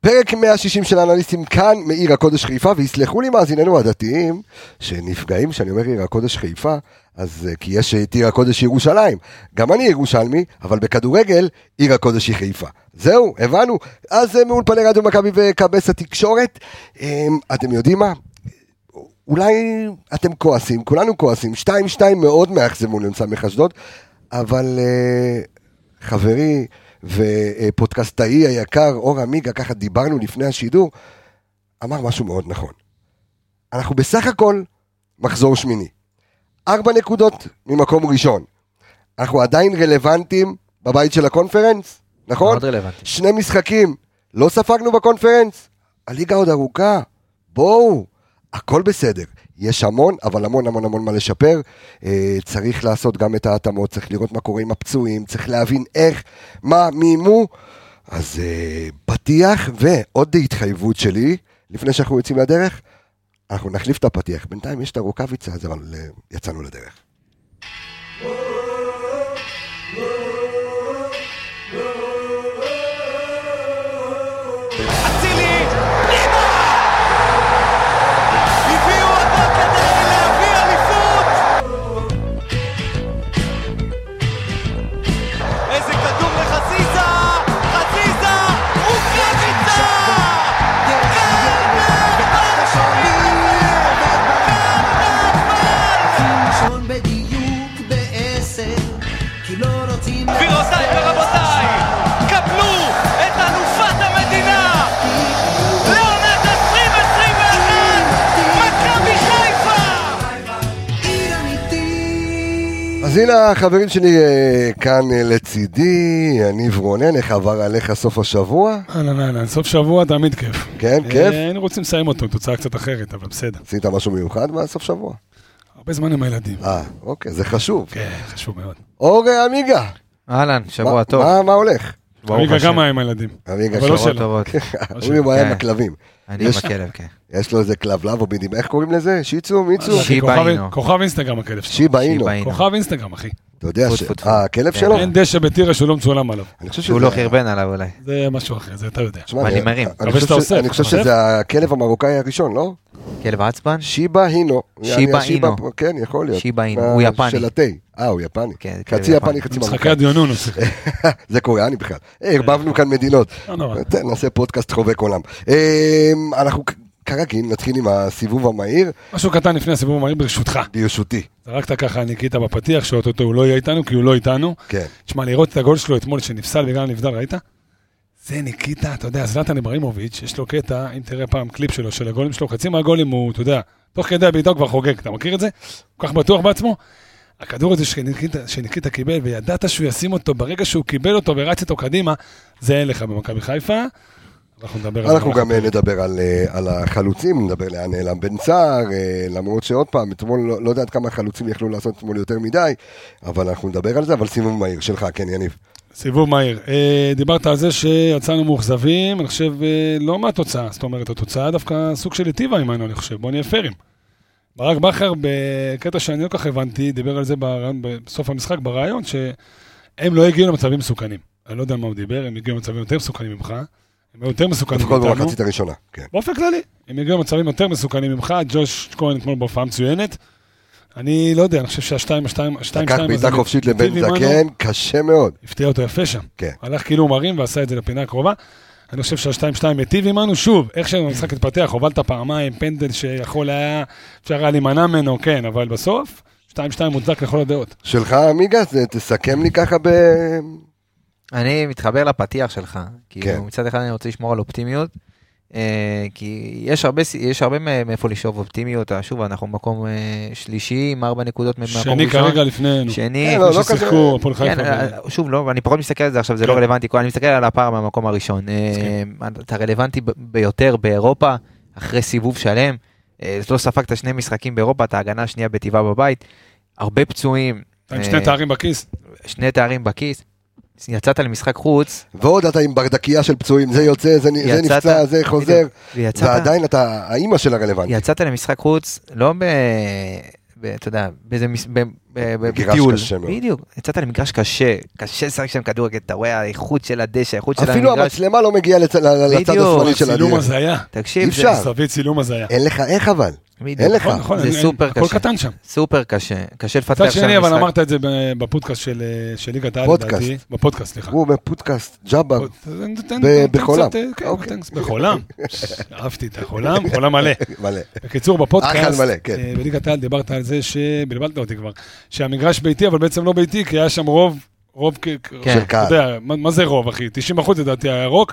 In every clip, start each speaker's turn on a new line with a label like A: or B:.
A: פרק 160 של האנליסטים כאן מעיר הקודש חיפה, ויסלחו לי מאזיננו הדתיים שנפגעים כשאני אומר עיר הקודש חיפה, אז אה, כי יש את עיר הקודש ירושלים. גם אני ירושלמי, אבל בכדורגל עיר הקודש היא חיפה. זהו, הבנו. אז אה, מאולפני רדיו מכבי וכבש התקשורת, אה, אתם יודעים מה? אולי אתם כועסים, כולנו כועסים, 2-2 מאוד מאכזב מול י"ס אשדוד, אבל אה, חברי ופודקאסטאי היקר אור עמיגה, ככה דיברנו לפני השידור, אמר משהו מאוד נכון. אנחנו בסך הכל מחזור שמיני. ארבע נקודות ממקום ראשון. אנחנו עדיין רלוונטיים בבית של הקונפרנס, נכון?
B: מאוד רלוונטי.
A: שני משחקים, לא ספגנו בקונפרנס, הליגה עוד ארוכה, בואו, הכל בסדר. יש המון, אבל המון המון המון מה לשפר. אה, צריך לעשות גם את ההתאמות, צריך לראות מה קורה עם הפצועים, צריך להבין איך, מה, מי, מו. אז אה, פתיח, ועוד התחייבות שלי, לפני שאנחנו יוצאים לדרך, אנחנו נחליף את הפתיח. בינתיים יש את הרוקאביצה, אז אבל אה, יצאנו לדרך.
C: אצילי! הביאו אותו כדי להביא אליפות! איזה כדור לחזיזה! חזיזה! רוקאביצה!
D: ראשון בדיוק בעשר, כי לא רוצים...
C: גבירותיי ורבותיי, קבלו את אלופת המדינה! לעונת 2021! מכבי חיפה!
D: עיר אמיתית!
A: אז הנה החברים שלי אה, כאן אה, לצידי, יניב רונן, איך עבר עליך סוף השבוע?
E: אהלן אהלן, סוף שבוע תמיד כיף.
A: כן, כיף?
E: אה, היינו רוצים לסיים אותו עם תוצאה קצת אחרת, אבל בסדר.
A: עשית משהו מיוחד בסוף שבוע?
E: הרבה זמן עם הילדים.
A: אה, אוקיי, זה חשוב.
E: כן, חשוב מאוד.
A: אור אה, עמיגה,
B: אהלן, שבוע
A: מה-
B: טוב.
A: מה- מה הולך?
B: ברוך
E: רגע,
B: השם.
E: גם היה עם הילדים.
A: עמיגה
E: אבל לא
A: שלו.
E: שלו.
B: שבועות טובות.
A: אומרים הוא היה עם
B: כן.
A: הכלבים.
B: אני עם
A: יש-
B: הכלב, כן.
A: יש לו איזה כלבלב או בדיוק, איך קוראים לזה? שיצו, מיצו?
B: שיבא
E: כוכב-
B: אינו.
E: אה, כוכב אינסטגרם הכלב שלו.
A: שיבא אינו.
B: שיבא אינו.
E: כוכב אינסטגרם, אחי.
A: אתה יודע
B: טפו,
A: ש...
B: טפו, טפו.
A: אה, הכלב
B: כן.
A: שלו?
E: אין דשא בטירה שהוא לא מצולם עליו.
A: אני חושב
B: שהוא לא
A: שזה-
B: חרבן עליו אולי.
E: זה משהו אחר, זה אתה יודע.
A: תשמע,
B: אבל
A: אני-
B: אני מרים.
A: אני
E: אבל
A: חושב
E: שאתה
A: ש-
E: אוסף,
A: אני חושב
E: אתה אוסף?
A: שזה הכלב המרוקאי הראשון, לא?
B: כלב עצבן?
A: שיבא הינו.
B: שיבא
A: אני- השיבא
B: אינו.
A: פה- כן, יכול להיות.
B: שיבא אינו.
A: מה-
B: הוא יפני.
A: של התה. אה, הוא יפני.
B: כן, כלב
A: חצי יפני,
B: יפני.
A: חצי
E: משחקי
A: מרוקאי.
E: הדיונון הוא שיחק.
A: זה קוריאני בכלל. אה, ערבבנו כאן מדינות.
E: לא נורא.
A: תן, נעשה פודקאסט חובק עולם. אמ, אנחנו כ- כרגיל נתחיל עם הסיבוב המהיר,
E: משהו קטן לפני הסיבוב המהיר ברשותך.
A: ברשותי.
E: זרקת ככה ניקיטה בפתיח, שאו-טו-טו הוא לא יהיה איתנו, כי הוא לא איתנו.
A: כן.
E: תשמע, לראות את הגול שלו אתמול שנפסל בגלל נבדל, ראית? זה ניקיטה, אתה יודע, זלטן אברהימוביץ', יש לו קטע, אם תראה פעם קליפ שלו, של הגולים שלו, חצי מהגולים הוא, אתה יודע, תוך כדי הבעיטה הוא כבר חוגג, אתה מכיר את זה? הוא כל כך בטוח בעצמו. הכדור הזה שניקיטה, שניקיטה קיבל, וידעת שהוא ישים אותו, ברגע שהוא קיבל אותו ורץ איתו קדימה, זה אין לך במכבי חיפה. אנחנו נדבר על זה.
A: אנחנו גם אה, נדבר על, אה, על החלוצים, נדבר לאן נעלם בן סער, אה, למרות שעוד פעם, אתמול, לא- לא יודע עד כמה החלוצים יכלו לעשות אתמול יותר מדי, אבל אנחנו נדבר על זה, אבל סיבוב מהיר שלך, כן, יניב.
E: סיבוב מהיר. אה, דיברת על זה שיצאנו מאוכזבים, אני חושב, אה, לא מהתוצאה, זאת אומרת, התוצאה דווקא סוג של היטיבה עמנו, אני לא חושב, בוא נהיה פיירים. ברק בכר, בקטע שאני לא כל כך הבנתי, דיבר על זה ברעיון, בסוף המשחק, בריאיון, שהם לא הגיעו למצבים מסוכנים. אני לא יודע על מה הוא דיבר, הם הגיעו למצבים יותר מסוכנים ממך, הם היו יותר מסוכנים
A: לפחות במחצית הראשונה, כן.
E: באופן כללי, הם הגיעו למצבים יותר מסוכנים ממך, ג'וש כהן אתמול בהופעה מצוינת. אני לא יודע, אני חושב שהשתיים, השתיים, השתיים,
A: לקח
E: שתיים
A: בעיטה
E: הזה
A: חופשית
E: מיטיב
A: לבן
E: עמנו.
A: זקן, קשה מאוד.
E: הפתיע אותו יפה שם.
A: כן.
E: הלך כאילו הוא מרים ועשה את זה לפינה הקרובה. אני חושב שה-2-2 היטיב עמנו, שוב, איך שהמשחק התפתח, הובלת פעמיים, פנדל שיכול היה, אפשר היה להימנע ממנו, כן, אבל בסוף, 2-2 מוצדק לכל הדעות.
A: שלך, עמיגה, זה- תסכם לי ככה ב...
B: אני מתחבר לפתיח שלך.
A: כן.
B: כאילו, מצד אחד אני רוצה לשמור על אופטימיות, אה, כי יש הרבה ס- יש הרבה מ- מאיפה לשאוב אופטימיות. אה, שוב, אנחנו במקום אה, שלישי, עם ארבע נקודות ממקום ראשון.
E: שני כרגע לפנינו.
B: שני,
A: אה,
E: לא,
A: לא,
E: לא
A: לא
E: ששיחקו,
B: כן,
E: הפועל חיפה. ו-
B: אה, שוב, לא, אני פחות מסתכל על זה עכשיו, זה לא
E: כן.
B: רלוונטי, אני מסתכל על הפער מהמקום הראשון. אה, אתה רלוונטי ב- ביותר באירופה, אחרי סיבוב שלם. אה, לא ספגת שני משחקים באירופה, אתה ההגנה השנייה בטבעה בבית. הרבה פצועים, אה,
E: אתה אה, עם שני תארים בכיס.
B: שני תארים בכיס. יצאת למשחק חוץ,
A: ועוד אתה עם ברדקייה של פצועים, זה יוצא, זה נ- זה
B: יצאת-
A: נפצע, זה חוזר,
B: בדיוק, ויצאת
A: ועדיין אתה האימא של הרלוונטי.
B: יצאת למשחק חוץ, לא ב... ב- אתה יודע, באיזה מס- ב- ב- ב-
A: מגרש
B: בטיול.
A: קשה מאוד.
B: בדיוק, יצאת למגרש קשה, קשה לשחק שם כדורגל, אתה רואה האיכות של הדשא, האיכות של
A: אפילו
B: המגרש.
A: המצלמה לא מגיעה לצ- ל- לצד
B: בדיוק.
A: השמאלי של
E: צילום
A: הדרך.
E: הזיה.
A: אי
B: תקשיב, זה-
A: אפשר. אה,
E: סבי צילום הזיה.
A: אין לך איך אבל.
B: בדיוק.
A: אין לך.
E: נכון, נכון,
B: זה
E: אין- אין-
B: סופר קשה.
E: הכל קטן שם.
B: סופר קשה, קשה לפתח שם
E: מצד שני, אבל
B: משחק.
E: אמרת את זה ב- בפודקאסט של אה, של ליגת העל,
A: פודקאסט.
E: לדעתי. בפודקאסט, סליחה.
A: הוא בפודקאסט, ג'אבר.
E: פוד- תן- תן-
A: אוקיי. ב-
E: תן
A: בחולם.
E: קצת, אה, כן,
A: אוקיי.
E: תן- בחולם. אהבתי את החולם, חולם מלא.
A: מלא.
E: בקיצור, בפודקאסט,
A: אכל מלא, כן.
E: אה, בליגת העל דיברת על זה שבלבלת אותי כבר, שהמגרש ביתי, אבל בעצם לא ביתי, כי היה שם רוב, רוב, כ- כ-
B: כן.
A: של
E: אתה
A: קהל.
E: יודע, מה מה זה רוב, אחי? 90 אחוז לדעתי היה ירוק,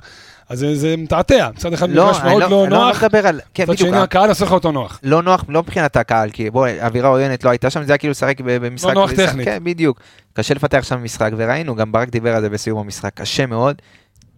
E: אז זה- זה מתעתע. מצד אחד
B: לא,
E: מגרש מאוד
B: אני
E: לא
B: אני
E: נוח,
B: מדבר על... כן,
E: מצד
B: בדיוק.
E: שני הקהל עושה לך אותו נוח.
B: לא נוח, לא מבחינת הקהל, כי בוא, אווירה עוינת לא הייתה שם, זה היה כאילו לשחק ב- במשחק.
E: לא נוח
B: לשחק-
E: טכנית.
B: כן, בדיוק. קשה לפתח שם משחק, וראינו, גם ברק דיבר על זה בסיום המשחק, קשה מאוד.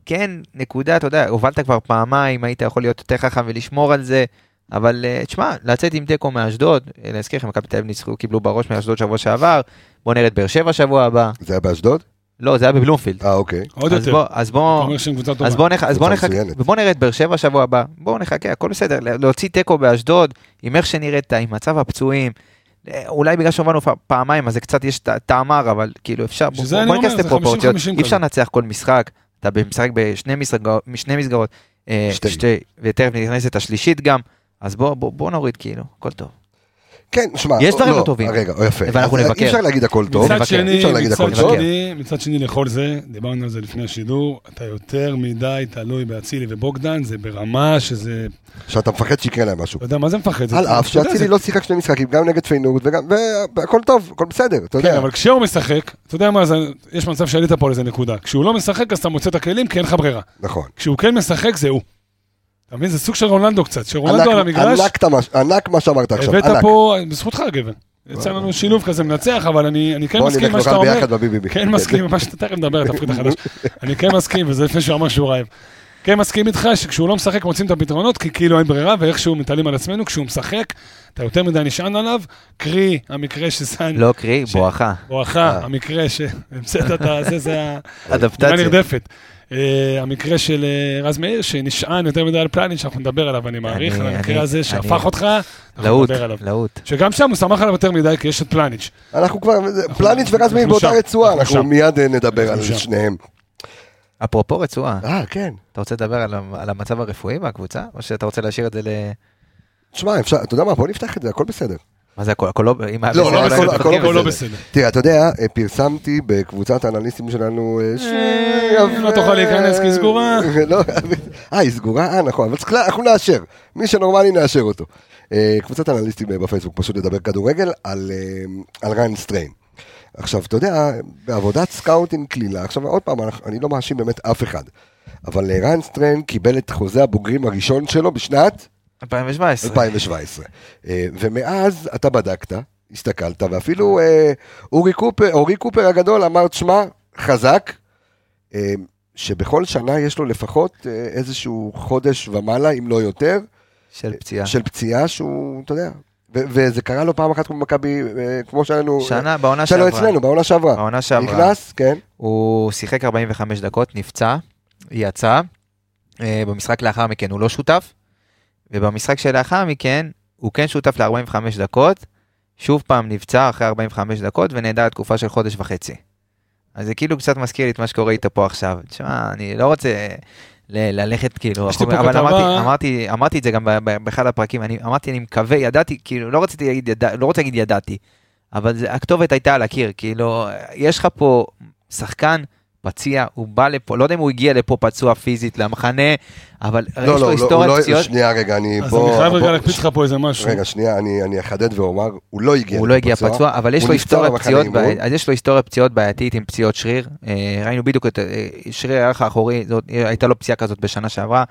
B: כן, נקודה, אתה יודע, הובלת כבר פעמיים, היית יכול להיות יותר חכם ולשמור על זה, אבל אה, תשמע, לצאת עם תיקו מאשדוד, אה, להזכיר לכם, מכבי תל אביב ניצחו, קיבלו בראש מאשדוד שבוע שעבר, בוא נראה את באר שבע שבוע הבא.
A: זה היה באשדוד?
B: לא, זה היה בבלומפילד.
A: אה, אוקיי.
E: עוד
B: אז
E: יותר.
B: בוא,
E: אתה
B: אז בוא,
E: אומר שהם קבוצה טובה.
B: אז בוא נחכה, אז בוא
A: קבוצה
B: נחכה,
A: מצוינת.
B: בוא נראה את באר שבע שבוע הבא, בואו נחכה, הכל בסדר, לה- להוציא תיקו באשדוד, עם איך שנראית, עם מצב הפצועים, אה, אולי בגלל שהובלנו פ- פעמיים, אז זה קצת יש ט- טעם מר, אבל כאילו אפשר,
E: בשביל
B: בוא
E: זה אני
B: בוא
E: אומר,
B: ניכנס
E: זה
B: לפרופורציות,
E: 50-50
B: אי אפשר
E: כזה.
B: לנצח כל משחק, אתה במשחק בשני מסגרות, משני מסגרות, אה,
A: שתי.
B: שתי, ותכף נכנסת השלישית גם, אז בוא- בוא בוא נוריד כאילו, הכל טוב.
A: כן, שמע.
B: יש דברים
A: לא,
B: לא טובים.
A: רגע, יפה.
B: ואנחנו
A: אז אה,
B: נבקר.
A: אי אפשר להגיד הכל טוב.
B: נבקר.
E: מצד
A: אי
E: שני,
A: אפשר להגיד
E: מצד
A: הכל טוב.
E: שני, מצד שני לכל זה, דיברנו על זה לפני השידור, אתה יותר מדי תלוי באצילי ובוגדן, זה ברמה שזה,
A: שאתה מפחד שיקרה להם משהו.
E: אתה יודע מה זה מפחד? זה-
A: על אף
E: אתה יודע, זה-
A: שאצילי לא שיחק שני משחקים, גם נגד פיינורד וגם... והכל טוב, הכל בסדר, אתה
E: כן,
A: יודע.
E: אבל כשהוא משחק, אתה יודע מה, זה- יש מצב שעלית פה על איזה נקודה. כשהוא לא משחק, אז אתה מוצא את הכלים, כי אין לך ברירה.
A: נכון.
E: כשהוא כן משחק, זה הוא. אתה מבין? זה סוג של רונלדו קצת. שרונלדו על
A: ענק-
E: המגרש,
A: ענק את המש- ענק מה שאמרת עכשיו,
E: הבאת
A: ענק.
E: פה, בזכותך גבן. יצא לנו שילוב כזה מנצח, אבל אני אני כן
A: בוא
E: מסכים עם
A: נלך
E: מה שאתה
A: נאכל
E: אומר.
A: ביחד בביביבי.
E: כן מסכים עם מה שאתה תכף מדבר, תפריט החדש. אני כן מסכים, וזה לפני שהוא אמר שהוא רעב. כן מסכים איתך שכשהוא לא משחק מוצאים את הפתרונות, כי כאילו אין ברירה, ואיכשהו מתעלים על עצמנו, כשהוא משחק, אתה יותר מדי נשען עליו, קרי המקרה שסן...
B: לא אה. קרי,
E: ש-
B: בואכה,
E: בואכה, המקרה שהמצאת את הזה, זה ה...
A: אוקיי.
E: מילה
B: אדפטציה.
E: נרדפת. אה, המקרה של אה, רז מאיר, שנשען יותר מדי על פלניץ', שאנחנו נדבר עליו, אני מעריך,
B: אני-
E: על
B: אני-
E: המקרה הזה
B: אני-
E: שהפך אותך, אנחנו
B: להוט,
E: נדבר עליו.
B: להוט.
E: שגם שם הוא סמך עליו יותר מדי, כי יש את פלניץ'.
A: אנחנו כבר, פלניץ' ורז מאיר
E: אנחנו
A: באותה
E: שם,
A: רצועה,
E: אנחנו
A: אנחנו
E: שם.
A: מיד אה, נדבר על
E: אנחנו שם.
A: שניהם.
B: אפרופו רצועה,
A: אה, כן.
B: אתה רוצה לדבר על ה- על המצב הרפואי בקבוצה, או שאתה רוצה להשאיר את זה ל...
A: תשמע, אפשר, אתה יודע מה, בוא נפתח את זה, הכל בסדר.
B: מה זה הכל, הכל לא, אם היה
A: לא,
B: בסדר,
A: לא
B: היינו
A: הכל-
B: מתווכחים
A: הכל-
B: על
A: הכל
B: זה.
E: לא בסדר.
A: תראה, אתה יודע, אה, פרסמתי בקבוצת האנליסטים שלנו... אה, ש-
E: לא תוכל להיכנס כי היא סגורה.
A: לא, אה, היא סגורה? אה, נכון, אבל צריך לה- אנחנו נאשר. מי שנורמלי נאשר אותו. אה, קבוצת אנליסטים אה, בפייסבוק, פשוט לדבר כדורגל על אה, על ריין סטריין. עכשיו, אתה יודע, בעבודת סקאוטינג קלילה, עכשיו עוד פעם, אנחנו- אני לא מאשים באמת אף אחד, אבל אה, ריין סטריין קיבל את חוזה הבוגרים הראשון שלו בשנת
B: 2017.
A: 2017. אה, ומאז אתה בדקת, הסתכלת, ואפילו אה, אורי קופר, אורי קופר הגדול אמר, תשמע, חזק, אה, שבכל שנה יש לו לפחות אה, איזשהו חודש ומעלה, אם לא יותר,
B: של פציעה.
A: של פציעה שהוא, אתה יודע, ו- וזה קרה לו פעם אחת כמו במכבי, אה, כמו שהיה לנו,
B: שנה, בעונה
A: שהיה
B: שעברה.
A: לנו אצלנו, בעונה שעברה.
B: בעונה שעברה.
A: נכנס, כן,
B: הוא שיחק 45 דקות, נפצע, יצא. אה, במשחק לאחר מכן הוא לא שותף, ובמשחק שלאחר מכן הוא כן שותף ל-45 דקות, שוב פעם נפצע אחרי 45 דקות ונעדר לתקופה של חודש וחצי. אז זה כאילו קצת מזכיר לי את מה שקורה איתו פה עכשיו. תשמע, אני לא רוצה ל- ללכת כאילו,
E: יש לי פה
B: אבל
E: כתבה-
B: אמרתי, אמרתי, אמרתי את זה גם ב- ב- באחד הפרקים, אני אמרתי, אני מקווה, ידעתי, כאילו, לא רציתי להגיד, ידע, לא רוצה להגיד ידעתי, אבל זה, הכתובת הייתה על הקיר, כאילו, יש לך פה שחקן פציע, הוא בא לפה, לא יודע אם הוא הגיע לפה פצוע פיזית למחנה, אבל יש
A: לא,
B: לו
A: לא, הוא
B: היסטוריית
A: לא,
B: פציעות,
A: שנייה רגע, אני,
E: אז אני
A: בוא,
E: חייב רגע
A: בוא-
E: להקפיץ לך פה איזה משהו.
A: רגע, שנייה, אני אני אחדד ואומר, הוא לא הגיע,
B: הוא לא הגיע
A: לפצוע.
B: פצוע, אבל יש
A: הוא
B: לו
A: נפצע
B: היסטוריה
A: במחנה
B: פציעות,
A: אימון.
B: בעי- אז יש לו היסטוריה פציעות בעייתית עם פציעות שריר. אה, ראינו בדיוק את אה, שריר הערך האחורי, זאת- הייתה לו פציעה כזאת בשנה שעברה,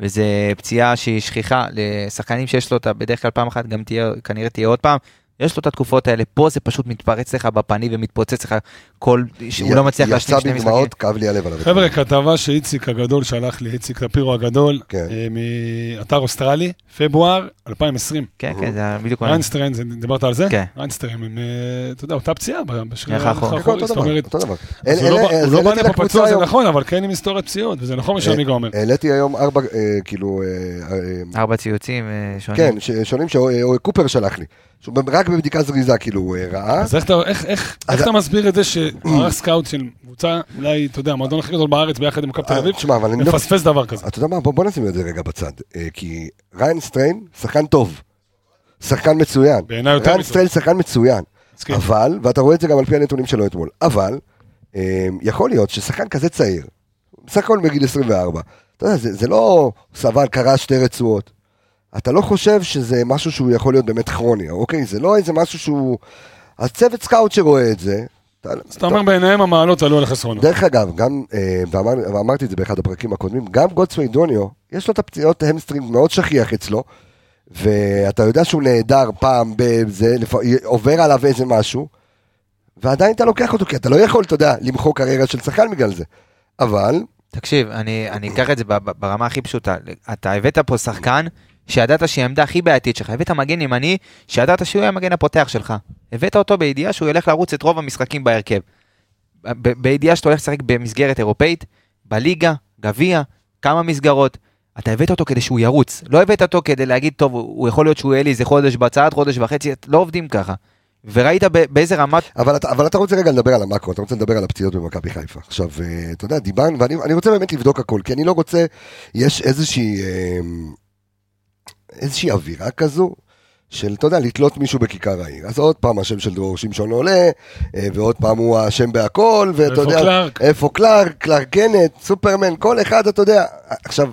B: וזו פציעה שהיא שכיחה לשחקנים שיש לו אותה בדרך כלל פעם אחת, גם תהיה, כנראה תהיה עוד פעם. יש לו את התקופות האלה, פה זה פשוט מתפרץ לך בפנים ומתפוצץ לך כל, שהוא לא מצליח להשלים שני
A: יצא בדמעות,
B: משחקים.
A: כאב לי הלב עליו.
E: חבר'ה, כתבה שאיציק הגדול שלח לי, איציק טפירו הגדול,
A: כן.
E: אה, מאתר אוסטרלי, פברואר 2020.
B: כן, כן, זה בדיוק מה...
E: ריינסטרן, זה- דיברת על זה?
B: כן.
E: ריינסטרן, הם, אה, אתה יודע, אותה פציעה ב- בשרירי
B: איך האחור?
A: הכל
E: האחורי,
A: אותו
E: נכון, זאת
A: דבר,
E: אומרת,
A: אותו דבר.
E: אז
A: אלה-
E: הוא לא
A: אלה-
E: בא- הוא
A: אז
E: לא
A: העליתי
E: בא לפה
A: לקבוצה
E: פצוע, זה
A: היום-
E: נכון, אבל כן עם היסטוריית פציעות, וזה
A: אה,
E: נכון מה שעמיגה אומר.
A: העליתי היום ארבע, אה, כן, כאילו, אה, אה,
B: ארבע ציוצים אה, שונים.
A: כן, ש- שונים שקופר שלח לי, שהוא רק בבדיקה זריזה כאילו הוא אה, ראה.
E: אז איך אתה- איך- איך-
A: אז-
E: איך אתה מסביר את זה שמערך סקאוט של קבוצה, אולי, אתה יודע, המועדון הכי גדול בארץ ביחד עם מכבי תל אביב,
A: תשמע, אבל אני לא...
E: מפספס דבר כזה?
A: אתה יודע מה, בוא, בוא נשים את זה רגע בצד. אה, כי ריין סטריין, שחקן טוב. שחקן מצוין.
E: בעיניי יותר כן.
A: ריין
E: מטוב.
A: סטריין שחקן מצוין.
E: מסכים.
A: אבל, ואתה רואה את זה גם על פי הנתונים שלו אתמול, אבל אה, יכול להיות ששחקן כזה צעיר, בסך הכל בגיל 24, אתה יודע, זה, זה לא סבל קרה שתי רצועות. אתה לא חושב שזה משהו שהוא יכול להיות באמת כרוני, אוקיי? זה לא איזה משהו שהוא... אז צוות סקאוט שרואה את זה, אתה,
E: אז אתה אומר בעיניהם המעלות עלו על החסרונות.
A: דרך אגב, גם, אה, ואמר, ואמרתי את זה באחד הפרקים הקודמים, גם גודסווי דוניו, יש לו את הפציעות המסטרינג מאוד שכיח אצלו, ואתה יודע שהוא נעדר פעם בזה, לפ... עובר עליו איזה משהו, ועדיין אתה לוקח אותו, כי אתה לא יכול, אתה יודע, למחוא קריירה של שחקן בגלל זה. אבל,
B: תקשיב, אני, אני אקח את זה ב- ב- ברמה הכי פשוטה. אתה הבאת פה שחקן שידעת שהיא העמדה הכי בעייתית שלך. הבאת מגן ימני שידעת שהוא יהיה המגן הפותח שלך. הבאת אותו בידיעה שהוא ילך לרוץ את רוב המשחקים בהרכב. ב- בידיעה שאתה הולך לשחק במסגרת אירופאית, בליגה, גביע, כמה מסגרות. אתה הבאת אותו כדי שהוא ירוץ. לא הבאת אותו כדי להגיד, טוב, הוא יכול להיות שהוא יהיה לי איזה חודש בצד, חודש וחצי, לא עובדים ככה. וראית ב- באיזה רמת
A: אבל, אתה, אבל אתה רוצה רגע לדבר על המקרו, אתה רוצה לדבר על הפציעות במכבי חיפה. עכשיו, אה, אתה יודע, דיברנו, ואני אני רוצה באמת לבדוק הכל, כי אני לא רוצה, יש איזושהי, אה, איזושהי אווירה כזו. של, אתה יודע, לתלות מישהו בכיכר העיר. אז עוד פעם השם של דרור שמשון עולה, אה, ועוד פעם הוא האשם בהכל, ואתה
E: איפה
A: יודע...
E: קלארק?
A: איפה קלארק, קלארק גנט, סופרמן, כל אחד, אתה יודע. עכשיו,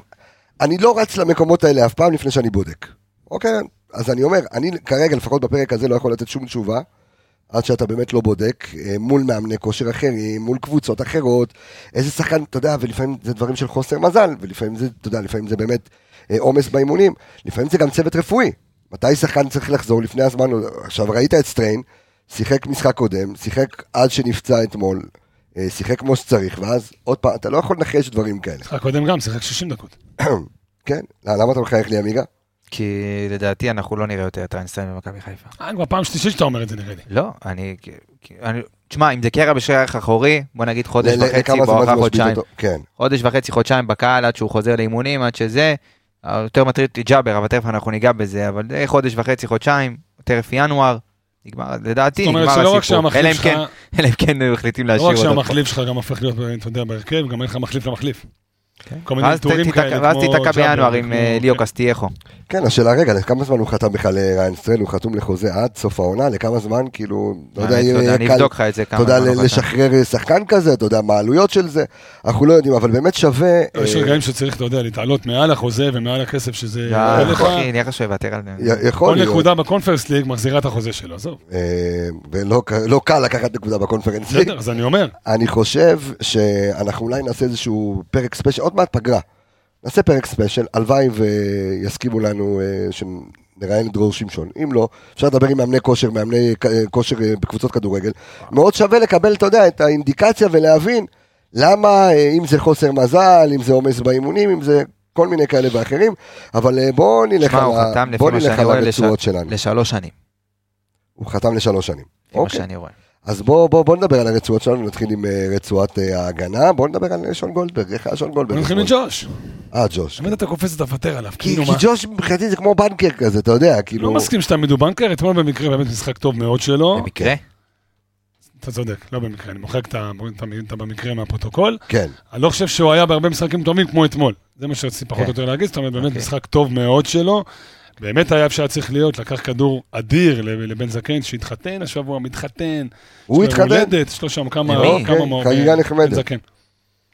A: אני לא רץ למקומות האלה אף פעם לפני שאני בודק. אוקיי? אז אני אומר, אני כרגע, לפחות בפרק הזה, לא יכול לתת שום תשובה, עד שאתה באמת לא בודק, אה, מול מאמני כושר אחרים, מול קבוצות אחרות, איזה שחקן, אתה יודע, ולפעמים זה דברים של חוסר מזל, ולפעמים זה, אתה יודע, לפעמים זה באמת אה, עומס באימונים, לפעמים זה גם צוות רפואי. מתי שחקן צריך לחזור לפני הזמן? עכשיו, ראית את סטריין, שיחק משחק קודם, שיחק עד שנפצע אתמול, אה, שיחק כמו שצריך, ואז עוד פעם, אתה לא יכול לנחש דברים כאלה.
E: משחק קודם גם, שיחק 60 דקות.
A: כן? למה אתה מחייך לי, עמיגה?
B: כי לדעתי אנחנו לא נראה יותר את ריינסטיין במכבי חיפה.
E: אה, כבר פעם שלישית שאתה אומר את זה נראה לי.
B: לא, אני... כי- אני- תשמע, אם זה קרע בשערך אחורי, בוא נגיד חודש
A: ל- ל-
B: וחצי,
A: לכמה זמן זה
B: בואכה
A: משבית
B: חודשיים.
A: אותו? כן.
B: חודש וחצי, חודשיים בקהל עד שהוא חוזר לאימונים, עד שזה. אה, יותר מטריד אותי ג'אבר, אבל תכף אנחנו ניגע בזה, אבל זה חודש וחצי, חודשיים, טרף ינואר, נגמר, לדעתי
E: זאת
B: נגמר
E: אומרת
B: הסיפור.
E: שלא רק
B: אלא
E: שהמחליף
B: אם
E: שלך,
B: כן- אלא אם כן מחליטים
E: לא
B: להשאיר
E: רק
B: אותו.
E: שהמחליף שלך גם הופך להיות, אתה יודע, בהרכב, גם אין לך מחליף למחליף.
B: כן.
E: כל מיני
B: ואז
E: טורים
B: תיתקע-
E: כאלה,
B: ואז
E: כמו
B: תיתקע
E: ג'אבר,
B: בינואר עם אה,
E: כמו-
B: ליאו
E: כן.
B: קסטייחו.
A: כן, השאלה רגע, לכמה זמן הוא חתם בכלל ריינסטרל, הוא חתום לחוזה עד סוף העונה, לכמה זמן, כאילו, לא יודע,
B: אני-
A: יהיה
B: תודה,
A: יהיה
B: אני
A: קל,
B: אבדוק לך את זה
A: אתה
B: כמה.
A: יודע,
B: זמן הוא
A: ל-
B: חתם.
A: לשחרר אה, שחקן כזה, אתה יודע, מה העלויות של זה, אנחנו לא יודעים, אבל באמת שווה,
E: יש
A: אה,
E: רגעים שצריך, אתה יודע, להתעלות מעל החוזה ומעל הכסף שזה...
B: לא,
E: עולה לך.
B: אחי, נראה לך שהוא יוותר על זה.
A: י- יכול
E: כל
A: להיות,
E: נקודה בקונפרנס ליג מחזירה את החוזה שלו, עזוב.
A: אה, ולא ק- לא קל לקחת נקודה בקונפרנס ליג.
E: בסדר, אז אני אומר,
A: אני חושב שאנחנו אולי נעשה איזשהו פרק ספיישל, עוד מעט פגרה. נעשה פרק ספיישל, הלוואי ויסכימו לנו אה, שנראיין את דרור שמשון. אם לא, אפשר לדבר עם מאמני כושר, מאמני כ- אה, כושר אה, בקבוצות כדורגל. מאוד שווה לקבל, אתה יודע, את האינדיקציה ולהבין למה, אה, אם זה חוסר מזל, אם זה עומס באימונים, אם זה כל מיני כאלה ואחרים, אבל אה, בואו נלך
B: שמע, הוא
A: על ה-
B: חתם לפי
A: בואו
B: מה
A: נלך
B: שאני
A: על
B: רואה
A: הרצועות
B: לש-
A: שלנו.
B: לשלוש שנים.
A: הוא חתם לשלוש שנים.
B: לפי מה
A: אוקיי.
B: שאני רואה.
A: אז בואו בוא, בוא נדבר על הרצועות שלנו, נתחיל עם אה, רצועת אה, ההגנה, בואו נדבר על אה, שון גולדברג, איך היה שון גולדברג?
E: נתחיל
A: אתמול?
E: מג'וש.
A: אה, ג'וש.
E: תמיד אתה קופץ, אתה מוותר עליו.
A: כי,
E: כאילו
A: כי
E: מה?
A: ג'וש מבחינתי זה כמו בנקר כזה, אתה יודע, כאילו...
E: לא מסכים שתעמיד הוא בנקר, אתמול במקרה באמת משחק טוב מאוד שלו.
B: במקרה?
E: אתה צודק, לא במקרה, אני מוחק את ה- את ה- את במקרה מהפרוטוקול.
A: כן,
E: אני לא חושב שהוא היה בהרבה משחקים טובים כמו אתמול. זה מה שרציתי פחות או
B: כן.
E: יותר להגיד, זאת אומרת, באמת
B: אוקיי.
E: משחק טוב מאוד שלו. באמת היה אפשר צריך להיות, לקח כדור אדיר לב- לבן זקן שהתחתן השבוע, מתחתן.
A: הוא
E: יש לו יום
A: התחתן.
E: הולדת, יש לו שם כמה
B: למי?
E: כמה
A: אוקיי,
E: מור-
A: חגיגה
E: בן
A: נחמדת.
E: זקן.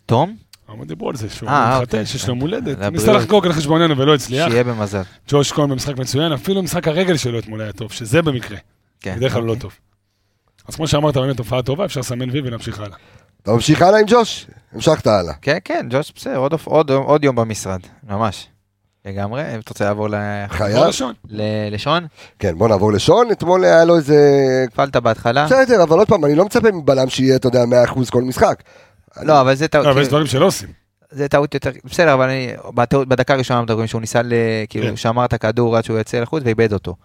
B: תום?
E: אבל דיברו על זה שהוא
B: אה,
E: מתחתן,
B: אוקיי.
E: שיש לו יום הולדת.
B: לבריאות.
E: ניסה לחגוג על חשבוננו ולא הצליח.
B: שיהיה במזל.
E: ג'וש כהן במשחק מצוין, אפילו משחק הרגל שלו אתמול היה טוב, שזה במקרה.
B: כן.
E: בדרך כלל הוא לא
A: אוקיי.
E: טוב. אז כמו שאמרת, באמת תופעה טובה, אפשר לסמן וי ולהמשיך הלאה.
A: אתה ממשיך הלאה עם ג'וש? המשכת הלאה.
B: כן, כן, ג'וש, בסדר, עוד, עוד, עוד יום במשרד, ממש. לגמרי, אם אתה רוצה לעבור ל...
A: חייב?
E: דבר ראשון,
B: ל- לשון,
A: כן, בואו נעבור לשון, אתמול היה לו איזה...
B: נפלת
E: אה.
B: בהתחלה.
A: בסדר, אבל עוד פעם, אני לא מצפה מבלם שיהיה, אתה יודע, 100% כל משחק.
B: לא, אבל זה טעות,
E: לא, אבל יש דברים שלא עושים.
B: זה טעות יותר, בסדר, אבל אני, בטעות, בדקה הראשונה אנחנו מדברים שהוא ניסה, ל, כאילו,
E: כן.
B: שמר את הכדור עד שהוא יצא לחוץ ואיבד אותו.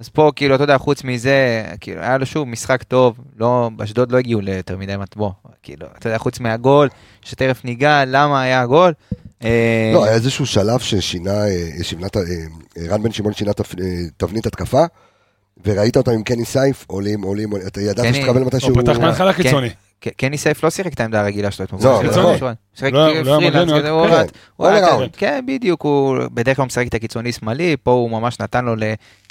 B: אז פה, כאילו, אתה יודע, חוץ מזה, כאילו, היה לו שוב משחק טוב, לא, אשדוד לא הגיעו ליותר מדי מטבו, כאילו, אתה יודע, חוץ מהגול, שתכף ניגע, למה היה הגול. אה,
A: לא, היה איזשהו שלב ששינה, אה, שינה את ה- אה, רן בן שמעון שינה תפ- אה, תבנית התקפה, וראית אותם עם קני סייף, עולים, עולים, עולים, אתה ידעת
B: קני-
A: שתקבל
E: הוא
A: מתישהו...
E: פתח מההתחלה
B: כן.
E: קיצוני.
B: כן, קני סייף לא שיחק את העמדה הרגילה שלו אתמול.
A: לא,
B: הוא שיחק
E: קיצוני.
B: בקישור. נכון. שיחק כאילו
E: לא היה- לא היה
B: פרילנס,
E: מגן,
B: כזה,
E: רק-
B: הוא
A: כן,
B: רץ- הוא
A: all
B: רץ-
A: around.
B: כן, בדיוק, הוא בדרך כלל הוא משחק את הקיצוני שמאלי, פה הוא ממש נתן לו ל-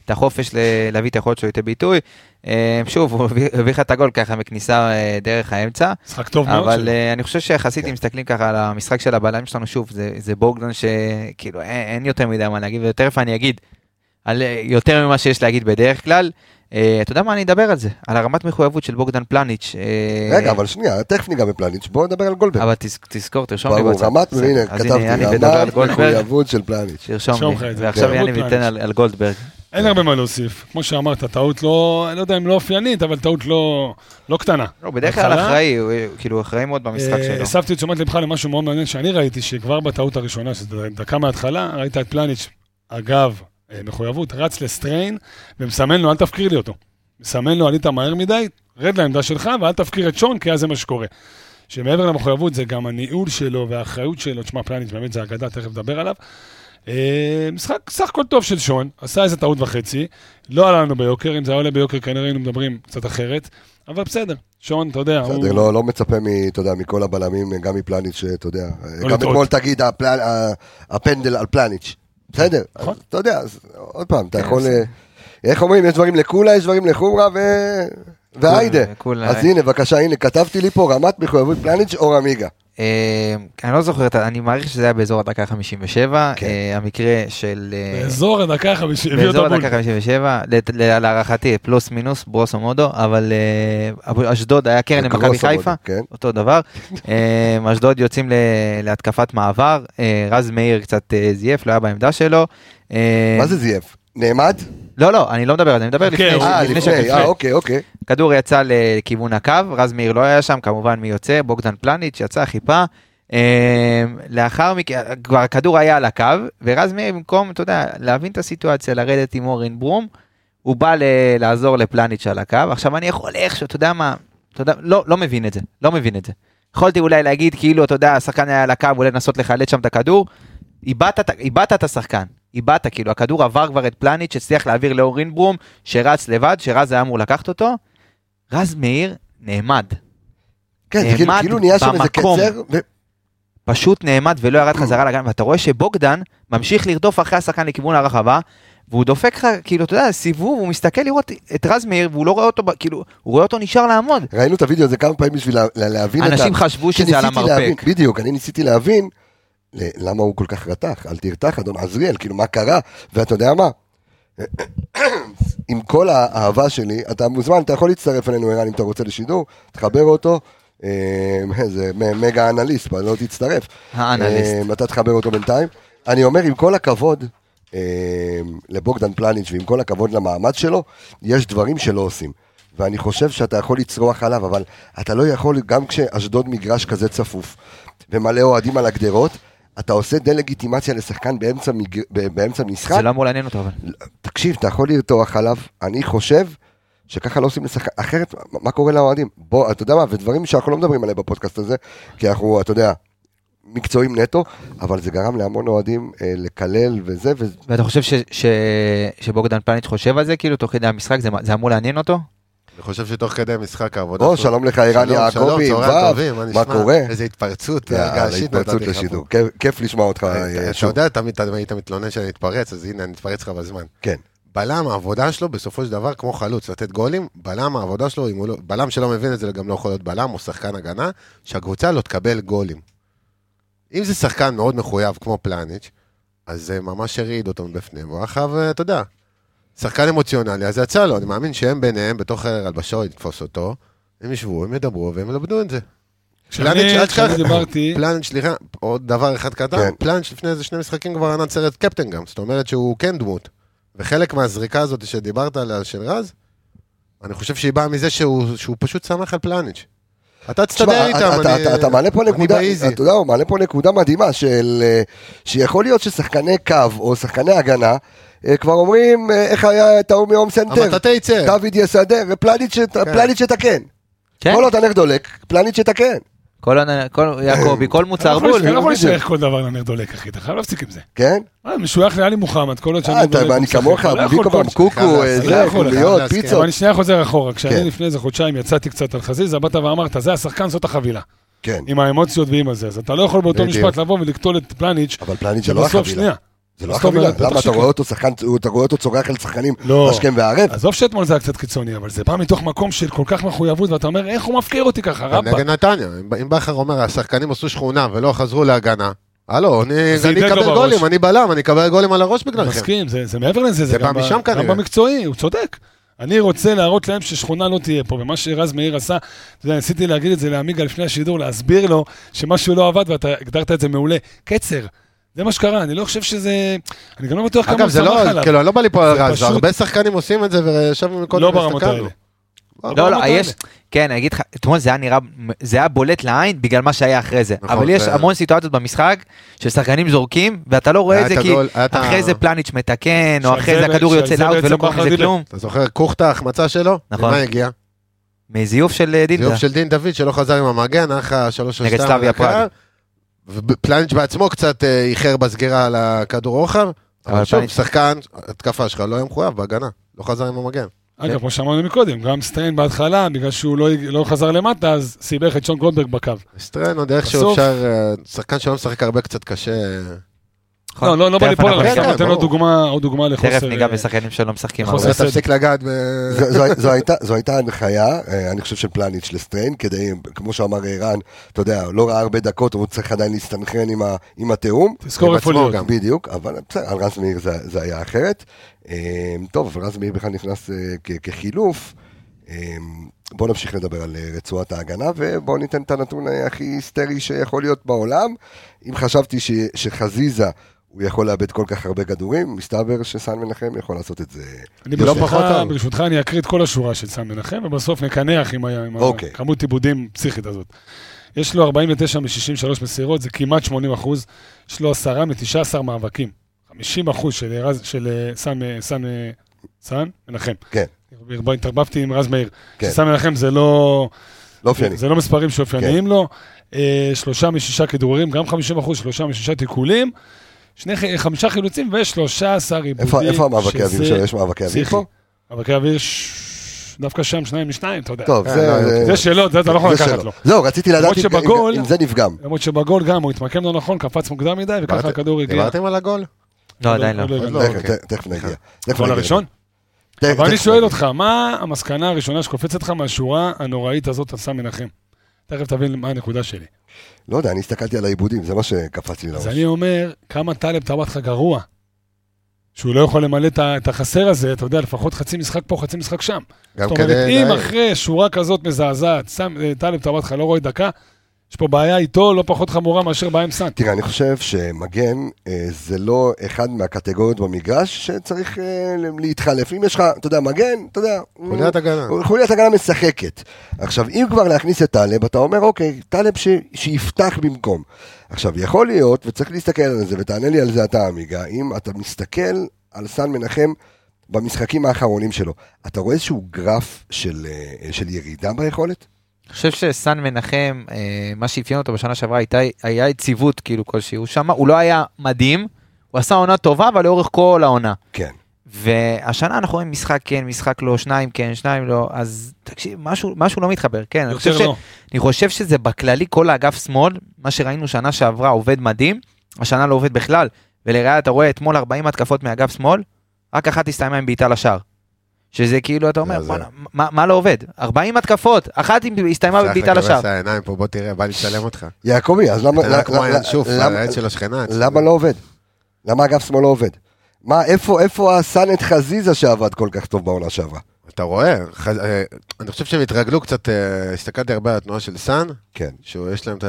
B: את החופש ל- להביא את היכולת שלו לידי ביטוי. אה, שוב, הוא הביא- הביא לך את הגול ככה מכניסה אה, דרך האמצע.
E: משחק טוב מאוד.
B: אבל
E: שלו.
B: אה, אני חושב שיחסית,
A: כן.
B: אם מסתכלים ככה על המשחק של הבלמים שלנו, שוב, זה- זה בוגדן שכאילו אין אין יותר מדי מה להגיד, ותכף אני אגיד על אה, יותר ממה שיש להגיד בדרך כלל. אה, אתה יודע מה, אני אדבר על זה, על הרמת מחויבות של בוגדן פלניץ'. אה,
A: רגע, אבל שנייה, תכף ניגע בפלניץ', בואו נדבר על גולדברג.
B: אבל תז- תזכור, תרשום לי
A: ברור,
B: בצד.
A: רמת,
B: בסדר.
A: הנה,
B: אז הנה, יניב
A: כתבתי,
B: ידבר על
A: רמת
B: גולדברג,
A: מחויבות של פלניץ'.
B: תרשום
E: תרשום
B: לי,
E: לך את זה.
B: ועכשיו
E: כן.
B: יניב
E: גולדברג.
B: ייתן על על גולדברג.
E: אין הרבה מה להוסיף. כמו שאמרת, טעות לא, אני לא יודע אם לא אופיינית, אבל טעות לא לא קטנה.
B: לא, בדרך כלל
E: בהתחלה-
B: אחראי, הוא כאילו אחראי מאוד במשחק
E: אה,
B: שלו.
E: הסבתי את תשומת לבך למשהו מאוד מעניין שאני ראיתי, שכבר בטעות הראשונה, שזה דקה מההתחלה, ראית את פלניץ', אגב, אה, מחויבות, רץ לסטריין, ומסמן לו, אל תפקיר לי אותו. מסמן לו, עלית מהר מדי, רד לעמדה שלך, ואל תפקיר את שון, כי אז זה מה שקורה. שמעבר למחויבות, זה גם הניהול שלו והאחריות שלו. תשמע, פלניץ' באמת זה אגדה, תכף נדבר עליו. אה, משחק סך הכל טוב של שון, עשה איזה טעות וחצי, לא עלה לנו ביוקר, אם זה היה עולה ביוקר כנראה היינו מדברים קצת אחרת, אבל בסדר, שון, אתה יודע,
A: בסדר, לא, לא מצפה, מ- אתה יודע, מכל הבלמים, גם מפלניץ', שאתה יודע, אה, גם
E: לטעות.
A: אתמול תגיד, הפל- ה- הפנדל על פלניץ', בסדר, אז
E: נכון.
A: אתה יודע, אז עוד פעם, אתה
B: כן,
A: יכול,
B: בסדר.
A: אה, איך אומרים, יש דברים לקולה, יש דברים לחומרה ו... והיידה.
B: כולה,
A: אז
B: אה.
A: הנה, בבקשה, הנה, כתבתי לי פה רמת מחויבות פלניץ' או רמיגה.
B: אה, אני לא זוכר, את ה- אני מעריך שזה היה באזור הדקה 57,
A: כן.
B: אה, המקרה של... אה,
E: באזור הדקה החמישית, הביא
B: באזור
E: אותו בול.
B: הדקה 57, לת- ל- להערכתי, פלוס מינוס, ברוסו מודו, אבל אה, אבל אשדוד היה קרן למכבי
A: גרוסו מודו,
B: חיפה,
A: כן.
B: אותו דבר. אה, אשדוד יוצאים ל- להתקפת מעבר, אה, רז מאיר קצת אה, זייף, לא היה בעמדה שלו. אה,
A: מה זה זייף? נעמד?
B: לא, לא, אני לא מדבר על זה, אני מדבר
E: כן,
B: לפני
E: הוא-
A: אה,
B: ש- לפני
A: לפני,
B: שהכדור-
A: אה, אוקיי, אוקיי.
B: כדור יצא לכיוון הקו, רז מאיר לא היה שם, כמובן מי יוצא, בוגדן פלניץ' יצא, חיפה. אה, לאחר מכן, כבר הכדור היה על הקו, ורז מאיר במקום, אתה יודע, להבין את הסיטואציה, לרדת עם אורן ברום, הוא בא ל- לעזור לפלניץ' על הקו. עכשיו אני יכול איכשהו, אתה יודע מה, אתה יודע, לא, לא מבין את זה, לא מבין את זה. יכולתי אולי להגיד, כאילו, אתה יודע, השחקן היה על הקו, אולי לנסות לחלט שם את הכדור, איבדת את- איבדת את השחקן, איבדת, כאילו, הכדור עבר כבר את פלניץ', הצליח להעביר לאורין ברום, שרץ לבד, שרז היה אמור לקחת אותו. רז מאיר נעמד,
A: כן, זה כאילו-
B: נעמד
A: כאילו נהיה שם איזה
B: במקום.
A: קצר, ו-
B: פשוט נעמד ולא ירד חזרה לגן, ואתה רואה שבוגדן ממשיך לרדוף אחרי השחקן לכיוון הרחבה, והוא דופק לך, כאילו, אתה יודע, סיבוב, הוא מסתכל לראות את רז מאיר, והוא לא רואה אותו, ב- כאילו, הוא רואה אותו נשאר לעמוד.
A: ראינו את הוידאו הזה כמה פעמים בשביל לה- לה- להבין את ה...
B: אנשים חשבו שזה על
A: שניסיתי להבין,
B: המרפק.
A: בדיוק, אני ניסיתי להבין ל- למה הוא כל כך רתח, אל תרתח, אדון עזריאל, כאילו מה קרה, ואתה יודע מה? עם כל האהבה שלי, אתה מוזמן, אתה יכול להצטרף אלינו, ערן, אם אתה רוצה לשידור, תחבר אותו, אה, זה מ- מגה אנליסט, אבל לא תצטרף.
B: האנליסט.
A: אה, אתה תחבר אותו בינתיים. אני אומר, עם כל הכבוד אה, לבוגדן פלניץ' ועם כל הכבוד למעמד שלו, יש דברים שלא עושים. ואני חושב שאתה יכול לצרוח עליו, אבל אתה לא יכול, גם כשאשדוד מגרש כזה צפוף ומלא אוהדים על הגדרות, אתה עושה דה-לגיטימציה לשחקן באמצע, מגר... ב- באמצע משחק.
B: זה לא אמור לעניין אותו, אבל.
A: תקשיב, אתה יכול לרתוח עליו, אני חושב שככה לא עושים לשחקן, אחרת, מה- מה קורה לאוהדים? בוא, אתה יודע מה, ודברים שאנחנו לא מדברים עליהם בפודקאסט הזה, כי אנחנו, אתה יודע, מקצועיים נטו, אבל זה גרם להמון אוהדים אה, לקלל וזה, וזה
B: ואתה חושב ש- ש- שבוגדן פלניץ' חושב על זה, כאילו, תוך כדי המשחק, זה- זה אמור לעניין אותו?
F: אני חושב שתוך כדי משחק העבודה...
A: או,
F: שלו-
A: שלום לך, ערן
F: שלום,
A: יעקבי,
F: שלום,
A: ו',
F: צהריים טובים, מה נשמע?
A: קורה?
F: איזה התפרצות
A: יאללה,
F: געשית
A: התפרצות
F: נתתי לך
A: לשידור.
F: פה.
A: כיף- כיף לשמוע אותך אה,
F: אתה אתה
A: שוב.
F: יודע, תמיד אתה- היית מתלונן שאני אתפרץ, אז הנה, אני אתפרץ לך בזמן.
A: כן.
F: בלם, העבודה שלו בסופו של דבר, כמו חלוץ, לתת גולים, בלם, העבודה שלו, אם הוא לא- בלם שלא מבין את זה, גם לא יכול להיות בלם, הוא שחקן הגנה, שהקבוצה לא תקבל גולים. אם זה שחקן מאוד מחויב, כמו פלניץ', אז זה ממש הרעיד אותו מבפנים, והוא היה חייב, אה, אתה יודע, שחקן אמוציונלי, אז יצא לו, אני מאמין שהם ביניהם, בתוך חדר הלבשו, יתפוס אותו, הם ישבו, הם ידברו, והם ילמדו את זה.
E: כשאני
F: פלניץ', אל
E: כשאני
F: תשכח.
E: דיברתי,
F: פלנץ', סליחה, עוד דבר אחד קטן,
A: כן.
F: כן. פלנץ' לפני איזה שני משחקים כבר ענת סרט קפטן גם, זאת אומרת שהוא כן דמות. וחלק מהזריקה הזאת שדיברת עליה של רז, אני חושב שהיא באה מזה שהוא, שהוא פשוט שמח על פלניץ'. אתה תסתדר
A: תשמע,
F: איתם,
A: אתה-
F: אני...
A: אתה- אתה מעלה פה
F: אני
A: נקודה,
F: באיזי.
A: אתה יודע, הוא מעלה פה נקודה מדהימה של אה, שיכול להיות ששחקני קו או שחקני הגנה אה, כבר אומרים אה, איך היה את ההוא מהום סנטר, אה,
F: המטאטא כן. יצא.
A: דוד יסדר, פלניץ' שת- פלניץ' יתקן. כל עוד הנר דולק, פלניץ' יתקן.
B: כן. כל עונה, כל יעקבי, כל מוצר
E: אתה לא יכול-
B: בול.
E: אתה לא יכול
A: בדיוק.
E: לשייך כל דבר לניר דולק, אחי, אתה חייב להפסיק עם זה.
A: כן?
E: מה, משוייך לעלי מוחמד, כל עוד שאני
A: אה, אתה, אני כמוך, ביקו קוקו, אה,
F: חייב להסכים.
A: זה,
E: לא יכול,
A: חוליות,
F: חייב להסכים.
E: לא אבל
A: פיצות.
E: אני שנייה חוזר אחורה,
A: כן.
E: כשאני לפני איזה חודשיים יצאתי קצת על חזיזה, באת ואמרת, זה השחקן, זאת החבילה.
A: כן,
E: עם האמוציות ועם הזה, אז אתה לא יכול באותו
F: בדיוק.
E: משפט לבוא ולקטול את פלניץ',
A: אבל פלניץ' זה לא
E: שבסוף,
A: החבילה.
E: שנייה,
A: זה לא
E: אז אתה אומר,
A: החבילה.
E: בטח
A: למה אתה
E: שכן.
A: רואה אותו שחקן, אתה רואה אותו צורח על שחקנים
E: לא.
A: השכם והערב?
E: עזוב שאתמול זה היה קצת קיצוני, אבל זה בא מתוך מקום של כל כך מחויבות, ואתה אומר, איך הוא מפקיר אותי ככה,
F: גם
E: רבאק.
F: נגד נתניה, אם- אם בכר אומר, השחקנים עשו שכונה ולא חזרו להגנה, הלו, אני
E: זה
F: אני
E: הידק לו
F: אקבל
E: בראש.
F: גולים, אני בלם, אני אקבל גולים על הראש
E: אני
F: בגללכם.
E: מסכים, זה זה מעבר לזה, זה
F: אוקיי. זה
E: גם
F: בא
E: ב-
F: משם
E: גם
F: כנראה.
E: במקצועי, הוא צודק. אני רוצה להראות להם ששכונה לא תהיה פה, ומה שרז מאיר עשה, אתה יודע, ניסיתי להגיד את זה לעמיגה לפני השידור, להסביר לו שמשהו לא עבד, ואתה הגדרת את זה מעולה. קצר, זה מה שקרה, אני לא חושב שזה... אני גם לא בטוח כמה
F: אגב,
E: הוא
F: זה לא,
E: סמך עליו.
F: כאילו, אני לא בא לי פה על
E: זה
F: רז,
E: פשוט-
F: הרבה שחקנים עושים את זה, וישבנו מקודם
E: לא ברמות האלה.
B: לא,
E: ברמות
B: לא,
E: האלה.
B: יש, כן, אני אגיד לך, אתמול זה היה נראה, זה היה בולט לעין בגלל מה שהיה אחרי זה.
F: נכון,
B: אבל יש
F: זה-
B: המון סיטואציות במשחק ששחקנים זורקים, ואתה לא אה. רואה
F: היה
B: את זה
F: את
B: כי
F: הגול, היה את ה-
B: אחרי זה פלניץ' מתקן, או
E: שעל
B: אחרי
E: זה
B: זה
E: ב-
B: הכדור
E: שעל
B: יוצא
E: זה
B: לאוט
E: בעצם
B: ולא קורה
E: בכר
B: מזה
E: דיבר.
B: כלום.
F: אתה זוכר, קוכטה, ההחמצה שלו?
B: נכון.
F: ממה הגיע?
B: מזיוף של אה, דינדה.
F: זיוף של דין דוד שלא חזר עם המגן, אחרי השלוש על
B: נגד
F: שתיים
B: סלאביה
F: על הקו.
B: פראג.
F: ופלניץ' בעצמו קצת אה, איחר בסגירה על הכדור רוחב, אבל
B: אבל
F: שוב,
B: פלניץ'-
F: שחקן, התקפה שלך לא היה מחויב בהגנה, לא חזר עם המגן.
E: אגב, כמו שאמרנו מקודם, גם סטיין בהתחלה, בגלל שהוא לא- לא חזר למטה, אז סיבך את שון גולדברג בקו.
F: סטרן עוד איך שהוא
E: בסוף-
F: אפשר, אה, שחקן שלא משחק הרבה קצת קשה.
B: נכון.
E: לא, לא לא בא לי
B: תכף
E: פה
B: אנחנו
E: על
F: כן,
E: הרקע,
F: כן,
E: נותן לו
F: ברור.
E: דוגמה, עוד דוגמה לחוסר...
B: תכף ניגע
E: אה,
B: בשחקנים שלא משחקים.
E: חוסר
B: הרבה.
E: סדר.
F: אה, תפסיק לגעת ב...
A: זו- זו- זו הייתה- זו הייתה הנחיה, אה, אני חושב, של פלניץ' לסטריין, כדי, כמו שאמר ערן, אתה יודע, לא ראה הרבה דקות, הוא צריך עדיין להסתנכרן עם ה- עם התיאום.
E: תזכור
F: עם
E: איפה
F: עצמו
E: להיות.
F: גם.
A: בדיוק, אבל בסדר, על רז מאיר זה, זה היה אחרת. אה, טוב, אבל רז מאיר בכלל נכנס אה, כ- כחילוף. אה, בואו נמשיך לדבר על אה, רצועת ההגנה, ובואו ניתן את הנתון אה, הכי היסטרי שיכול להיות בעולם. אם חשבתי ש, שחזיזה... הוא יכול לאבד כל כך הרבה כדורים, מסתבר שסן מנחם יכול לעשות את זה.
E: אני
A: לא
E: ברשותך,
A: פחות טוב.
E: ברשותך אני אקריא את כל השורה של סן מנחם, ובסוף נקנח עם ה- עם
A: אוקיי.
E: הכמות עיבודים פסיכית הזאת. יש לו 49 מ-63 מסירות, זה כמעט 80 אחוז. יש לו 10 מ-19 מאבקים. 50 אחוז של רז- של, אה, סן, אה, סן, אה, סן מנחם.
A: כן.
E: התערבבתי עם רז מאיר.
A: כן.
E: סן מנחם זה לא...
A: לא אופייני. כן.
E: זה לא מספרים שאופייניים לו. אה, שלושה משישה כדרורים, גם 50 אחוז, שלושה משישה תיקולים. שני, ח- חמישה חילוצים ושלושה עשר עיבודים.
A: איפה איפה המאבקי
E: שזה
A: אוויר שלו? יש מאבקי אוויר
E: פסיכי.
A: פה?
E: מאבקי אוויר, ש- דווקא שם שניים משניים, אתה יודע.
A: טוב,
F: אה,
A: זה...
F: לא,
A: זה-
E: זה שלו, זה אתה לא יכול
A: זה
E: לקחת
A: שלו.
E: לו.
A: זהו, רציתי לדעת אם-
E: שבגול-
A: אם- אם זה נפגם.
E: למרות שבגול גם הוא התמקם לא נכון, קפץ מוקדם מדי, וככה
F: דיברתם-
E: הכדור הגיע.
F: דיברתם על הגול?
B: לא, עדיין לא.
E: עוד
F: לא,
A: תכף-
F: אוקיי.
A: תכף נגיע. תכף
E: הגול
A: נגיע.
E: הראשון?
A: תכף-
E: אבל אני
A: תכף
E: שואל
A: נגיע.
E: אותך, מה המסקנה הראשונה שקופצת לך מהשורה הנוראית הזאת על סם מנחם? תכף תבין מה הנקודה שלי.
A: לא יודע, אני הסתכלתי על העיבודים, זה מה שקפץ לי לראש.
E: אז אני אומר, כמה טלב טבחך גרוע. שהוא לא יכול למלא את ה- את החסר הזה, אתה יודע, לפחות חצי משחק פה, חצי משחק שם.
F: גם
E: זאת אומרת,
F: כדי...
E: אם
F: להעיר.
E: אחרי שורה כזאת מזעזעת, שם, אה, טלב טבחך לא רואה דקה, יש פה בעיה איתו לא פחות חמורה מאשר בעיה עם סאן.
A: תראה, אני חושב שמגן אה, זה לא אחד מהקטגוריות במגרש שצריך אה, להתחלף. אם יש לך, אתה יודע, מגן, אתה יודע... הוא-
F: חוליית הגנה.
A: הוא- חוליית הגנה משחקת. עכשיו, אם כבר להכניס את טלב, אתה אומר, אוקיי, טלב ש... שיפתח במקום. עכשיו, יכול להיות, וצריך להסתכל על זה, ותענה לי על זה אתה, עמיגה, אם אתה מסתכל על סן מנחם במשחקים האחרונים שלו, אתה רואה איזשהו גרף של, אה, של ירידה ביכולת?
B: אני חושב שסן מנחם, אה, מה שאפיין אותו בשנה שעברה הייתה, היה יציבות כאילו כלשהי. הוא שמע, הוא לא היה מדהים, הוא עשה עונה טובה, אבל לאורך כל העונה.
A: כן.
B: והשנה אנחנו רואים משחק כן, משחק לא, שניים כן, שניים לא, אז תקשיב, משהו, משהו לא מתחבר, כן. אני חושב,
E: יותר
B: ש,
E: לא.
B: אני חושב שזה בכללי כל האגף שמאל, מה שראינו שנה שעברה עובד מדהים, השנה לא עובד בכלל. ולראיה אתה רואה אתמול 40 התקפות מאגף שמאל, רק אחת הסתיימה עם בעיטה לשער. שזה כאילו, אתה אומר,
F: זה-
B: "בואנה, מה, מה לא עובד? 40 התקפות, אחת עם- הסתיימה
F: צריך
B: בבעיטה
F: לקבס
B: לשער.
F: העיניים פה, בוא תראה, בא לי לצלם אותך.
A: יעקבי, אז למה...
F: אתה נראה
A: למה-
F: כמו
A: למה-
F: הינשוף,
A: לא, למה-
F: העד של השכנה.
A: למה לא עובד? למה אגף שמאל לא עובד? מה, איפה, איפה הסנט חזיזה שעבד כל כך טוב בעונה שעברה?
F: אתה רואה, חז- אה, אני חושב שהם התרגלו קצת, אה, הסתכלתי הרבה על התנועה של סאן,
A: כן.
F: שיש להם את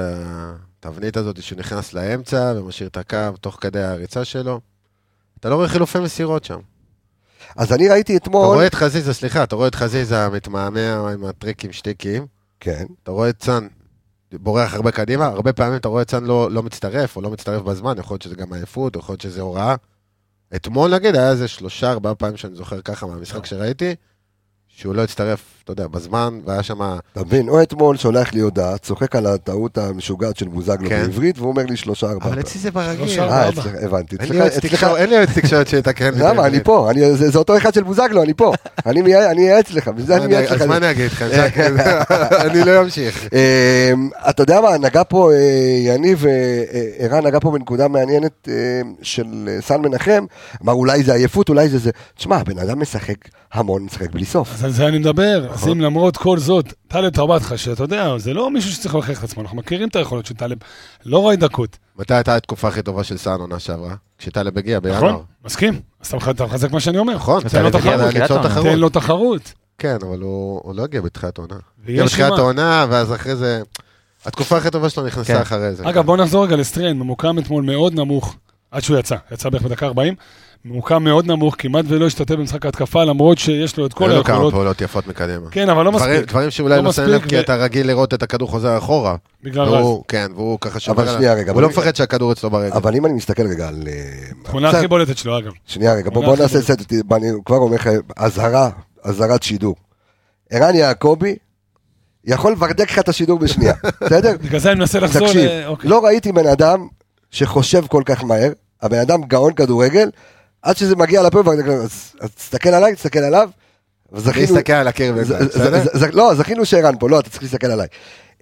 F: התבנית הזאת שהוא נכנס לאמצע ומשאיר את הקו תוך כדי הריצה שלו. אתה לא רואה חילופי מסירות שם.
A: אז אני ראיתי
F: אתה
A: אתמול...
F: רואה את חזיזה, סליחה, אתה רואה את חזיזה מתמהמה עם הטריקים שטיקים,
A: כן,
F: אתה רואה את סאן בורח הרבה קדימה, הרבה פעמים אתה רואה את סאן לא, לא מצטרף, או לא מצטרף בזמן, יכול להיות שזה גם עייפות, יכול להיות שזה אה. הוראה. אתמול נגיד היה איזה שלושה, ארבעה פעמים שאני זוכר ככה מהמשחק שראיתי, שהוא לא הצטרף, אתה יודע, בזמן, והיה שם...
A: אתה מבין? או אתמול שולח לי הודעה, צוחק על הטעות המשוגעת של בוזגלו
F: כן.
A: בעברית, והוא אומר לי שלושה ארבעה.
F: אבל אצלי זה ברגיל.
E: שלושה,
A: אה,
E: לא ארבע.
A: אצלך, הבנתי.
F: אין לי
A: אצלך-
F: יועץ
A: אצלך,
F: תקשורת- אין לי יועץ תקשורת שיתקן. לי את
A: למה? אני
F: העברית.
A: פה, אני- זה זה אותו אחד של בוזגלו, אני פה. אני מייע- אני אייעץ לך, בשביל זה אני
F: אני-
A: מייעץ לך.
F: אז מה אני אגיד לך? אני לא אמשיך.
A: אמ, אתה יודע מה, נגע פה אה, יניב, אה, אה, ערן נגע פה בנקודה מעניינת אה, של אה, סן מנחם, אמר אולי זה עייפות, אולי זה זה. תשמע, הבן אדם משחק המון, משחק בלי סוף.
E: אז על זה אני מדבר. אז אם למרות כל זאת, טלב טרבטחה, שאתה יודע, זה לא מישהו שצריך להוכיח את עצמו, אנחנו מכירים את היכולות של טלב, לא רואה דקות,
F: מתי הייתה התקופה הכי טובה של סאן עונה שעברה? כשטלב הגיע בינואר.
E: נכון? מסכים? אז אתה מח- אתה מחזק מה שאני אומר.
F: נכון,
E: תן לו
F: טלב הגיע
E: תחרות,
B: בתחילת
F: ליצור
B: העונה.
F: תחרות.
E: תן לו תחרות.
F: כן, אבל הוא הוא לא הגיע בתחילת העונה. הגיע
E: ויש
F: בתחילת
E: מה.
F: העונה, ואז אחרי זה... התקופה הכי טובה שלו נכנסה
B: כן.
F: אחרי זה.
E: אגב, בוא נחזור רגע לסטריין, ממוקם אתמול מאוד נמוך, עד שהוא יצא, יצא בערך בדקה 40, ממוקם מאוד נמוך, כמעט ולא השתתף במשחק ההתקפה, למרות שיש לו את כל
F: היו לו כמה
E: היכולות.
F: פעולות יפות מקדימה.
E: כן, אבל לא
F: דברים-
E: מספיק,
F: דברים שאולי
E: לא
F: לא שמים
E: מספיק,
F: לב, כי
E: ו-
F: אתה רגיל לראות את הכדור חוזר אחורה.
E: בגלל רז.
F: והוא- כן, והוא ככה שומר
A: אבל
F: על-
A: שנייה רגע,
F: הוא
A: בוא
F: לא
A: נראה.
F: מפחד שהכדור אצלו ברגל.
A: אבל אם אני מסתכל רגע על... אה,
E: תכונה
A: קצת-
E: הכי בולטת שלו, אגב.
A: שנייה רגע, בוא,
E: תמונה
A: בוא נעשה
E: הכי
A: סדר, ת- אני כבר אומר לך, אזהרה, אזהרת שידור. ערן יעקבי יכול לברדק לך את השידור בשנייה, בסדר?
E: בגלל זה אני מנסה לחזור
A: תקשיב,
E: ל- אוקיי.
A: לא ראיתי בן אדם שחושב כל כך מהר, הבן אדם גאון כדורגל, עד שזה מגיע לפה, וברדק לו, אז אז תסתכל עליי, תסתכל עליו, וזכינו...
F: להסתכל על הקיר
A: ז-
F: בינתיים,
A: ז-
F: בסדר?
A: ז- ז- לא, זכינו שערן פה, לא, אתה צריך להסתכל עליי.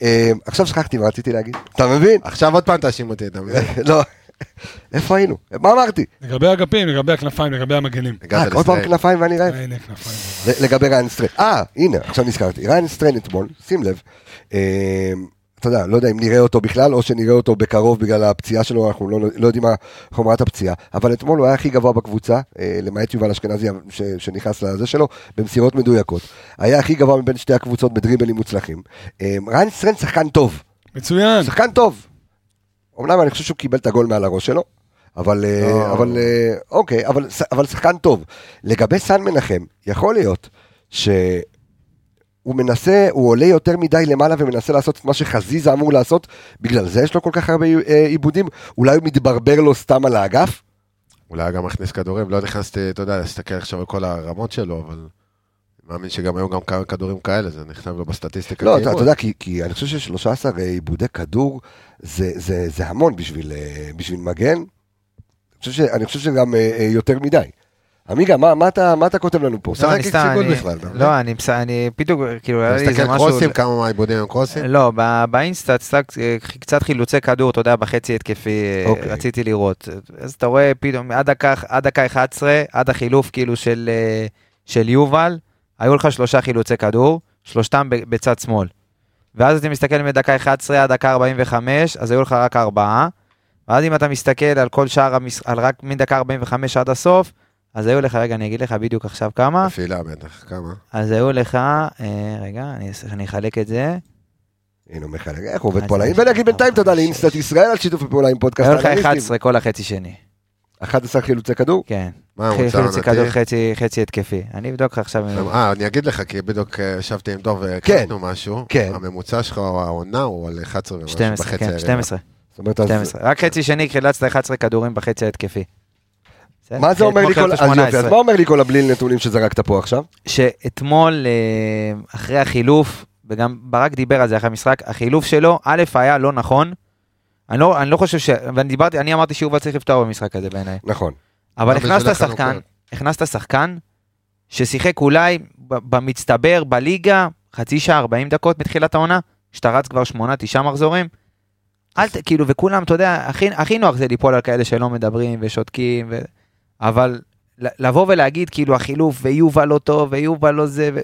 A: אה, עכשיו שכחתי מה רציתי להגיד, אתה מבין?
F: עכשיו עוד פעם תאשים אותי, אתה מבין?
A: לא, איפה היינו? מה אמרתי?
E: לגבי האגפים, לגבי הכנפיים, לגבי המגנים.
F: הגעת
A: אה, כל פעם
F: לסטרייק.
A: כנפיים ואני רעב.
E: הנה, כנפיים.
A: לגבי ריין סטריין, אה הנה עכשיו נזכרתי, ריין סטריין אתמול, שים לב, אה, אתה יודע, לא יודע אם נראה אותו בכלל או שנראה אותו בקרוב בגלל הפציעה שלו, אנחנו לא, לא יודעים מה חומרת הפציעה, אבל אתמול הוא היה הכי גבוה בקבוצה, אה, למעט יובל אשכנזי ש, שנכנס לזה שלו, במסירות מדויקות, היה הכי גבוה מבין שתי הקבוצות בדריבלים מוצלחים, אה, ריין סטריין שחקן טוב,
E: מצוין.
A: שחקן טוב, אמנם אני חושב שהוא קיבל את הגול מעל הראש שלו, אבל, אה,
F: לא.
A: אבל אה, אוקיי, אבל, ש- אבל שחקן טוב. לגבי סן מנחם, יכול להיות שהוא מנסה, הוא עולה יותר מדי למעלה ומנסה לעשות את מה שחזיזה אמור לעשות, בגלל זה יש לו כל כך הרבה אה, עיבודים, אולי הוא מתברבר לו סתם על האגף?
F: אולי גם מכניס כדורים, לא נכנסתי, אתה יודע, להסתכל עכשיו על כל הרמות שלו, אבל... מאמין שגם היו גם כמה כדורים כאלה, זה נכתב לו בסטטיסטיקה. כאילו.
A: לא, אתה,
F: כאימון.
A: אתה יודע, כי, כי אני חושב ש-13 עיבודי כדור זה, זה, זה המון בשביל, אה, בשביל מגן. אני חושב, ש, אני חושב שגם אה, אה, יותר מדי. עמיגה, מה, מה, אתה, מה אתה כותב לנו פה?
F: הוא משחק
B: לא, אני סתם,
F: אקסיגול
B: אני-
F: בכלל, אתה מבין?
B: לא, אני בס- אני בדיוק, כאילו, היה
F: אתה
B: לי איזה
F: מסתכל
B: משהו...
F: קרוסים, כמה מהעיבודים הם קרוסים?
B: לא, ב- באינסטה צעק- אה, קצת חילוצי כדור, אתה יודע, בחצי התקפי אה,
A: אוקיי.
B: רציתי לראות. אז אתה רואה פתאום, עד דקה- עד דקה 11, עד החילוף כאילו של אה, של יובל, היו לך שלושה חילוצי כדור, שלושתם ב- בצד שמאל. ואז אתה מסתכל מדקה 11 עד דקה 45, אז היו לך רק ארבעה. ואז אם אתה מסתכל על כל שאר, המש... על רק מדקה 45 עד הסוף, אז היו לך, רגע, אני אגיד לך בדיוק עכשיו כמה.
F: נפילה בטח, כמה?
B: אז היו לך, אה, רגע, אני, אני אחלק את זה.
A: הנה הוא מחלק, איך הוא עובד
B: אז
A: פה על
B: אני-
A: העניין? ונגיד בינתיים תודה
B: ארבע,
A: לאינסטנט
B: שש.
A: ישראל על שיתוף הפעולה עם פודקאסט
B: היו לא לך
A: האנליסטים.
B: 11 כל החצי שני.
A: 11 חילוצי כדור?
B: כן.
F: מה הממוצע
B: חילוצי כדור,
F: העונתי?
B: חצי, חצי התקפי. אני אבדוק לך עכשיו.
F: אה, אני אגיד לך, כי בדיוק אה, ישבתי עם דוב
A: כן.
F: והקלטנו משהו.
A: כן.
F: הממוצע שלך, העונה, הוא על 11 ומשהו
B: 12,
F: בחצי
B: כן,
F: העליון.
B: 12,
A: זאת אומרת, אז- כן.
B: 12. רק חצי שני חילצת 11 כדורים בחצי התקפי. כן.
A: מה זה אומר לי
B: אתמול
A: כל...
B: חילצת
A: אז יופי, אז
B: 18.
A: מה אומר לי כל הבליל נתונים שזרקת פה עכשיו?
B: שאתמול, אה, אחרי החילוף, וגם ברק דיבר על זה אחרי המשחק, החילוף שלו, א', היה לא נכון. אני לא, אני לא חושב ש... ואני דיברתי, אני אמרתי שיובל צריך לפתור במשחק הזה בעיניי.
A: נכון.
B: אבל
F: אבל זה לא
B: הכנסת
F: חלוקה.
B: שחקן, הכנסת שחקן ששיחק אולי ב- במצטבר בליגה חצי שעה 40 דקות מתחילת העונה, שאתה רץ כבר 8-9 מחזורים. אל ת... כאילו, וכולם, אתה יודע, הכי, הכי נוח זה ליפול על כאלה שלא מדברים ושותקים, ו... אבל ל- לבוא ולהגיד כאילו החילוף ויובל לא טוב ויובל לא זה, ו...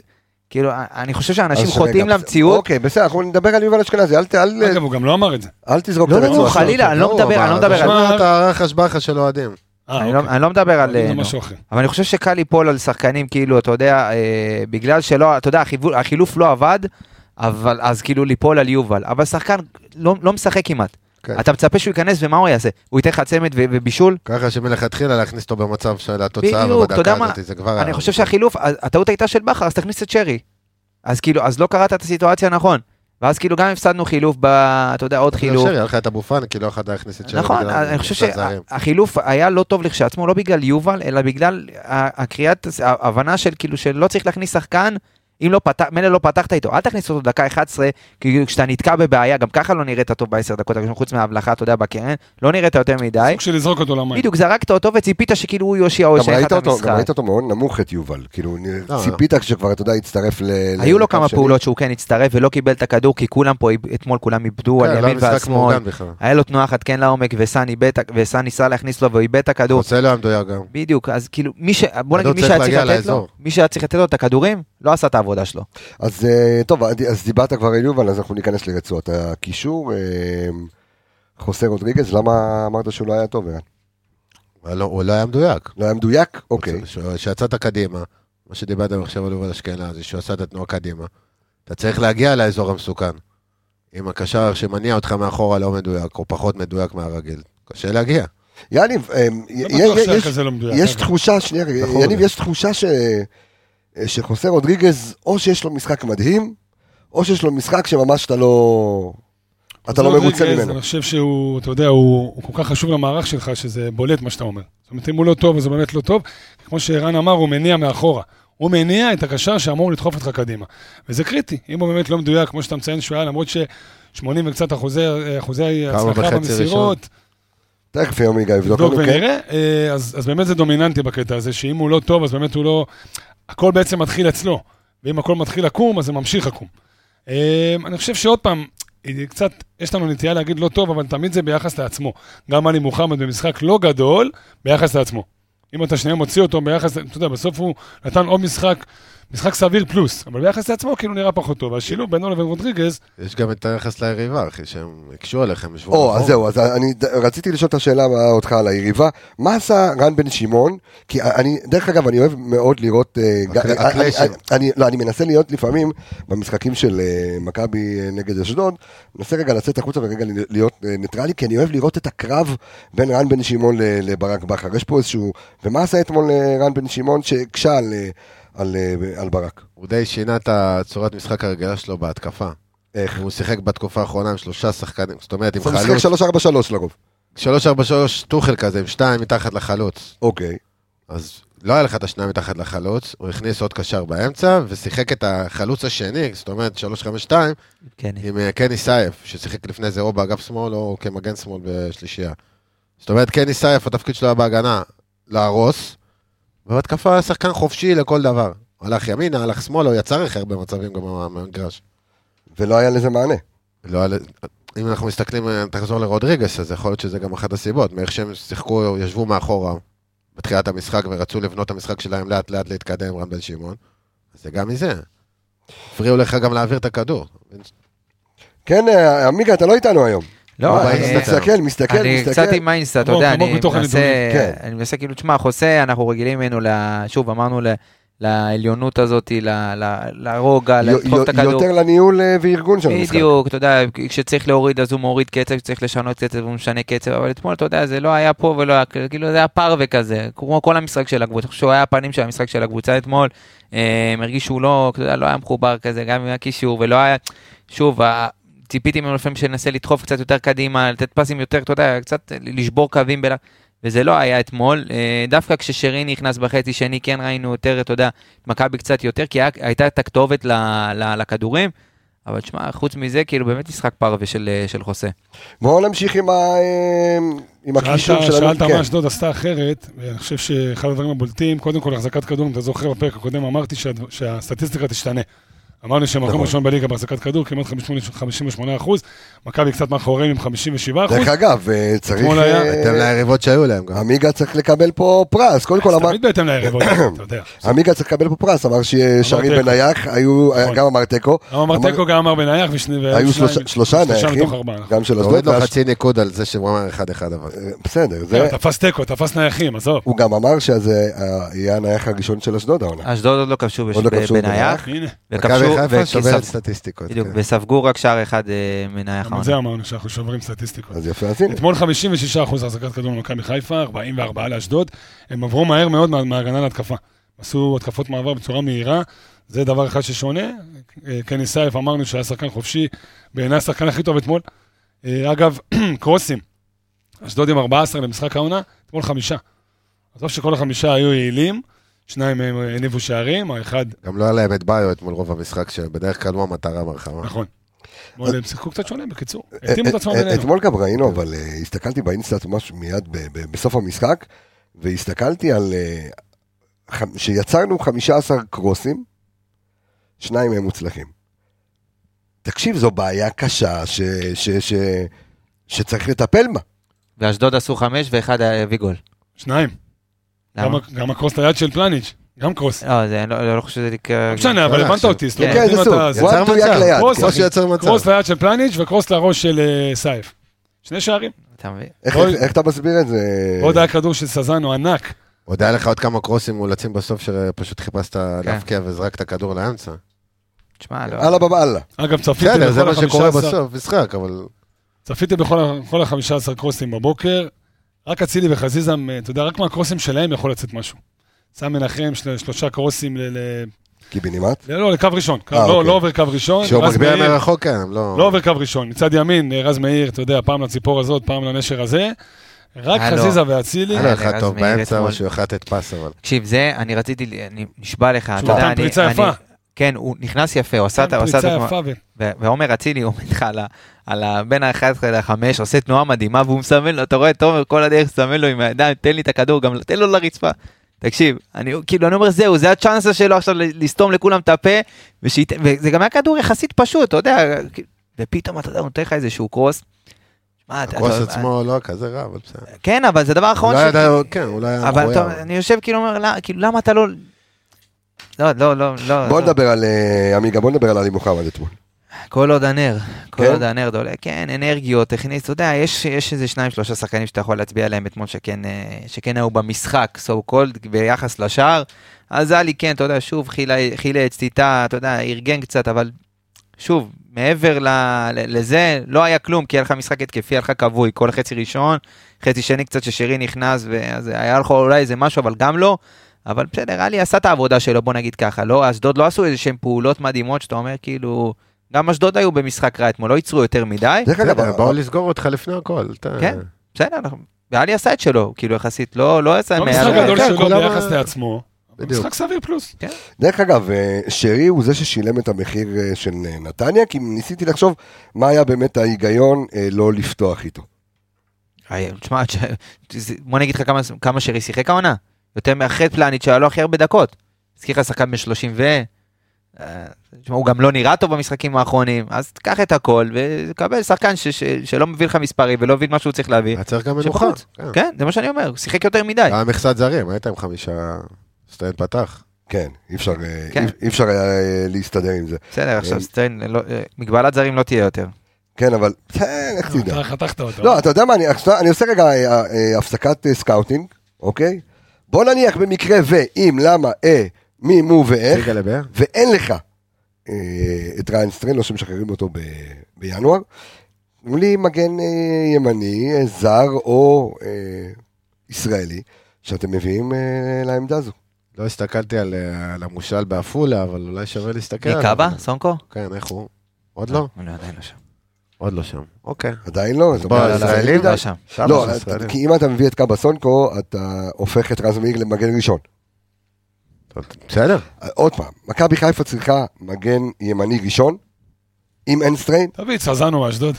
B: כאילו, אני חושב שאנשים
A: אז שרגע,
B: חוטאים
A: בסדר.
B: למציאות.
A: אוקיי, בסדר, אנחנו נדבר על יובל אשכנזי, אל ת- אל-
E: אגב, הוא גם לא אמר את זה.
A: אל תזרוק את
B: לא, לא,
A: הרצועה
B: לא,
A: שלו.
B: חלילה, אני לא
F: ברור,
B: מדבר, אני לא
F: אבל
B: מדבר על...
E: תשמע,
F: תשמע את הרחש בחש של אוהדים.
E: אה,
B: אני לא-
E: אוקיי.
B: אני לא מדבר על...
E: זה
B: נו.
E: משהו אחר.
B: אבל אני חושב שקל ליפול על שחקנים, כאילו, אתה יודע, אה, בגלל שלא, אתה יודע, החילוף, החילוף לא עבד, אבל אז כאילו ליפול על יובל. אבל שחקן לא, לא משחק כמעט.
F: כן.
B: אתה מצפה שהוא ייכנס, ומה הוא יעשה? הוא ייתן לך צמד ו- ובישול?
F: ככה שמלכתחילה להכניס אותו במצב של התוצאה
B: בדיוק, אתה יודע
F: ובדקה
B: מה?
F: הזאת, זה כבר...
B: אני חושב שהחילוף, הטעות הייתה של בכר, אז תכניס את שרי. אז כאילו, אז לא קראת את הסיטואציה נכון. ואז כאילו גם הפסדנו חילוף, ב, אתה יודע, עוד חילוף.
F: לא, שרי, היה לך את אבו פאני, כי לא יכולת להכניס את שרי.
B: כאילו- נכון,
F: בגלל
B: אני חושב
F: הזרים.
B: שהחילוף היה לא טוב לכשעצמו, לא בגלל יובל, אלא בגלל ה- הקריאת, ההבנה של כאילו שלא צריך להכניס שחקן, אם לא פתח, מילא לא פתחת איתו, אל תכניס אותו דקה 11, כי כשאתה נתקע בבעיה, גם ככה לא נראית טוב בעשר דקות, הראשונות, חוץ מההבלחה, אתה יודע, בקרן, לא נראית יותר מדי.
E: סוג של לזרוק אותו למים.
B: בדיוק, זרקת אותו וציפית שכאילו הוא יושיע או
A: גם
B: ישנה
A: ראית
B: את
A: אותו- גם
B: המשחק. אה.
A: ראית אותו מאוד נמוך את יובל, כאילו
F: לא.
A: ציפית שכבר, אתה יודע, יצטרף ל...
B: היו לו
A: לקו
B: כמה
A: שני.
B: פעולות שהוא כן הצטרף ולא קיבל את הכדור, כי כולם פה, איב- אתמול כולם איבדו
F: כן,
B: על
F: לא
B: ימין
F: משחק
B: ועל שמאל.
F: מאורגן בכלל.
B: היה לו תנועה אחת כן לעומק, וסאן איבד את ה- וסאן ניסה להכניס לו והוא איבד את הכדור.
F: רוצה לא היה מדויק גם.
B: בדיוק, אז כאילו, מי ש... בוא
A: לא
B: נגיד,
F: כדור
B: מי
F: צריך
B: שהיה צריך
F: להגיע
B: לתת לו,
F: לאזור.
B: מי שהיה צריך לתת לו את הכדורים, לא עשה את העבודה שלו.
A: אז אה, טוב, אז דיברת כבר על יובל, אז אנחנו ניכנס לרצועת הקישור. אה, חוסה רודריגז, למה אמרת שהוא לא היה טוב, ערן?
F: אבל לא- הוא לא היה מדויק.
A: לא היה מדויק? אוקיי.
F: כשיצאת קדימה, מה שדיברתם עכשיו על יובל אשכנזי, שהוא עשה את התנועה קדימה, אתה צריך להגיע לאזור המסוכן. אם הקשר שמניע אותך מאחורה לא מדויק, או פחות מדויק מהרגיל, קשה להגיע.
A: יניב, אה,
E: לא
A: יה-
E: בטוח
A: יה-
E: שהיה
A: יש-
E: כזה לא מדויק.
A: יש
E: אגב.
A: תחושה, שנייה, רגע,
F: נכון.
A: יניב, יש תחושה ש... אה, שחוסה רודריגז, או שיש לו משחק מדהים, או שיש לו משחק שממש אתה לא... אתה לא
E: רודריגז,
A: מרוצה ממנו.
E: אני חושב שהוא, אתה יודע, הוא הוא כל כך חשוב למערך שלך, שזה בולט מה שאתה אומר. זאת אומרת, אם הוא לא טוב, אז הוא באמת לא טוב. כמו שערן אמר, הוא מניע מאחורה. הוא מניע את הקשר שאמור לדחוף אותך קדימה. וזה קריטי, אם הוא באמת לא מדויק, כמו שאתה מציין שהוא היה, למרות ש-80 וקצת אחוזי, אחוזי
F: כמה
E: הצלחה
F: וחצי
E: במסירות,
A: תכף יום יגאל יבדוק
E: נבדוק
A: לנו, כן?
E: ונראה, אה, אז אז באמת זה דומיננטי בקטע הזה, שאם הוא לא טוב, אז באמת הוא לא... הכל בעצם מתחיל אצלו, ואם הכל מתחיל לקום, אז זה ממשיך לקום. אה, אני חושב שעוד פעם, היא קצת, יש לנו נטייה להגיד לא טוב, אבל תמיד זה ביחס לעצמו. גם עלי מוחמד במשחק לא גדול, ביחס לעצמו. אם אתה שנייה מוציא אותו ביחס, אתה יודע, בסוף הוא נתן עוד משחק, משחק סביר פלוס, אבל ביחס לעצמו כאילו נראה פחות טוב. השילוב בינו לבין רודריגז,
F: יש גם את היחס ליריבה, אחי, שהם הקשו עליכם בשבוע
A: או, אז זהו, אז אני ד- רציתי לשאול את השאלה מה- אותך על היריבה. מה עשה רן בן שמעון? כי אני, דרך אגב, אני אוהב מאוד לראות... אה, ג-
F: הקל-
A: אה,
F: הקלאשים.
A: אני- אני- לא, אני מנסה להיות לפעמים במשחקים של אה, מכבי אה, נגד אשדוד, מנסה רגע לצאת החוצה ורגע ל- להיות אה, ניטרלי, כי אני אוהב לראות את הקרב בין רן בן שמעון ל- לברק בכר. יש פה איזשהו... ומה עשה אתמול אה, רן בן שמעון שהקשה על, אה, על, אה, על ברק?
F: הוא די שינה את הצורת משחק הרגילה שלו בהתקפה.
A: איך?
F: הוא שיחק בתקופה האחרונה עם שלושה שחקנים, זאת אומרת עם
A: הוא משחק
F: חלוץ,
A: 3-4-3 לרוב.
F: 3-4-3 טוחל כזה, עם שניים מתחת לחלוץ.
A: אוקיי.
F: אז לא היה לך את השניים מתחת לחלוץ, הוא הכניס עוד קשר באמצע, ושיחק את החלוץ השני, זאת אומרת 3-5-2,
B: כן,
F: עם אה, קני סייף, ששיחק לפני זה או באגף שמאל או כמגן שמאל בשלישייה. זאת אומרת, קני סייף, התפקיד שלו היה בהגנה, להרוס, ובהתקפה היה שחקן חופשי לכל דבר. הלך ימינה, הלך שמאלה, הוא יצר הכי הרבה מצבים גם מה- מהמגרש.
A: ולא היה לזה מענה.
F: לא היה... אם אנחנו מסתכלים, אה, תחזור לרודריגס, אז יכול להיות שזה גם אחת הסיבות, מאיך שהם שיחקו, ישבו מאחורה בתחילת המשחק ורצו לבנות את המשחק שלהם לאט לאט להתקדם, רם בן שמעון, אז זה גם מזה. הפריעו לך גם להעביר את הכדור.
A: כן, אה, עמיגה, אתה לא איתנו היום.
B: לא,
F: אבל
B: אה,
F: אינסטה אתה
A: מסתכל, מסתכל,
B: אני
A: מסתכל. כן.
B: קצת עם האינסטה, אתה
E: כמו-
B: יודע,
E: כמו
B: אני
E: בתוך
B: מנסה,
A: הנתונים.
B: אני מנסה כאילו, תשמע, חוסה, אנחנו רגילים ממנו, ל- שוב, אמרנו ל- לעליונות הזאת, ל- ל- לרוגע,
A: יו-
B: לדחוף את
A: יו-
B: הכדור.
A: יותר לניהול אה, וארגון של המשחק.
B: בדיוק, אתה יודע, כשצריך להוריד אז הוא מוריד קצב, כשצריך לשנות קצב הוא משנה קצב, אבל אתמול, אתה יודע, זה לא היה פה ולא היה, כאילו זה היה פרווה כזה, כמו כל המשחק של הקבוצה, אני חושב שהוא היה הפנים של המשחק של הקבוצה אתמול, אה, הם הרגישו שהוא לא, אתה יודע, לא היה מחובר כזה, גם עם הקישור, ולא היה, שוב, ה- ציפיתי ממנו לפעמים שננסה לדחוף קצת יותר קדימה, לתת פסים יותר, אתה יודע, קצת לשבור קווים בין... ה- וזה לא היה אתמול, אה, דווקא כששרי נכנס בחצי שני כן ראינו יותר, אתה יודע, את מכבי קצת יותר, כי היה- הייתה את הכתובת ל- ל- לכדורים, אבל תשמע, חוץ מזה, כאילו באמת משחק פרווה של, אה, של חוסה.
A: בואו נמשיך עם ה- אה, עם
E: שאלת-
A: הקישור שלנו.
E: שאלת
A: כן.
E: מה אשדוד עשתה אחרת, ואני חושב שאחד הדברים הבולטים, קודם כל החזקת כדור, אם אתה זוכר בפרק הקודם אמרתי שה- שהסטטיסטיקה תשתנה. אמרנו שהם מקום
A: נכון.
E: ראשון בליגה בהחזקת כדור, כמעט 58 אחוז, מכבי קצת מאחוריהם עם 57 אחוז.
A: דרך אגב, אה, צריך...
E: אתמול היה-
A: אה,
F: בהתאם ליריבות שהיו להם גם.
A: עמיגה צריך לקבל פה פרס. קודם כל, אמר-
E: תמיד בהתאם ליריבות, אתה יודע.
A: עמיגה צריך לקבל פה פרס, אמר ששרים
E: תיקו. נכון.
A: בנייח, היו- היה- גם אמר תיקו.
E: גם אמר
A: אמר-
E: תיקו, גם אמר בנייח, ושני-
A: היו
E: ושניים-
A: שלושה- שלושה
E: שלושה
A: נייחים,
E: מתוך ארבעה. נכון.
A: גם של
F: להוריד
A: אשדוד.
F: לו
A: והש-
F: חצי ניקוד על זה שהוא אמר אחד אחד אבל.
A: אה, בסדר, זה-
E: כן, תפס תיקו, תפס נייחים, עזוב.
A: הוא גם אמר שזה אה, יהיה הנייח הראשון של אשדוד העונה.
B: אשדוד עוד לא כבשו בש-
A: כן. עוד לא כבשו
B: בנייח,
E: הנה,
F: מכבי
B: וכבשו,
F: חיפה שוברת
B: וכסף-
F: סטטיסטיקות.
B: בדיוק,
F: כן.
B: וספגו רק שער אחד אה, מנייח.
E: גם
B: העונה.
E: את זה אמרנו שאנחנו שוברים סטטיסטיקות.
A: אז יפה, אז הנה.
E: אתמול 56% החזקת כדור במכבי חיפה, 44 לאשדוד. הם עברו מהר מאוד מה- מההגנה להתקפה. עשו התקפות מעבר בצורה מהירה, זה דבר אחד ששונה. אה, כן, ניסייף אמרנו שהיה שחקן חופשי, בעיניי השחקן הכי טוב אתמול. אה, אגב, קרוסים, אשדוד עם 14 למשחק העונה, אתמול חמישה. עזוב שכל החמישה היו יעילים, שניים מהם אה, הניבו שערים, האחד,
F: גם לא היה להם את ביו אתמול רוב המשחק, שבדרך כלל הוא המטרה מהרחבה.
E: נכון. אתמול הם שיחקו קצת שונה, בקיצור. התאימו את עצמם כן.
A: אה, אה,
E: בינינו.
A: אתמול גם ראינו, אבל אה, הסתכלתי באינסטאט ממש מיד ב- ב- בסוף המשחק, והסתכלתי על... אה, ח- שיצרנו 15 קרוסים, שניים מהם מוצלחים. תקשיב, זו בעיה קשה ש- ש- ש- שצריך לטפל בה.
B: ואשדוד עשו חמש ואחד היה- הביא גול.
E: שניים. גם
B: למה?
E: ה- גם הקרוס ליד של פלניץ', גם קרוס.
B: לא, זה- אני לא אני לא חושב שזה נקרא...
E: לא משנה, אבל
F: לא,
E: הבנת
F: עכשיו-
E: אותי. זאת
B: כן,
E: אומרת,
A: כן,
E: אם
A: זה
E: אתה-
A: סוג.
E: זה-
A: וואן
F: יצר
A: טו יד
F: מצב.
A: ליד.
E: קרוס,
A: כן.
F: כמו שיצר מצב.
E: קרוס ליד של פלניץ' וקרוס לראש של אה, סייף. שני שערים.
B: אתה מבין?
A: איך-
E: אוי.
A: איך- איך אתה מסביר את זה?
E: עוד היה כדור של סזנו ענק.
F: עוד היה לך עוד כמה קרוסים מאולצים בסוף, שפשוט חיפשת
B: כן.
F: להפקיע וזרקת כדור לאמצע.
B: תשמע, לא.
A: אללה בבאללה.
E: אגב, צפיתי
F: בסדר, כן, זה
E: בכל
F: מה שקורה
E: ה-15
F: בסוף, משחק,
B: לא,
F: אבל...
E: צפיתי בכל ה- כל ה-15 קרוסים בבוקר. רק אצילי וחזיזה, אה, אתה יודע, רק מהקרוסים שלהם יכול לצאת משהו. סם מנחם, של- שלושה קרוסים ל... ל-
A: קיבינימט.
E: ל- לא, לקו ראשון. קו-
A: אה,
E: לא
A: אוקיי.
E: לא עובר קו ראשון.
F: כשהוא
E: רז
F: מגביה
E: מאיר-
F: מרחוק, כן, הם לא...
E: לא עובר קו ראשון. מצד ימין, אה, רז מאיר, אתה יודע, פעם לציפור הזאת, פעם לנשר הזה. רק
B: אה, לא.
E: חזיזה ואצילי.
F: היה לו
B: רז
F: אחד טוב
B: מאיר
F: באמצע,
B: אתמול.
F: אבל שהוא יכל לתת פס, אבל...
B: תקשיב, זה, אני רציתי, ל- אני נשבע לך, אתה
E: שהוא
B: יודע,
E: נתן
B: אני...
E: פריצה
B: אני-
E: יפה.
B: כן, הוא נכנס יפה, הוא עשה את ה... הוא עשה את
E: פריצה
B: ה-
E: יפה. ו-
B: ו- ועומר אצילי עומד לך על ה- על ה... בין ה-11 ל-5, עושה תנועה מדהימה, והוא מסמן לו, אתה רואה את תומר כל הדרך מסמן לו עם הידיים, תן לי את הכדור, גם תן לו לרצפה. תקשיב, אני כאילו, אני אומר, זהו, זה הצ'אנסה שלו עכשיו ל- לסתום לכולם את הפה, ושיט... וזה גם היה כדור יחסית פשוט, אתה יודע, כאילו, ופתאום אתה יודע, הוא נותן לך איזשהו קרוס. מה, אתה-
F: הקרוס
B: אתה-
F: עצמו לא היה כזה רע, אבל בסדר.
B: כן, אבל זה הדבר האחרון
F: אולי
B: אה, ש-
F: עדיין- כן, אולי היה
B: אבל
F: מחויב.
B: טוב, אני יושב כאילו אומר, "לא, כאילו, למה אתה לא... לא, לא, לא, לא.
E: אה.
A: בוא
B: לא.
A: נדבר על אה, עמיגה, בוא נדבר על עלי מוחמד אתמול.
E: כן.
B: כל עוד הנר, כל
A: כן?
B: עוד הנר דולה, כן, אנרגיות, הכניס, אתה יודע, יש, יש איזה שניים, שלושה שחקנים שאתה יכול להצביע עליהם אתמול שכן, אה, שכן היו במשחק, so called, ביחס לשער. אז עלי, כן, אתה יודע, שוב, חילה- חילה ציטה, אתה יודע, ארגן קצת, אבל שוב, מעבר ל, ל, לזה, לא היה כלום, כי היה לך משחק התקפי, היה לך כבוי, כל חצי ראשון, חצי שני קצת ששרי נכנס, ואז היה לך אולי איזה משהו, אבל גם לא. אבל בסדר, עלי עשה את העבודה שלו, בוא נגיד ככה. לא, אשדוד לא עשו איזה שהן פעולות מדהימות, שאתה אומר, כאילו... גם אשדוד היו במשחק רע אתמול, לא ייצרו יותר מדי.
A: דרך אגב,
F: בסדר,
A: ה-
F: באו לסגור אותך לפני הכל. אתה-
B: כן. בסדר, אנחנו- ואלי עשה את שלו, כאילו יחסית, לא לא עשה...
E: לא
B: מה-
E: משחק
F: כן,
E: גדול
F: כן,
E: שלו
F: כולם-
E: ביחס לעצמו.
F: בדיוק.
E: משחק סביר פלוס.
A: דרך אגב, אה, שרי הוא זה ששילם את המחיר אה, של אה, נתניה, כי ניסיתי לחשוב מה היה באמת ההיגיון אה, לא לפתוח איתו.
B: איי, תשמע, ש- זה- בוא נגיד לך כמה- כמה שרי שיחק העונה. יותר מאחרי פלניץ' שהיה לו הכי הרבה דקות. הזכיר לך שחקן בן 30 ו... אה, תשמע, הוא גם לא נראה טוב במשחקים האחרונים, אז תקח את הכל וקבל שחקן ש- ש- שלא מביא לך מספרים ולא מבין מה שהוא צריך להביא.
F: היה צריך גם מנוחה. אה,
B: שבחוץ. כן, זה מה שאני אומר, הוא שיחק יותר מדי.
F: היה מכסת זרים, היית עם חמישה... סטיין פתח.
A: כן, אי אפשר, אה,
B: כן.
A: אי- אי אפשר היה אה, להסתדר עם זה.
B: בסדר, עכשיו
A: אה,
B: סטריין, לא- אה, מגבלת זרים לא תהיה יותר.
A: כן, אבל, כן, איך תדע.
E: אתה חתכת אותו.
A: לא, אתה יודע מה, אני עכשיו- אני עושה רגע אה, אה, הפסקת אה, סקאוטינג, אוקיי? בוא נניח במקרה ואם, למה, אה, מי, מו ואיך,
F: סיגה לבאר?
A: ואין לך אה, את ריין סטרן, לא שמשחררים אותו ב- בינואר. תנו לי מגן אה, ימני, אה, זר או אה, ישראלי, שאתם מביאים אה, לעמדה הזו.
F: לא הסתכלתי על אה, על המושל בעפולה, אבל אולי שווה להסתכל.
B: מי
F: עליו.
B: קאבה? סונקו?
F: כן, איך הוא? עוד לא?
B: אני עדיין לא שם.
F: עוד לא שם. אוקיי.
A: עדיין לא? זה
F: בוא,
A: בעיה
B: לא, לא, לא,
F: ישראלים?
A: מדי.
B: לא שם.
F: סבא
A: לא,
F: של
A: אתה-
F: ישראלים.
A: כי אם אתה מביא את קאבה סונקו, אתה הופך את רז מאיר למגן ראשון.
F: טוב, בסדר.
A: עוד פעם, מכבי חיפה צריכה מגן ימני ראשון, אם אין סטריין,
E: תביא את סזנו מאשדוד.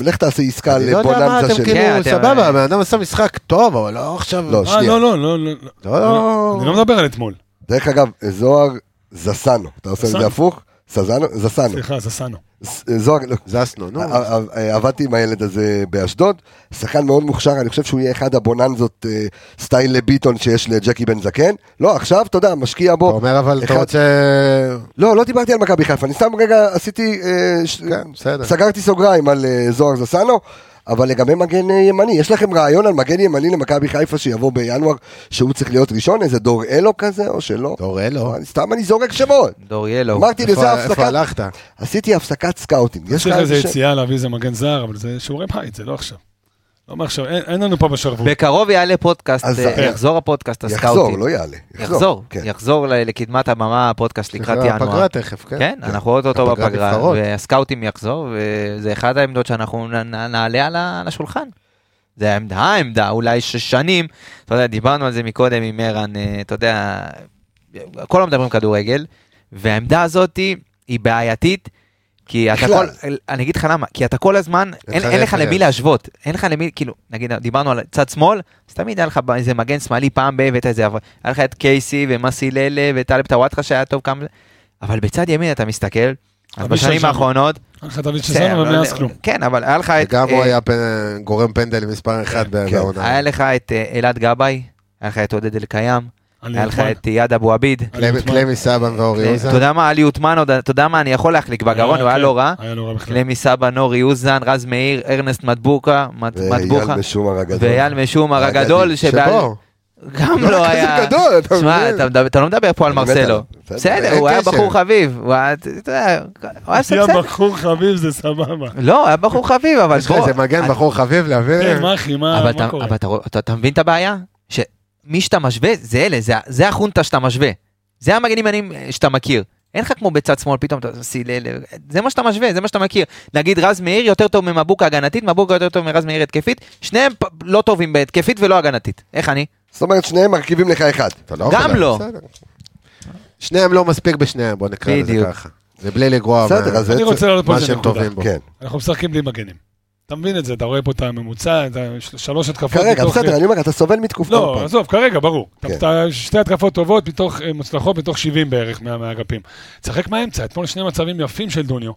A: לך תעשה עסקה
F: אני לא יודע מה
A: לבוננזה
F: אתם
A: של...
B: כן,
F: כאילו,
B: אתם-
F: סבבה, הבן אדם עשה משחק טוב, אבל לא עכשיו...
A: לא,
E: אה,
A: שנייה.
E: לא, לא, לא, לא. לא.
F: לא.
E: אני לא מדבר על אתמול.
A: דרך אגב, זוהר זסנו, אתה עושה את זה
E: זסנו.
A: הפוך? סזנו? זסנו.
E: סליחה, ססנו.
A: ז- זוהר, לא.
F: זסנו, נו.
A: ע- ע- ע- עבדתי עם הילד הזה באשדוד, שחקן מאוד מוכשר, אני חושב שהוא יהיה אחד הבוננזות אה, סטייל לביטון שיש לג'קי בן זקן. לא, עכשיו, אתה יודע, משקיע
F: אתה
A: בו.
F: אומר אבל, אתה
A: אחד-
F: רוצה...
A: לא, לא דיברתי על מכבי חיפה, אני סתם רגע עשיתי אה, ש-
F: כן, בסדר.
A: סגרתי סוגריים על אה, זוהר זסנו, אבל לגבי מגן אה, ימני, יש לכם רעיון על מגן ימני למכבי חיפה שיבוא בינואר, שהוא צריך להיות ראשון, איזה דור אלו כזה או שלא? לא,
F: אתה רואה לו.
A: אני- סתם אני זורק שמות.
B: דור ילו.
A: אמרתי, אני עושה
F: איפה איפה
A: הפסקת,
F: הלכת?
A: עשיתי הפסקת סקאוטינג. יש לך
E: צריך איזה
A: איזה שם?
E: יציאה להביא איזה מגן זר, אבל זה שיעורי בית, זה לא עכשיו. לא אומר עכשיו, אין- אין לנו פה בשרוול.
B: בקרוב יעלה פודקאסט,
A: אז-
B: אה, יחזור הפודקאסט
A: יחזור,
B: הסקאוטי.
A: לא יעלה.
B: יחזור,
A: כן.
B: יחזור ל- לקדמת הבמה הפודקאסט לקראת ינואר.
F: הפגרה תכף, כן?
B: כן, אנחנו אוטוטו
F: הפגרת
B: בפגרה,
F: נבחרות.
B: והסקאוטים יחזור, וזה אחד העמדות שאנחנו נ- נ- נעלה על ה- על השולחן. זה העמדה, העמדה, אולי ששנים, אתה יודע, דיברנו על זה מקודם עם ערן, אה, אתה יודע, כל הזמן מדברים כדורגל, והעמדה הזאת היא- היא בעייתית, כי אתה
A: בכלל.
B: כל, אני אגיד לך למה, כי אתה כל הזמן, אין, אין לך
F: לחרף.
B: למי להשוות, אין לך למי, כאילו, נגיד, דיברנו על צד שמאל, אז תמיד היה לך איזה מגן שמאלי, פעם ב... הבאת איזה, אבל היה לך את קייסי ומסי ללה וטלב טוואטחה שהיה טוב כמה... אבל בצד ימין אתה מסתכל, אז
E: אבישי
B: בשנים
E: שם.
B: האחרונות...
E: היה לך דוד
B: בסדר,
E: שזון
B: לא
E: ומאז
B: יודע,
E: כלום.
B: כן, אבל היה לך את...
F: וגם
B: אה,
F: הוא היה פ- גורם פנדל מספר אחד
A: נכון.
F: בעונה.
B: היה לך את אה, אלעד גבאי, היה לך את עודד אלקיים,
E: אני
B: היה לך
E: נכון.
B: את יד אבו עביד.
E: אני
F: קלמי-
E: מוטמן.
F: קלמי סבן ואורי
B: אה,
F: אוזן.
B: אתה יודע מה, עלי עותמן, עוד- אתה יודע מה, אני יכול להחליק בגרון, הוא היה
E: כן,
B: לא רע.
E: היה לא רע בכלל.
B: קלמי סבא, נורי אוזן, רז מאיר, ארנסט מדבוקה, מד- מדבוקה,
A: ואייל משומר הגדול.
B: ואייל משומר הגדול, שבעל-
F: שבו.
B: גם
A: לא
B: לא
A: כזה
B: היה...
A: גדול, אתה
B: שמע,
A: מבין?
B: אתה מדבר- אתה לא מדבר פה על
A: אני מת
B: מרסלו.
A: עליו. בסדר,
B: בסדר,
F: אין
B: הוא היה
F: קשר.
B: בחור חביב. הוא היה, אתה יודע, הוא היה
E: יא
B: סבסד.
E: בחור חביב, זה סבבה.
B: לא, היה בחור חביב, אבל
F: יש לך
B: בוא...
F: איזה מגן
B: אני-
F: בחור חביב
E: כן,
F: להבין?
E: מה אחי, מה
B: אבל
E: מה
B: אתה-
E: קורה?
B: אבל אתה רוא- אתה- אתה מבין את הבעיה? שמי שאתה משווה, זה אלה, זה ה- זה החונטה שאתה משווה. זה המגנים העניינים, אה, שאתה מכיר. אין לך כמו בצד שמאל, פתאום אתה סילל, זה מה שאתה משווה, זה מה שאתה מכיר. נגיד רז מאיר יותר טוב ממבוקה הגנתית, מבוקה יותר טוב מרז מאיר התקפית, שניהם פ- לא טובים בהתקפית ולא הגנתית. איך אני?
A: זאת אומרת, שניהם מרכיבים לך אחד.
E: כן.
F: אתה לא יכול
B: גם
F: לה-
B: לא.
F: בסדר. שניהם לא מספיק בשניהם, בוא נקרא לזה
B: בדיוק.
F: ככה. זה בלי לגרוע
A: בסדר,
F: מה-
A: אז
E: אני רוצה לעלות פה
F: מה
E: איזה
F: שהם
E: נקודה.
F: טובים בו.
A: כן.
E: אנחנו משחקים בלי מגנים. אתה מבין את זה, אתה רואה פה את הממוצע, את ה- של- שלוש התקפות.
A: כרגע,
E: מתוך-
A: בסדר, אני אומר, אתה סובל מתקופה. כל
E: לא,
A: פעם.
E: עזוב, כרגע, ברור. אתה-
A: כן.
E: אתה- שתי התקפות טובות, מתוך אה, מוצלחות, מתוך 70 בערך מה- מהאגפים. תשחק מהאמצע, אתמול שני מצבים יפים של דוניו.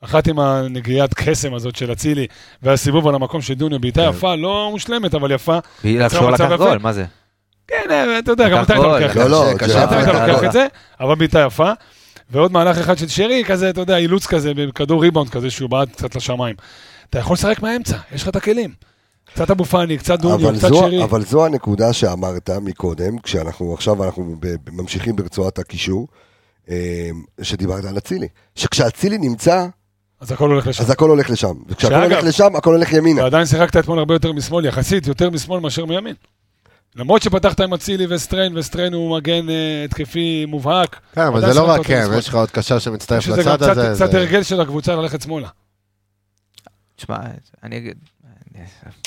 E: אחת עם הנגיעת קסם הזאת של אצילי, והסיבוב על המקום של דוניו, בעיטה
A: כן.
E: יפה, לא מושלמת, אבל יפה.
B: והיא לאפשר
E: מצב
B: לקח
E: יפה.
B: גול, מה זה?
E: כן, אה, אתה יודע, גם
B: לקח
E: אתה היית
B: גול,
E: לוקח את
B: לקח
E: זה.
A: לא, לא,
F: קשה,
A: זה-
E: גם אתה היית
B: אה,
E: לוקח
B: אה,
E: את זה, אבל בעיטה יפה. ועוד מהלך אחד של שרי, כזה, אתה יודע, אילוץ כזה, כדור ריבאונד כזה שהוא בעט קצת לשמיים. אתה יכול לשחק מהאמצע, יש לך את הכלים. קצת אבו פאני, קצת דוניו,
A: אבל
E: קצת
A: זו-
E: שרי.
A: אבל זו הנקודה שאמרת מקודם, כשאנחנו עכשיו אנחנו ב- ממשיכים ברצועת הקישור, אה, שדיברת על אצילי. שכשאצילי נמצא,
E: אז הכל הולך לשם.
A: אז הכל הולך לשם. וכשהכל
E: שאגב-
A: הולך לשם, הכל הולך ימינה.
E: ועדיין שיחקת אתמול הרבה יותר משמאל, יחסית יותר משמאל מאשר מימין. למרות שפתחת עם אצילי וסטריין, וסטריין הוא מגן אה, התקפי מובהק.
F: כן, אבל
E: עדיין
F: זה לא
E: שמת
F: רק
E: אותי
F: הם,
E: לשמאל.
F: יש לך עוד קשר שמצטרף
E: שזה גם
F: לצד
E: קצת-
F: הזה.
E: קצת
F: זה-
E: הרגל של הקבוצה ללכת שמאלה.
B: תשמע, אני אגיד...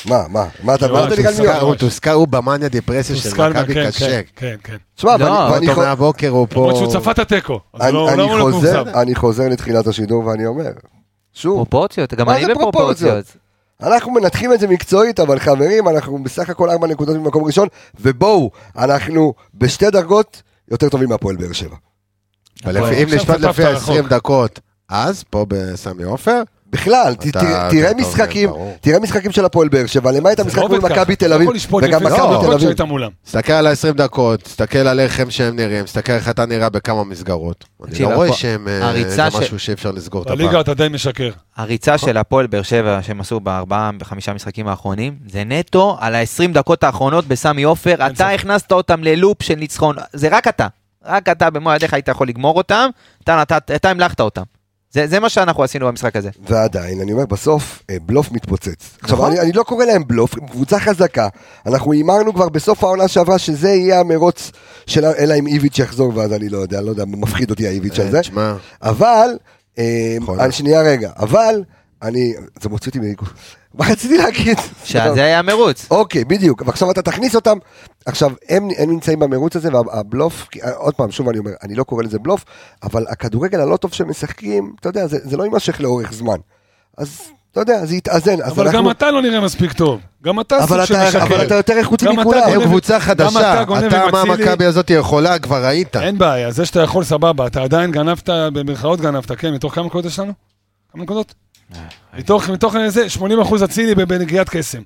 F: לא,
A: מה, מה, מה אתה
E: לא,
A: אמרת לי
E: שהוא
A: גם
E: שחקן.
A: מיום?
F: הוא תוסקר, הוא במאניה דיפרסיה של
E: תוסכל מה-
F: מכבי
E: כן,
F: קשה.
E: כן, כן, כן.
A: תשמע,
B: לא,
A: ואני- ואני
F: אותו
A: חו-
F: מהבוקר הוא
E: למרות
F: פה...
E: שהוא צפה את התיקו. אז
A: אני-
E: לא- לא
A: אני
E: אמור להיות
A: חוזר-
E: מאוכזב.
A: אני חוזר לתחילת השידור ואני אומר, שוב,
B: פרופורציות, גם
A: מה
B: אני
A: זה פרופורציות?
B: בפרופורציות.
A: אנחנו מנתחים את זה מקצועית, אבל חברים, אנחנו בסך הכל ארבע נקודות ממקום ראשון, ובואו, אנחנו בשתי דרגות יותר טובים מהפועל באר שבע.
F: אבל
B: נכון.
F: לפי- אם
E: עכשיו
F: נשפט
E: חטפת
F: לפי
E: רחוק.
F: 20 דקות, אז פה בסמי עופר,
A: בכלל, ת-
F: אתה-
A: תראה-
F: אתה-
A: תראה
F: אתה עובד,
A: משחקים,
F: ברור.
A: תראה משחקים של הפועל באר שבע, למעט
E: זה
A: המשחק
E: לא
A: מול
E: עובד ככה.
A: מכבי
E: אתה
A: תל
E: לא
A: אביב,
E: יכול לשפוט
A: וגם
E: לפי
A: מכבי
E: הדקות
A: תל אביב.
E: שהיית מולם.
F: תסתכל על ה-20 דקות, תסתכל על איך הם שהם נראים, תסתכל איך אתה נראה בכמה מסגרות. אני
B: תקשיב,
F: לא רואה
B: הפוע-
F: שהם... אה, זה
B: הריצה ש-
F: משהו שאי אפשר לסגור את הפער.
E: בליגה אתה די משקר.
B: הריצה של הפועל באר שבע שהם עשו בארבעה, בחמישה משחקים האחרונים, זה נטו על ה-20 דקות האחרונות בסמי עופר. אתה
E: ספק.
B: הכנסת אותם ללופ של ניצחון, זה רק אתה. רק אתה במו ידיך היית יכול לגמור אותם, אתה נתת- אתה המלכת אותם. זה זה מה שאנחנו עשינו במשחק הזה.
A: ועדיין, אני אומר, בסוף אה, בלוף מתפוצץ. עכשיו,
B: נכון.
A: אני, אני לא קורא להם בלוף, הם קבוצה חזקה. אנחנו הימרנו כבר בסוף העונה שעברה שזה יהיה המרוץ של, ה- אלא אם איביץ' יחזור, ואז אני לא יודע, לא יודע, מפחיד אותי האיביץ' על זה.
F: תשמע,
A: אבל, אה,
F: יכול
A: אה,
F: להיות.
A: שנייה רגע, אבל, אני, זה מוציא אותי מריכוז. מה רציתי להגיד?
B: שזה היה המרוץ.
A: אוקיי, בדיוק, ועכשיו אתה תכניס אותם. עכשיו, הם, הם נמצאים במרוץ הזה, והבלוף, כי- אה, עוד פעם, שוב אני אומר, אני לא קורא לזה בלוף, אבל הכדורגל הלא טוב שמשחקים, אתה יודע, זה, זה לא יימשך לאורך זמן. אז, אתה יודע, זה יתאזן. אז
E: אבל
A: אנחנו...
E: גם אתה לא נראה מספיק טוב. גם אתה סוג
A: אבל
E: של
A: אתה, אבל אתה
E: משקר.
A: יותר איכותי
E: גם אתה
A: מכולם.
E: גונב-
F: הם קבוצה
E: גם אתה
F: חדשה,
E: גונב
F: אתה
E: עם
F: מה
E: אצילי.
F: מכבי הזאת יכולה, כבר ראית.
E: אין בעיה, זה שאתה יכול סבבה, אתה עדיין גנבת, במרכאות גנבת, כן, מתוך כמה נקודות יש לנו? כמה נקודות?
B: אה,
E: מתוך, מתוך זה, 80% אצילי בנגיעת קסם.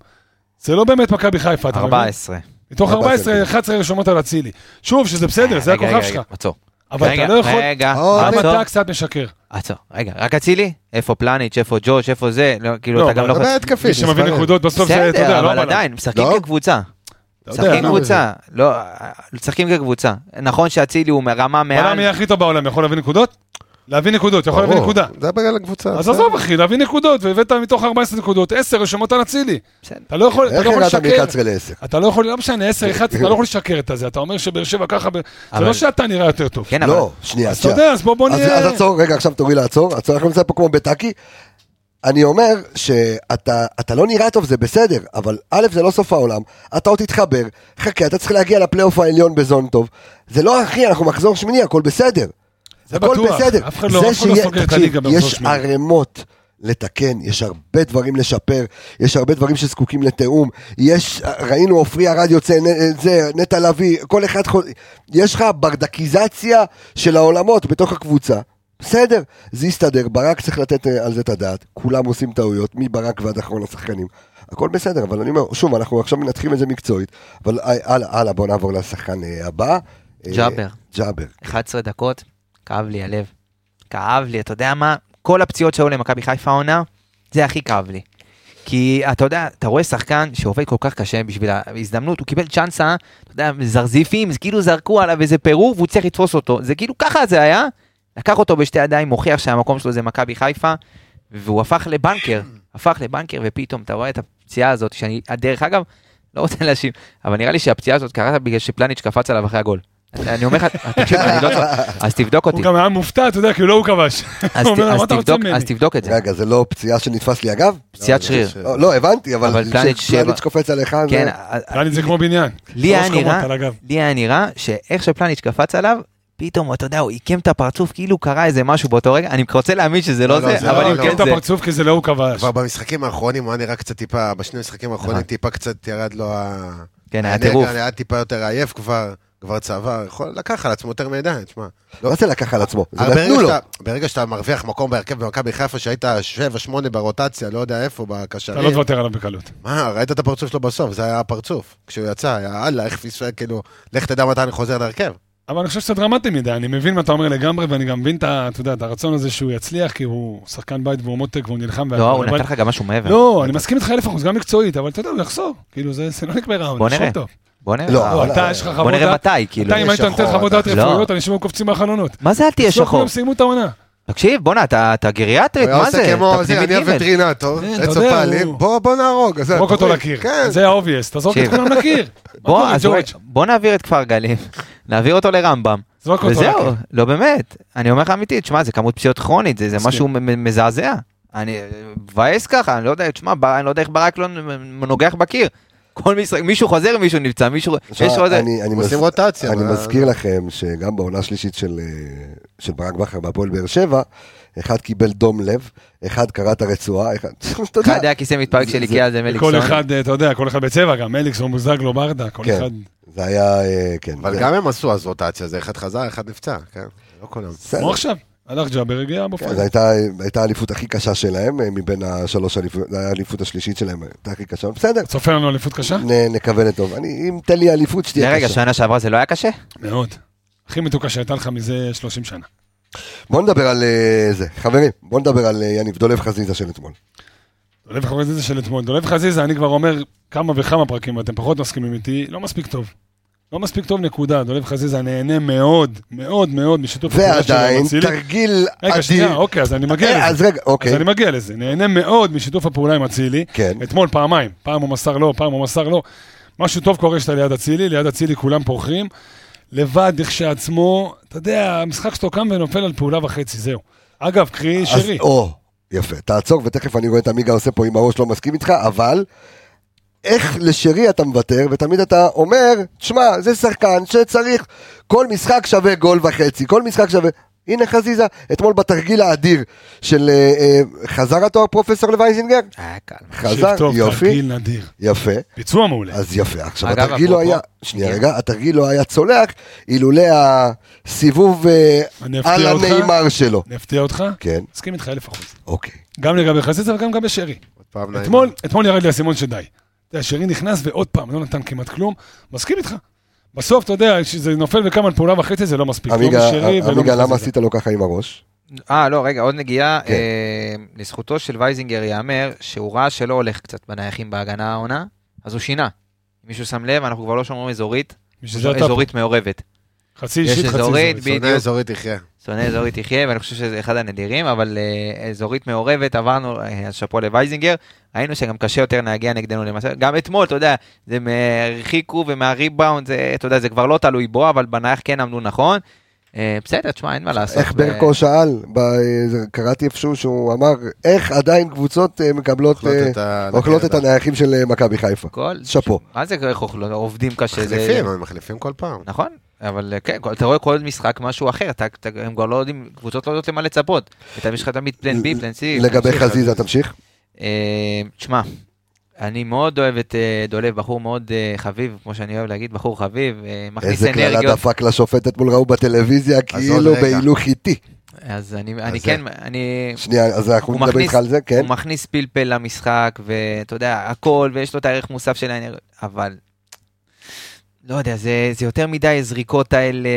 E: זה לא באמת מכבי חיפה, אתה מבין?
B: 14.
E: מתוך
A: 14,
E: 14, 11 רשומות על אצילי. שוב, שזה בסדר, זה
B: אה, רגע,
E: הכוכב
B: רגע,
E: שלך.
B: רגע, עצור.
E: אבל
B: רגע,
E: אתה לא יכול...
B: רגע,
A: עוד
E: גם
B: עצור,
E: אתה קצת משקר.
B: עצור. רגע, רק אצילי? איפה פלניץ', איפה ג'וש, איפה זה? לא, כאילו,
E: לא,
B: אתה גם
E: אבל
B: לא
F: זה
B: יכול...
F: בעיה התקפית.
E: מי שמביא
F: מספרים.
E: נקודות בסוף זה, אתה יודע,
B: בסדר,
E: לא
B: אבל
E: בלם.
B: עדיין, משחקים
F: לא?
B: כקבוצה.
E: אתה יודע,
B: משחקים
E: לא,
B: קבוצה, לא, משחקים כקבוצה. נכון שאצילי הוא מרמה מעל,
E: בלם יהיה הכי טוב בעולם, יכול להביא נקודות? להביא נקודות, יכול להביא
F: ברור.
E: נקודה.
F: זה בגלל הקבוצה.
E: אז עזוב אחי, להביא נקודות, והבאת מתוך 14 נקודות, 10 רשומות על אצילי.
B: בסדר.
E: אתה לא יכול אתה
A: איך
E: לא יכול
A: הגעת מ-11
E: לשקר.
A: ל-10?
E: אתה לא יכול, לא משנה, 10, 11, אתה לא יכול לשקר את הזה. אתה אומר שבאר שבע ככה, ב- זה
B: אבל-
E: לא שאתה נראה יותר טוב.
B: כן, אבל...
A: לא, שנייה,
E: אז אתה
A: שנייה.
E: יודע, אז בוא בוא
A: אז-
E: נהיה...
A: אז עצור, רגע, עכשיו תורי לעצור. עצור, אנחנו נמצא פה כמו בטאקי. אני אומר שאתה אתה לא נראה טוב, זה בסדר, אבל א', זה לא סוף העולם, אתה עוד תתחבר, חכה, אתה צריך להגיע לפלייאוף העליון בזון טוב. זה לא, אחי, אנחנו מחזור שמיני, הכל בסדר.
E: זה
A: הכל
E: בטוח.
A: בסדר.
E: אף אחד לא-
A: זה
E: אף אחד לא
A: שיהיה-
E: סוגר את
A: תקשיב,
E: הליגה במחזור
A: יש
E: שמיני.
A: ערימות לתקן, יש הרבה דברים לשפר, יש הרבה דברים שזקוקים לתיאום, יש, ראינו עופרי ארד יוצא, נ- זה, נטע לביא, כל אחד, חו- יש לך ברדקיזציה של העולמות בתוך הקבוצה. בסדר, זה יסתדר, ברק צריך לתת אה, על זה את הדעת, כולם עושים טעויות, מברק ועד אחרון השחקנים. הכל בסדר, אבל אני אומר, שוב, אנחנו עכשיו מנתחים את זה מקצועית, אבל אה, הלאה, הלאה, בואו נעבור לשחקן אה, הבא. אה,
B: ג'אבר.
A: ג'אבר.
B: 11 דקות, כאב לי הלב. כאב לי, אתה יודע מה? כל הפציעות שהיו למכבי חיפה העונה, זה הכי כאב לי. כי אתה יודע, אתה רואה שחקן שעובד כל כך קשה בשביל ההזדמנות, הוא קיבל צ'אנסה, אתה יודע, זרזיפים, זה כאילו זרקו עליו איזה פירור והוא צריך לתפוס אותו. זה כאילו ככה זה היה, לקח אותו בשתי ידיים, מוכיח שהמקום שלו זה מכבי חיפה, והוא הפך לבנקר, הפך לבנקר, ופתאום אתה רואה את הפציעה הזאת, שאני, דרך אגב, לא רוצה להאשים, אבל נראה לי שהפציעה הזאת קרתה בגלל שפלניץ' קפץ עליו אחרי הגול. אני אומר לך, תקשיב, אני לא צוחק, אז תבדוק אותי,
E: הוא גם היה מופתע, אתה יודע, כי הוא לא הוא כבש.
B: אז
E: הוא אומר,
B: ת-
E: "מה
B: אז
E: אתה רוצה
B: תבדוק-
E: ממני?"
B: אז תבדוק את זה,
A: רגע, זה לא פציעה שנתפס לי אגב?
B: פציעת
F: זה
B: שריר.
F: ש-
A: לא, לא, הבנתי, אבל...
B: אבל פלניץ' שבע.
A: פלניץ' קופץ עליך, זה-
B: כן, א- א-
E: יעני, זה כמו בניין.
B: לי היה
E: שלוש קומות
B: נראה,
E: על הגב.
B: לי היה נראה שאיך שפלניץ' קפץ עליו, פתאום, אתה יודע, הוא עיקם את הפרצוף, כאילו קרה איזה משהו באותו רגע, אני רוצה להאמין שזה לא
F: לא,
B: זה,
F: זה
B: אבל
F: לא,
B: אם
F: לא.
B: כן
E: את
B: זה.
E: הפרצוף כי זה לא הוא כבש.
F: כבר במשחקים האחרונים הוא היה נראה קצת טיפה, בשני המשחקים האחרונים
B: נכון.
F: טיפה קצת ירד לו ה...
B: כן, היה
F: האנרגיה,
B: טירוף.
F: היה טיפה יותר עייף כבר, כבר צבא, יכול לקח על עצמו יותר מידע, תשמע.
A: לא, מה זה לקח על עצמו?
B: לא
A: זה
F: ברגע
A: נתנו לו.
F: שאתה- ברגע שאתה מרוויח מקום בהרכב במכבי חיפה, שהיית 7-8 ברוטציה, לא יודע איפה,
E: אתה לא
F: בקשרים.
E: תוותר עליו בקלות.
F: מה, ראית את הפרצוף שלו בסוף, זה היה הפרצוף. כשהוא יצא, היה אללה, איך פספס, כאילו, לך תדע מתי אני חוזר להרכב.
E: אבל אני חושב שזה דרמטי מדי, אני מבין מה אתה אומר לגמרי, ואני גם מבין את ה- אתה יודע, את הרצון הזה שהוא יצליח, כי הוא שחקן בית והוא מותק והוא נלחם. והכל,
B: לא, הוא
E: אבל-
B: נתן לך גם משהו מעבר.
E: לא, אני מסכים איתך אלף אחוז, גם מקצועית, אבל אתה יודע, הוא יחזור. כאילו, זה זה לא נגמר העונה.
B: בוא נראה.
E: שוב טוב.
B: בוא נראה.
A: לא,
E: לא,
A: אבל-
E: אתה, יש לך
B: אה, בוא
E: חוות
B: נראה
E: דעת.
B: מתי, כאילו.
E: אתה, אם
F: יש
E: היית נותן
F: שחור,
E: חוות דעת
B: לא.
E: רפואיות, אנשים היו קופצים מהחלונות.
B: מה זה אל תהיה
E: בסוף
B: שחור?
E: כולם סיימו את העונה.
B: תקשיב, בואנה, אתה אתה גריאטריק,
F: הוא היה
B: מה
F: עושה
B: זה?
F: כמו
B: אתה
F: זה,
B: פנימית
F: אני
B: ג'.
F: הווטרינטור,
E: כן, אתה
F: עץ
E: יודע,
F: הפעלים,
E: הוא-
F: בוא בוא נהרוג. אז זה,
E: זרוק אותו
F: תוריד.
E: לקיר.
F: כן,
E: זה ה-obvious, תזרוק את
B: תקשיב.
E: כולם לקיר. מה
B: בוא,
E: קורה,
B: אז
E: ג'ורג'?
B: בוא- בוא נעביר את כפר גלים, נעביר אותו לרמב"ם.
E: זרוק אותו
B: וזהו,
E: לקיר.
B: לא באמת. אני אומר לך אמיתית, שמע, זה כמות פציעות כרונית, זה זה
E: מסכים.
B: משהו מ- מ- מזעזע. אני אה, מבאס ככה, אני לא יודע, תשמע, בר- אני לא יודע איך ברק לא נ- נוגח בקיר. כל משחק, מישהו חוזר, מישהו נפצע, מישהו...
A: תשמע,
B: יש עוד...
A: אני- אני
F: עושים
A: מז-
F: רוטציה.
A: אני
F: אבל-
A: מזכיר לכם שגם בעונה השלישית של, אה, של ברק בכר בהפועל באר שבע, אחד קיבל דום לב, אחד קרע את הרצועה, אחד... אתה יודע,
B: אחד היה כיסא מתפרק של איקאה זה מליקסון.
E: כל אחד, אה, אתה יודע, כל אחד בצבע, גם אליקסון בוזגלו ברדה, כל
A: כן.
E: אחד.
A: זה היה, אה, כן.
F: אבל
A: זה-
F: גם הם עשו אז רוטציה, זה אחד חזר, אחד נפצע, כן? לא כולם.
A: בסדר.
E: כמו עכשיו, הלך ג'אבר, הגיע
A: כן,
E: מופע.
A: זו הייתה, הייתה האליפות הכי קשה שלהם, אה, מבין השלוש אליפויות, זו הייתה האליפות השלישית שלהם, אה, הייתה הכי קשה, בסדר,
E: צופה לנו אליפות קשה?
A: נ- נקווה לטוב. אני, אם תן לי אליפות שתהיה קשה.
B: לרגע, שנה שעברה זה לא היה קשה?
E: מאוד. הכי מתוקה שהייתה לך מזה 30 שנה.
A: בוא נדבר על אה, זה, חברים, בוא נדבר על אה, יניב דולב חזיזה של אתמול.
E: דולב חזיזה של אתמול. דולב חזיזה, אני כבר אומר כמה וכמה פרקים, אתם פחות מסכימים איתי, לא מספיק טוב. לא מספיק טוב, נקודה. דולב חזיזה נהנה מאוד, מאוד מאוד משיתוף הפעולה שלו עם
A: ועדיין,
E: אצילי.
A: תרגיל
E: רגע,
A: אדיר.
E: שנייה, אוקיי, אז אני מגיע
A: אה,
E: לזה.
A: אז רגע,
E: אז
A: אוקיי,
E: אני מגיע לזה. נהנה מאוד משיתוף הפעולה עם אצילי.
A: כן.
E: אתמול פעמיים, פעם הוא מסר לא, פעם הוא מסר לא. משהו טוב קורה שאתה ליד אצילי, ליד אצילי כולם פורחים. לבד, כשעצמו, אתה יודע, המשחק שלו קם ונופל על פעולה וחצי, זהו. אגב, קחי
A: אז- אוקיי,
E: שרי.
A: או, יפה, תעצור, ותכף אני רואה את עמיגה עושה פה עם הראש, לא מסכים איתך, אבל איך לשרי אתה מוותר, ותמיד אתה אומר, תשמע, זה שחקן שצריך, כל משחק שווה גול וחצי, כל משחק שווה... הנה חזיזה, אתמול בתרגיל האדיר של... אה, אה, חזר התואר פרופסור לווייזינגר?
B: היה קל.
E: תקשיב
A: חזר,
E: טוב,
A: יופי,
E: תרגיל נדיר.
A: יפה.
E: ביצוע מעולה.
A: אז יפה, עכשיו
B: אגב,
A: התרגיל לא
B: אפרופו-
A: היה, שנייה
B: כן.
A: רגע, התרגיל לא היה צולח אילולא הסיבוב אה,
E: אני אפתיע
A: על
E: אותך.
A: הנאמר שלו.
E: אני אפתיע אותך?
A: כן,
E: מסכים איתך אלף אחוז.
A: אוקיי.
E: גם לגבי חזיזה וגם לגבי שרי.
F: עוד פעם נעים.
E: אתמול, אתמול ירד לי האסימון שדי. אתה יודע, שרי נכנס ועוד פעם, לא נתן כמעט כלום, מסכים איתך. בסוף, אתה יודע, כשזה נופל וקם על פעולה וחצי, זה לא מספיק. לא
A: עמיגה,
E: משרי ולא
A: עמיגה, למה
E: מחזיזה.
A: עשית לו ככה עם הראש?
B: אה, לא, רגע, עוד נגיעה.
A: כן.
B: אה, לזכותו של וייזינגר ייאמר שהוא ראה שלא הולך קצת בנייחים בהגנה העונה, אז הוא שינה. מישהו שם לב, אנחנו כבר לא שומרים אזורית,
E: בשביל זה אתה פה.
B: אזורית מעורבת.
E: חצי
B: יש
E: אישית, חצי
B: אזורית,
E: אזורית.
B: בדיוק.
F: שונא אזורית יחיה.
B: שונא אזורית יחיה, ואני חושב שזה אחד הנדירים, אבל אה, אזורית מעורבת, עברנו, אה, אז שאפו לווייזינגר, ראינו שגם קשה יותר להגיע נגדנו למעשה, גם אתמול, אתה יודע, זה מהרחיקו ומהריבאונד, זה, אתה יודע, זה כבר לא תלוי בו, אבל בנייח כן עמדו נכון. אה, בסדר, תשמע, אין מה לעשות. אה,
A: איך
B: ו-
A: ברקו שאל, ב- זה- קראתי איפשהו שהוא אמר, איך עדיין קבוצות אה, מקבלות,
F: אוכלות
A: אה,
F: את ה-
A: אוכלות את
F: נקרא,
A: הנייחים של אה, מכבי חיפה.
B: כל...
A: שאפו. אה.
B: מה זה איך אוכלו? עובדים קשה. זה-
F: מחליפים, הם מחליפים כל פעם.
B: נכון, אבל אה, כן, כל- אתה רואה כל משחק משהו אחר, אתה- אתה- הם כבר לא יודעים, קבוצות לא יודעות למה לצפות. אתה יש לך תמיד פלן בי, פלן סי.
A: לגבי
F: תמשיך,
A: חזיזה,
F: חזיזה.
A: תמשיך.
B: אה, תשמע, אני מאוד אוהב את אה, דולב, בחור מאוד אה, חביב, כמו שאני אוהב להגיד, בחור חביב, אה, מכניס
A: איזה קללה
B: אנרגיות.
A: דפק לשופטת מול ראו בטלוויזיה, כאילו
F: רגע.
A: בהילוך איטי.
B: אז אני אני
F: זה-
B: כן, אני...
A: שנייה, אז אנחנו
B: הוא
A: נדבר
B: מכניס-
A: איתך על זה, כן?
B: הוא מכניס פלפל למשחק, ואתה יודע, הכל, ויש לו את הערך מוסף של האנרגיות, אבל... לא יודע, זה, זה יותר מדי הזריקות האלה,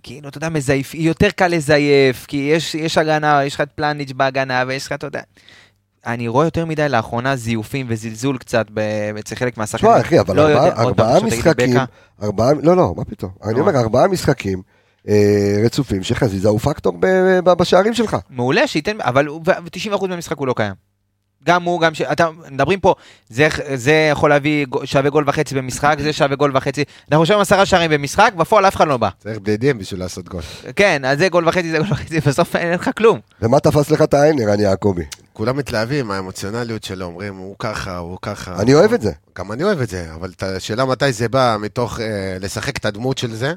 B: וכאילו, אתה יודע, מזייף, יותר קל לזייף, כי יש, יש הגנה, יש לך את פלניץ' בהגנה, ויש לך, אתה יודע... אני רואה יותר מדי לאחרונה זיופים וזלזול קצת ב- אצל חלק מהשחקנים.
A: תשמע, אחי, אבל
B: לא
A: ארבעה-
B: יודע, עוד פעם,
A: ארבעה
B: פשוט תגיד
A: משחקים,
B: בקע.
A: ארבעה, לא, לא, מה פתאום. אני
B: נו.
A: אומר, ארבעה משחקים אה, רצופים שחזיזה הוא פקטור ב- ב- בשערים שלך.
B: מעולה, שייתן, אבל הוא- ו- 90% מהמשחק הוא לא קיים. גם הוא, גם ש... אתה, מדברים פה, זה, זה יכול להביא גו- שווה גול וחצי במשחק, זה שווה גול וחצי. אנחנו שומעים עשרה שערים במשחק, בפועל אף אחד לא בא.
F: צריך בדידים בשביל לעשות גול.
B: כן, אז זה גול וחצי, זה גול וחצי, בסוף אין לך כלום.
A: ומה תפס לך את העין, אני יעקבי?
F: כולם מתלהבים, האמוציונליות שלו, אומרים, הוא ככה, הוא
B: אה,
F: ככה.
A: אני אוהב את זה.
F: גם אני אוהב את זה, אבל את השאלה מתי זה בא מתוך אה, לשחק את הדמות של זה.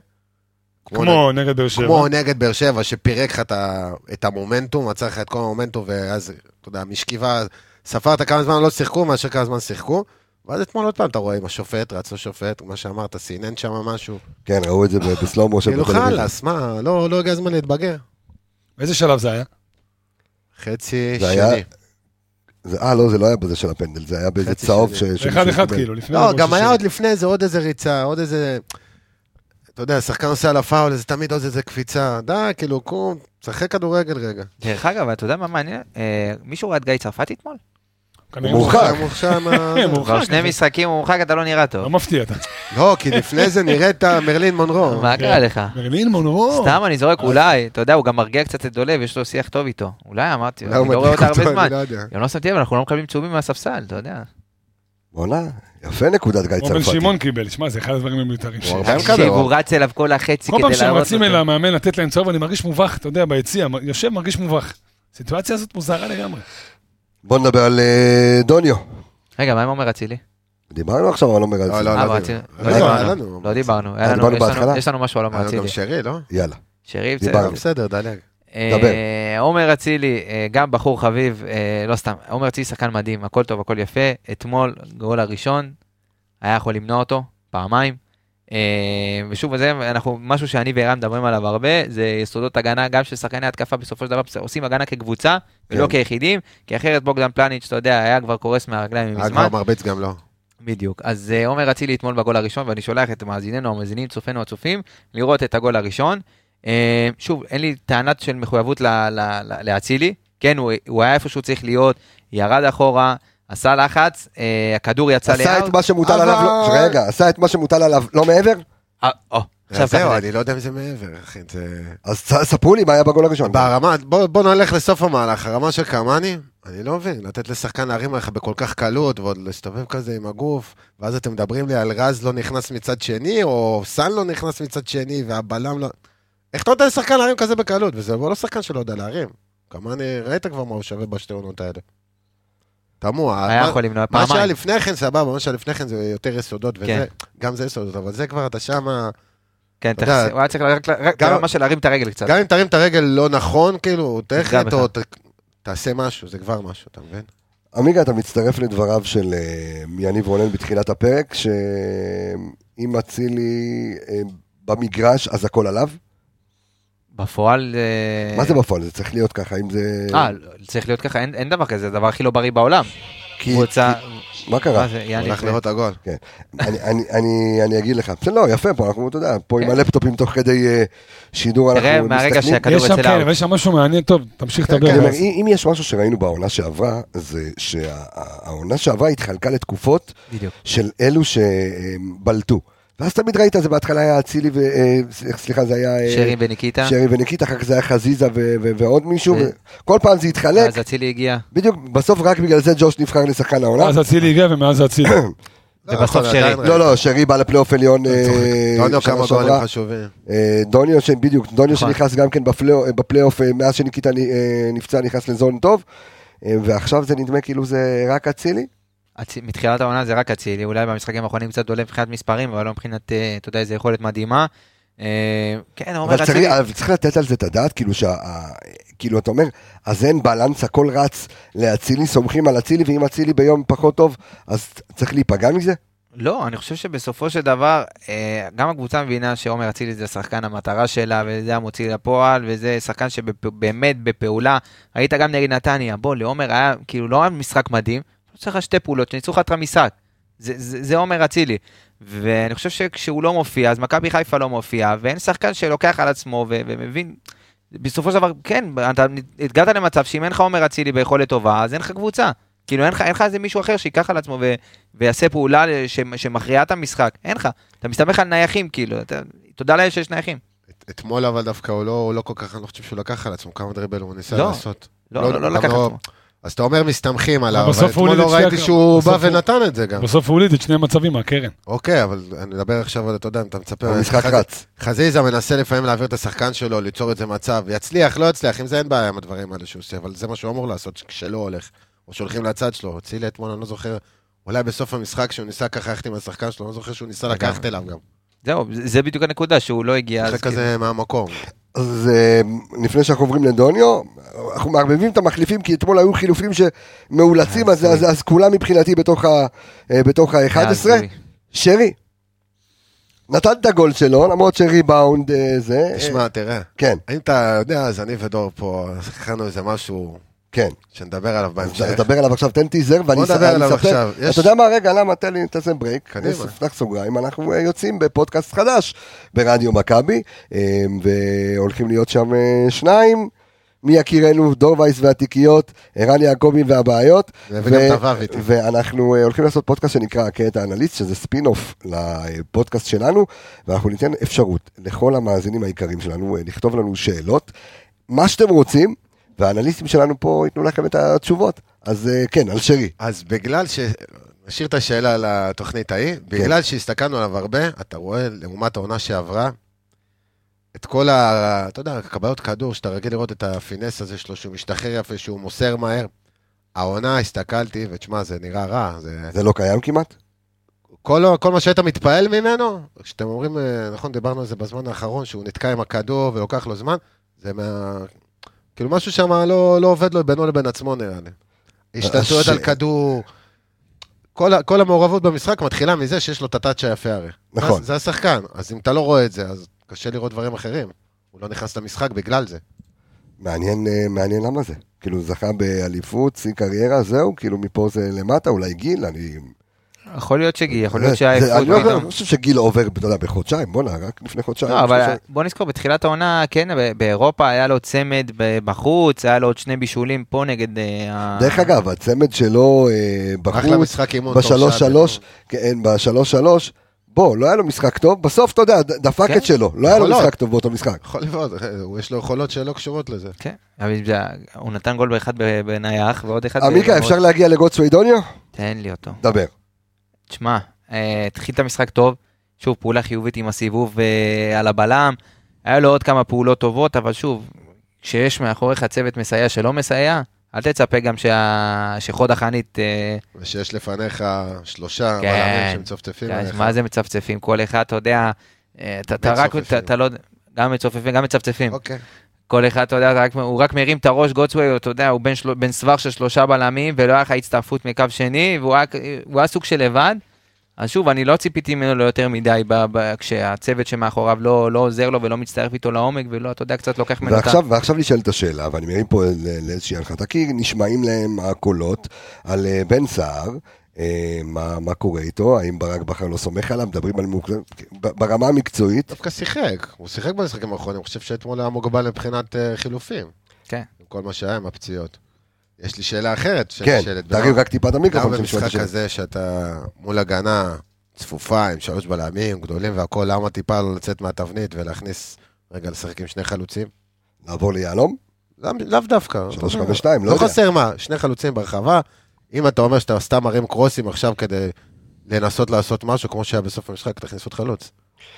E: כמו נגד באר שבע.
F: כמו נגד באר שבע, שפירק לך את ה- את המומנטום, עצר לך את כל המומנטום, ואז, אתה יודע, משכיבה, ספרת כמה זמן לא שיחקו, מאשר כמה זמן שיחקו. ואז אתמול עוד פעם אתה רואה עם השופט, רץ לשופט, מה שאמרת, סינן שם משהו.
A: כן, ראו את זה ב- בסלואו מושן
F: כאילו
A: בטלוויזיה.
F: חלאס, מה, לא לא הגיע הזמן להתבגר.
E: איזה שלב זה היה?
F: חצי
A: זה היה-
F: שני.
A: זה- אה, לא, זה לא היה בזה של הפנדל, זה היה באיזה
F: חצי
A: צהוב
F: שני.
A: ש... שמישהו
E: אחד אחד
A: קיבל.
E: כאילו, לפני...
F: לא,
E: הגול
F: גם
E: של
F: היה
E: שרי.
F: עוד לפני איזה עוד איזה ריצה, עוד איזה... אתה יודע, שחקן עושה על הפאול, זה תמיד עוד איזה קפיצה. די, כאילו, קום, שחק כדורגל רגע.
B: דרך אגב, אתה יודע מה מעניין? אה, מישהו ראה את גיא צרפתי אתמול?
E: כנראה
A: הוא מורחק.
F: הוא מוכשר מה...
E: כן, מורחק.
B: כבר שני משחקים הוא מורחק, אתה לא נראה
E: לא
B: טוב.
E: מפתיע אתה.
F: לא, כי לפני זה נראית מרלין מונרו.
B: מה קרה לך?
E: מרלין מונרו.
B: סתם, אני זורק, אולי, אתה יודע, הוא גם מרגיע קצת את דולב, יש לו שיח טוב איתו. אולי, אמרתי, אני
F: אולי הוא
B: לא רואה
F: מדליק
B: אותה הרבה
F: אותו,
B: זמן.
F: אני לא יודע.
B: גם לא שמתי לב, אנחנו לא מקבלים צהובים מהספסל, אתה יודע.
A: בואנה, יפה נקודת גיא
E: כמו בן
A: צרפתי.
E: שמעון קיבל, שמע, זה אחד הדברים המיותרים
F: הוא
E: שלי.
F: הרבה-
B: תקשיב,
F: מקבל,
B: הוא
F: אבל-
B: רץ אליו כל החצי
E: כל
B: כדי
E: פעם
B: להראות
E: שהם
B: אותו.
E: רצים אל המאמן לתת להם צהוב, אני מרגיש מובך, אתה יודע, ביציע, מ- יושב, מרגיש מובך. הסיטואציה הזאת מוזרה לגמרי.
A: בוא נדבר על אה, דוניו.
B: רגע, מה עם עומר אצילי?
A: דיברנו עכשיו, אבל לא אומר על
F: לא,
A: זה.
F: לא,
B: אה,
F: לא
B: רצינו-
F: דיברנו.
B: לא
F: לא,
B: דיברנו.
F: היה לנו.
B: לא דיברנו, היה
A: אה,
B: לנו-
A: דיברנו
B: יש לנו-
A: בהתחלה?
B: יש לנו משהו על עומר
F: היה לנו גם
B: אצילי.
F: שרי, לא?
A: יאללה.
B: שרי, בסדר.
A: דיברנו.
F: בסדר, דלג.
B: אה,
A: דבר.
B: עומר אצילי, אה, גם בחור חביב, אה, לא סתם, עומר אצילי שחקן מדהים, הכל טוב, הכל יפה. אתמול, גול הראשון, היה יכול למנוע אותו, פעמיים. אה, ושוב, זה אנחנו, משהו שאני וערן מדברים עליו הרבה, זה יסודות הגנה, גם של שחקני התקפה בסופו של דבר, עושים הגנה כקבוצה, ולא
A: כן.
B: כיחידים, כי אחרת בוגדן פלניץ', אתה יודע, היה כבר קורס מהרגליים
F: היה
B: מזמן.
F: כבר מרביץ גם לא.
B: בדיוק. אז אה, עומר אצילי אתמול בגול הראשון, ואני שולח את מאזיננו, המאזינים, צופינו, הצופים, לראות את הגול הראשון. אה, שוב, אין לי טענת של מחויבות ל- ל- ל- לאצילי. כן, הוא, הוא היה איפה שהוא צריך להיות, ירד אחורה, עשה לחץ, אה, הכדור יצא
A: עשה את
B: לאאוט.
A: מה שמוטל
F: אבל-
A: עליו, לא- רגע, עשה את מה שמוטל עליו, לא מעבר?
B: אה, או, עכשיו
F: אז זהו,
B: ככה.
F: אני לא יודע אם זה מעבר, אחי. זה-
A: אז ס- ספרו לי מה היה בגול הראשון.
F: ברמה, בוא בוא נלך לסוף המהלך, הרמה של קמאני, אני לא מבין, לתת לשחקן להרים עליך בכל כך קלות, ועוד להסתובב כזה עם הגוף, ואז אתם מדברים לי על רז לא נכנס מצד שני, או סאן לא נכנס מצד שני, והבלם לא... איך אתה נותן לשחקן להרים כזה בקלות? וזה לא שחקן שלא יודע להרים. קמאני, ראית כבר מה הוא שווה בשתי עונות האלה. תמוה.
B: היה
F: מה-
B: יכול למנוע
F: מה שהיה
B: פעמיים.
F: לפני כן, סבבה, מה שהיה לפני כן זה יותר יסודות,
B: כן.
F: וזה, גם זה יסודות, אבל זה כבר, אתה שמה...
B: כן,
F: אתה יודע,
B: תחס- הוא היה צריך רק- רק
F: גם-
B: ברמה של להרים את הרגל קצת.
F: גם אם תרים את הרגל לא נכון, כאילו,
B: תפגע
F: טכנית,
B: בך.
F: או ת- תעשה משהו, זה כבר משהו, אתה מבין?
A: עמיגה, אתה מצטרף לדבריו של אה, יניב רונן בתחילת הפרק, שאם אצילי אה, במגרש, אז הכל עליו?
B: בפועל... אה,
A: מה זה בפועל? זה צריך להיות ככה, אם זה...
B: אה, לא, צריך להיות ככה, אין אין דבר כזה, זה הדבר הכי לא בריא בעולם.
A: כי-
B: קבוצה...
A: מה קרה? כן.
B: מה זה,
F: הוא
B: יאללה,
F: הולך לראות את הגול.
A: אני- אני- אני- אני אגיד לך. בסדר, לא, יפה פה, אנחנו, אתה יודע, פה עם
B: כן.
A: הלפטופים תוך כדי אה, שידור אנחנו
B: תראה,
A: מסתכלים.
B: מהרגע שהכדור
E: יש שם,
B: יצא
E: כן,
B: לאאוט.
E: אבל יש שם משהו מעניין, טוב, תמשיך
F: כן,
E: לדבר.
A: אני אומר,
E: אז-
A: אם אם יש משהו שראינו בעונה שעברה, זה שהעונה שעברה התחלקה לתקופות
B: בדיוק.
A: של אלו שבלטו. ואז תמיד ראית, זה בהתחלה היה אצילי, ו- אה, ס- סליחה, זה היה... אה,
B: שרי וניקיטה,
A: שרי וניקיטה, אחר כך זה היה חזיזה ו- ו- ועוד מישהו,
B: כן.
A: כל פעם זה התחלק,
B: אז אצילי הגיע,
A: בדיוק, בסוף רק בגלל זה ג'וש נבחר לשחקן
F: כן.
A: העונה.
E: אז אצילי הגיע ומאז אצילי.
B: ובסוף שרי.
A: לא, לא, שרי בא לפלייאוף עליון אה,
F: דוניו
A: שנה
F: לא, כמה
A: שעברה.
F: גולים חשובים.
A: אה, דוניו, ש- בדיוק, דוניו
B: נכון.
A: שנכנס גם כן בפלייאוף- אה, בפלייאוף, אה, מאז שניקיטה נ- אה, נפצע, נכנס לזון טוב, אה, ועכשיו זה נדמה כאילו זה רק אצילי.
B: אצ- מתחילת העונה זה רק אצילי, אולי במשחקים האחרונים קצת עולה מבחינת מספרים, אבל לא מבחינת, אה, אתה יודע, איזו יכולת מדהימה. אה, כן, עומר
A: אבל
B: אצילי,
A: צריך- אבל צריך לתת על זה את הדעת, כאילו שה... ה- כאילו אתה אומר, אז אין בלנס, הכל רץ לאצילי, סומכים על אצילי, ואם אצילי ביום פחות טוב, אז צריך להיפגע מזה?
B: לא, אני חושב שבסופו של דבר, אה, גם הקבוצה מבינה שעומר אצילי זה שחקן המטרה שלה, וזה המוציא לפועל, וזה שחקן שבאמת בפעולה, ראית גם נגד נתניה, בוא, לעומר היה, כאילו, לא היה משחק מדהים, הוא צריך שתי פעולות שניצחו לך את המשחק. זה, זה, זה עומר אצילי. ואני חושב שכשהוא לא מופיע, אז מכבי חיפה לא מופיעה, ואין שחקן שלוקח על עצמו ו- ומבין. בסופו של דבר, כן, אתה הגעת למצב שאם אין לך עומר אצילי ביכולת טובה, אז אין לך קבוצה. כאילו אין לך- אין לך איזה מישהו אחר שייקח על עצמו ו- ויעשה פעולה ל- ש- שמכריעה את המשחק. אין לך. אתה מסתמך על נייחים, כאילו. אתה- תודה לאל שיש נייחים.
F: את- אתמול אבל דווקא הוא לא- הוא לא כל כך, אני לא חושב שהוא לקח על עצמו כמה דריבל הוא ניסה
B: לא.
F: לעשות.
B: לא,
F: לא,
B: לא, לא
F: גם
B: לקח את
F: לא-
B: עצמו.
F: אז אתה אומר מסתמכים עליו,
E: בסוף
F: אבל
E: הוא
F: אתמול
E: הוליד
F: לא
E: את שני
F: ראיתי
E: הכ-
F: שהוא בא
E: בסוף הוא-
F: ונתן את זה גם.
E: בסוף הוא הוליד את שני המצבים מהקרן.
F: אוקיי, אבל אני מדבר עכשיו על, אתה יודע, אם אתה מצפה...
A: המשחק
F: חז-
A: רץ.
F: חזיזה מנסה לפעמים להעביר את השחקן שלו, ליצור איזה מצב, יצליח, לא יצליח, עם זה אין בעיה עם הדברים האלה שהוא עושה, אבל זה מה שהוא אמור לעשות כשלא הולך, או שהולכים לצד שלו. אצילי אתמול, אני לא זוכר, אולי בסוף המשחק שהוא ניסה ככה ללכת עם השחקן שלו, אני לא זוכר שהוא ניסה
B: לגמרי.
F: לקחת אליו גם.
B: זהו, זה- זה בדיוק הנקודה, שהוא לא הגיע. אז
F: זה
B: כאילו-
F: כזה מהמקום.
A: אז אה, לפני שאנחנו עוברים לדוניו, אנחנו מערבבים את המחליפים, כי אתמול היו חילופים שמאולצים, אז, אז, אז כולם מבחינתי בתוך ה- אה, בתוך ה-11.
B: הזוי.
A: שרי, נתן את הגול שלו, למרות שריבאונד אה, זה. אה,
F: תשמע, תראה,
A: כן,
F: אם אתה יודע, אז אני ודור פה, הכנו איזה משהו
A: כן.
F: שנדבר עליו
A: אז
F: בהמשך.
A: נדבר עליו עכשיו, תן טיזר ואני
F: בוא
A: אס-
F: נדבר
A: אני
F: עליו
A: אספר.
F: עכשיו. יש-
A: אתה יודע מה, רגע, למה, תן לי, תעשה ברייק.
F: קדימה.
A: נפתח סוגריים, אנחנו אה, יוצאים בפודקאסט חדש ברדיו מכבי, אה, והולכים להיות שם אה, שניים. מיקירנו, דור וייס והתיקיות, ערן יעקבי והבעיות.
F: וגם
A: ו-
F: תבב איתי.
A: ואנחנו אה, הולכים לעשות פודקאסט שנקרא הקטע האנליסט, שזה ספין אוף לפודקאסט שלנו, ואנחנו ניתן אפשרות לכל המאזינים היקרים שלנו אה, לכתוב לנו שאלות, מה שאתם רוצים, והאנליסטים שלנו פה ייתנו לכם את התשובות. אז אה, כן, על שרי.
F: אז בגלל ש... נשאיר את השאלה על התוכנית ההיא, בגלל שהסתכלנו עליו הרבה, אתה רואה לעומת העונה שעברה, את כל ה... אתה יודע, קבלות כדור, שאתה רגיל לראות את הפינס הזה שלו, שהוא משתחרר יפה, שהוא מוסר מהר. העונה, הסתכלתי, ותשמע, זה נראה רע. זה...
A: זה לא קיים כמעט?
F: כל, כל מה שהיית מתפעל ממנו, כשאתם אומרים, אה, נכון, דיברנו על זה בזמן האחרון, שהוא נתקע עם הכדור ולוקח לו זמן, זה מה... כאילו משהו שם לא, לא עובד לו בינו לבין עצמו נראה לי. השתלטויות
A: אה, ש-
F: על כדור, כל, ה- כל המעורבות במשחק מתחילה מזה שיש לו את הטאצ' היפה הרי.
A: נכון.
F: זה, זה השחקן, אז אם אתה לא רואה את זה, אז קשה לראות דברים אחרים. הוא לא נכנס למשחק בגלל זה.
A: מעניין, אה, מעניין למה זה. כאילו, זכה באליפות, שיא קריירה, זהו, כאילו, מפה זה למטה, אולי גיל, אני...
B: יכול להיות שגיע, יכול להיות
A: זה- זה-
B: שהעייפות
A: אני לא יודע, אני
B: פתאום.
A: חושב שגיל עובר, אתה יודע, בחודשיים, בואנה, רק לפני חודשיים.
B: לא, אבל
A: שלושה.
B: בוא נזכור, בתחילת העונה, כן, ב- באירופה היה לו צמד ב- בחוץ, היה לו עוד שני בישולים פה נגד... אה, ה-
A: דרך אגב, הצמד שלו אה,
F: אחלה
A: בחוץ,
F: משחק אימון. טוב,
A: בשלוש
F: שעה לא-
A: שלוש,
F: בטוב.
A: כן, בשלוש שלוש, בוא, לא היה לו משחק טוב, בסוף, אתה יודע, ד- דפק
B: כן.
A: את שלו, לא היה לו
F: יכולות.
A: משחק טוב באותו משחק.
F: יכול להיות, אה, הוא- יש לו יכולות שלא קשורות לזה.
B: כן, אבל זה- הוא נתן גול באחד ב- בנייח, ועוד אחד...
A: עמיקה,
B: במרות.
A: אפשר להגיע לגודסווי דוניו?
B: תן לי אותו.
A: דבר.
B: תשמע, אה, התחיל את המשחק טוב, שוב פעולה חיובית עם הסיבוב אה, על הבלם, היה לו עוד כמה פעולות טובות, אבל שוב, כשיש מאחוריך צוות מסייע שלא מסייע, אל תצפה גם שה... שחוד החנית, אה,
F: ושיש לפניך שלושה
B: כן.
F: בלמים שמצפצפים עליך.
B: מה זה מצפצפים, כל אחד, אתה יודע, אה, אתה- אתה רק,
F: מצופפים.
B: אתה אתה לא, גם מצופפים, גם מצפצפים.
F: אוקיי.
B: כל אחד, אתה יודע, אתה רק- הוא רק מרים את הראש, גוטסווי, אתה יודע, הוא בן של- בן סבך של שלושה בלמים, ולא היה לך הצטרפות מקו שני, והוא היה- הוא היה סוג של לבד. אז שוב, אני לא ציפיתי ממנו ליותר מדי, ב- ב- כשהצוות שמאחוריו לא לא עוזר לו ולא מצטרף איתו לעומק, ולא, אתה יודע, קצת לוקח ממנו את ה...
A: ועכשיו, ועכשיו נשאלת השאלה, ואני מרים פה לא- לאיזושהי הנחתה, כי נשמעים להם הקולות על אה, בן סער, אה, מה, מה קורה איתו, האם ברק בכר לא סומך עליו, מדברים על מאוכזב, ב- ברמה המקצועית,
F: דווקא שיחק, הוא שיחק במשחקים האחרונים, אני חושב שאתמול היה מוגבל מבחינת אה, חילופים.
B: כן.
F: עם כל מה שהיה עם הפציעות. יש לי שאלה אחרת
A: כן,
F: שנשאלת.
A: תרים רק טיפה את
F: גם
A: המיקרופון. שנשמע את
F: במשחק
A: השאלה.
F: הזה שאתה מול הגנה, צפופה, עם שלוש בלמים, גדולים והכול, למה טיפה לא לצאת מהתבנית ולהכניס, רגע, לשחק עם שני חלוצים?
A: נעבור ליהלום?
F: למ- לאו דווקא.
A: שלוש, חמש, שתיים, לא
F: לא
A: יודע.
F: חסר מה, שני חלוצים ברחבה. אם אתה אומר שאתה סתם מרים קרוסים עכשיו כדי לנסות לעשות משהו, כמו שהיה בסוף המשחק, תכניס עוד חלוץ.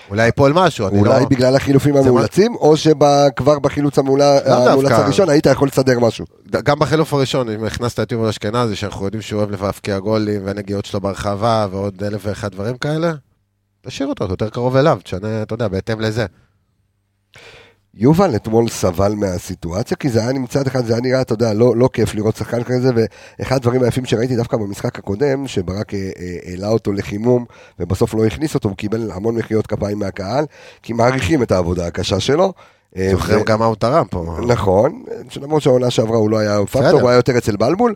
F: אולי ייפול משהו, אני לא...
A: אולי בגלל החילופים
F: מה-
A: המאולצים, או שכבר בחילוץ המאולה-
F: דווקא.
A: המאולץ הראשון היית יכול לסדר משהו.
F: גם בחילוף הראשון, אם הכנסת את יובל אשכנזי, שאנחנו יודעים שהוא אוהב להבקיע גולים, והנגיעות שלו ברחבה, ועוד אלף ואחד דברים כאלה, תשאיר אותו, אתה יותר קרוב אליו, תשנה, אתה יודע, בהתאם לזה.
A: יובל אתמול סבל מהסיטואציה, כי זה היה נמצא אחד, זה היה נראה, אתה יודע, לא, לא כיף לראות שחקן כזה, ואחד הדברים היפים שראיתי דווקא במשחק הקודם, שברק אה, אה, העלה אותו לחימום, ובסוף לא הכניס אותו, הוא קיבל המון מחיאות כפיים מהקהל, כי מעריכים את העבודה הקשה שלו. אה,
F: זוכרים
A: ו-
F: גם מה הוא תרם פה.
A: נכון, למרות שהעונה שעברה הוא לא היה פקטור,
F: בסדר.
A: הוא היה יותר אצל בלבול,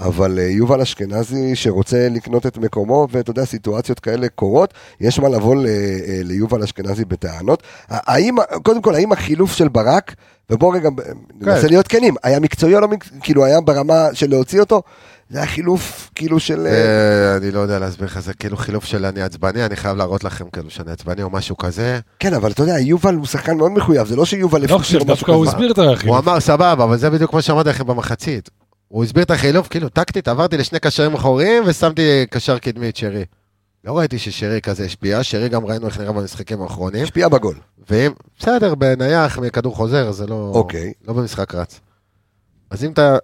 A: אבל אה, יובל אשכנזי שרוצה לקנות את מקומו, ואתה יודע, סיטואציות כאלה קורות, יש מה לבוא ל- אה, ליובל אשכנזי בטענות. ה- האם, קודם כל, האם החילוף של ברק, ובואו רגע, ב- ננסה להיות כנים, היה מקצועי או לא מקצועי, כאילו היה ברמה של להוציא אותו, זה היה חילוף כאילו של... אה,
F: אה, אני לא יודע להסביר לך, זה כאילו חילוף של אני עצבני, אני חייב להראות לכם כאילו שאני עצבני או משהו כזה.
A: כן, אבל אתה יודע, יובל הוא שחקן מאוד מחויב, זה לא שיובל...
E: לא חושב, דווקא הוא הסביר את החילוף.
F: הוא אמר, סבבה, אבל זה בדיוק מה שאמרתי לכם במחצית. הוא הסביר את החילוף, כאילו, טקטית, עברתי לשני קשרים אחוריים ושמתי קשר קדמי את שרי. לא ראיתי ששרי כזה השפיע, שרי גם ראינו איך נראה במשחקים האחרונים.
A: השפיע בגול.
F: ואם, בסדר, בנייח מכדור חוזר, זה לא...
A: אוקיי.
F: לא במשחק רץ. אז אם אתה,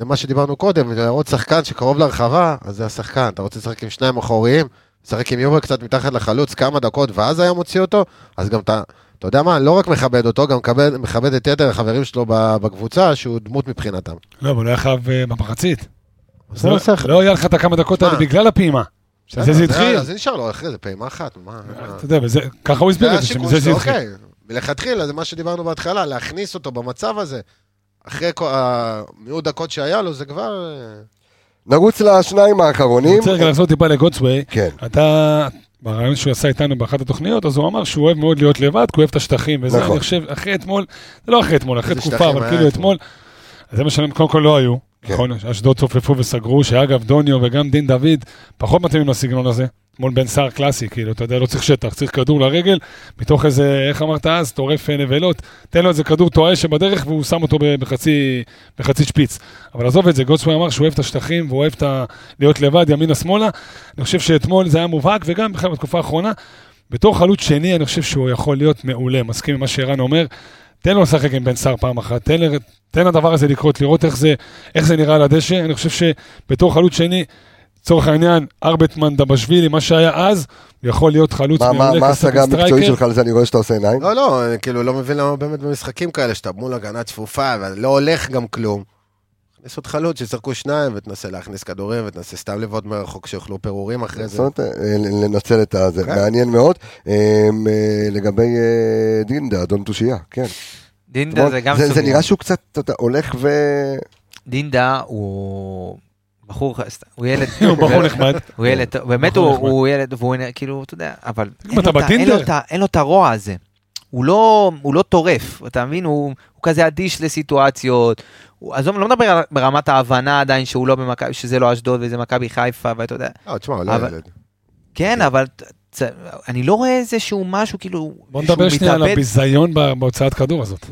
F: למה שדיברנו קודם, להראות שחקן שקרוב לרחבה, אז זה השחקן. אתה רוצה לשחק עם שניים אחוריים, לשחק עם יובל קצת מתחת לחלוץ כמה דקות, ואז היה מוציא אותו, אז גם אתה, אתה יודע מה, לא רק מכבד אותו, גם מכבד, מכבד את יתר החברים שלו ב- בקבוצה, שהוא דמות מבחינתם.
E: לא, אבל הוא היה חייב אה, במחצית.
F: אז לא צריך.
E: לא היה לך את הכמה דקות האלה
F: מה?
E: בגלל הפעימה. שזה זה התחיל.
F: אז זה נשאר לו אחרי זה פעימה אחת, מה... מה-
E: אתה יודע, וזה- ככה הוא
F: זה
E: הסביר
F: היה
E: את זה,
F: השיקול
E: שמזה זה
F: שלו,
E: התחיל.
F: אוקיי. מלכתחילה, זה מה שדיברנו בהתחלה, להכניס אותו במצב הזה. אחרי כל המיעוט דקות שהיה לו, זה כבר... אה,
A: נרוץ לשניים
E: אני
A: האחרונים.
E: רוצה רגע לחזור טיפה לגודסווי.
A: כן.
E: אתה, ברעיון שהוא עשה איתנו באחת התוכניות, אז הוא אמר שהוא אוהב מאוד להיות לבד, כי הוא אוהב את השטחים, וזה,
A: נכון.
E: אני חושב, אחרי אתמול, זה לא אחרי אתמול, אחרי
F: איזה
E: תקופה,
F: שטחים
E: אבל
F: היה
E: כאילו
F: אתמול?
E: אתמול, אז זה מה שהם קודם כל לא היו.
A: כן.
E: נכון, אשדוד צופפו וסגרו, שאגב, דוניו וגם דין דוד פחות מתאימים לסגנון הזה. מול בן סער קלאסי, כאילו, אתה יודע, לא צריך שטח, צריך כדור לרגל, מתוך איזה, איך אמרת אז, טורף אה, נבלות, תן לו איזה כדור טועה שבדרך והוא שם אותו ב- בחצי, בחצי שפיץ. אבל עזוב את זה, גולדסווי אמר שהוא אוהב את השטחים והוא אוהב את ה... להיות לבד, ימינה-שמאלה. אני חושב שאתמול זה היה מובהק, וגם בכלל בתקופה האחרונה, בתור חלוץ שני, אני חושב שהוא יכול להיות מעולה, מסכים עם מה שערן אומר. תן לו לשחק עם בן סער פעם אחת, תן, ל- תן לדבר הזה לקרות, לראות איך זה, איך זה נראה על הדשא. אני חושב שבתור חלוץ שני, לצורך העניין, ארבטמן דבשווילי, מה שהיה אז, הוא יכול להיות חלוץ
A: מה- מה מה
E: כסטרייק
A: ההשגה המקצועית
E: סטרייקר.
A: שלך לזה? אני רואה שאתה עושה עיניים.
F: לא, לא, אני כאילו לא מבין למה באמת במשחקים כאלה, שאתה מול הגנה צפופה, ולא הולך גם כלום. תכניס עוד חלוץ, שישחקו שניים, ותנסה להכניס כדורים, ותנסה סתם לבעוט מרחוק, שיאכלו פירורים אחרי זה.
A: זאת, אה, לנצל את הזה,
F: כן.
A: מעניין מאוד. אה, אה, לגבי אה, דינדה, אדון תושייה, כן.
B: דינדה זה גם
A: זה
B: סוגיה.
A: נראה שהוא קצת, אתה יודע, הולך ו...
B: דינדה הוא בחור, הוא ילד,
E: הוא בחור נחמד.
B: הוא ילד, טוב, באמת
E: בחור
B: הוא
E: נחמד.
B: הוא ילד, והוא נראה- כאילו, אתה יודע, אבל
E: נכון, אם
B: אין
E: אתה
B: לו את ה- אין
E: בטינדר.
B: לו את ה- אין לו את הרוע הזה. הוא לא, הוא לא טורף, אתה מבין? הוא, הוא כזה אדיש לסיטואציות. הוא, עזוב, אני לא מדבר על- ברמת ההבנה עדיין שהוא לא במכבי, שזה לא אשדוד וזה מכבי חיפה, ואתה יודע.
F: לא, תשמע, הוא לא
B: אבל-
F: ילד.
B: כן, אבל ת- צ- אני לא רואה איזה שהוא משהו, כאילו,
E: בוא
B: שהוא
E: נדבר שנייה על
B: מתאבד.
E: הביזיון ב- בהוצאת כדור הזאת.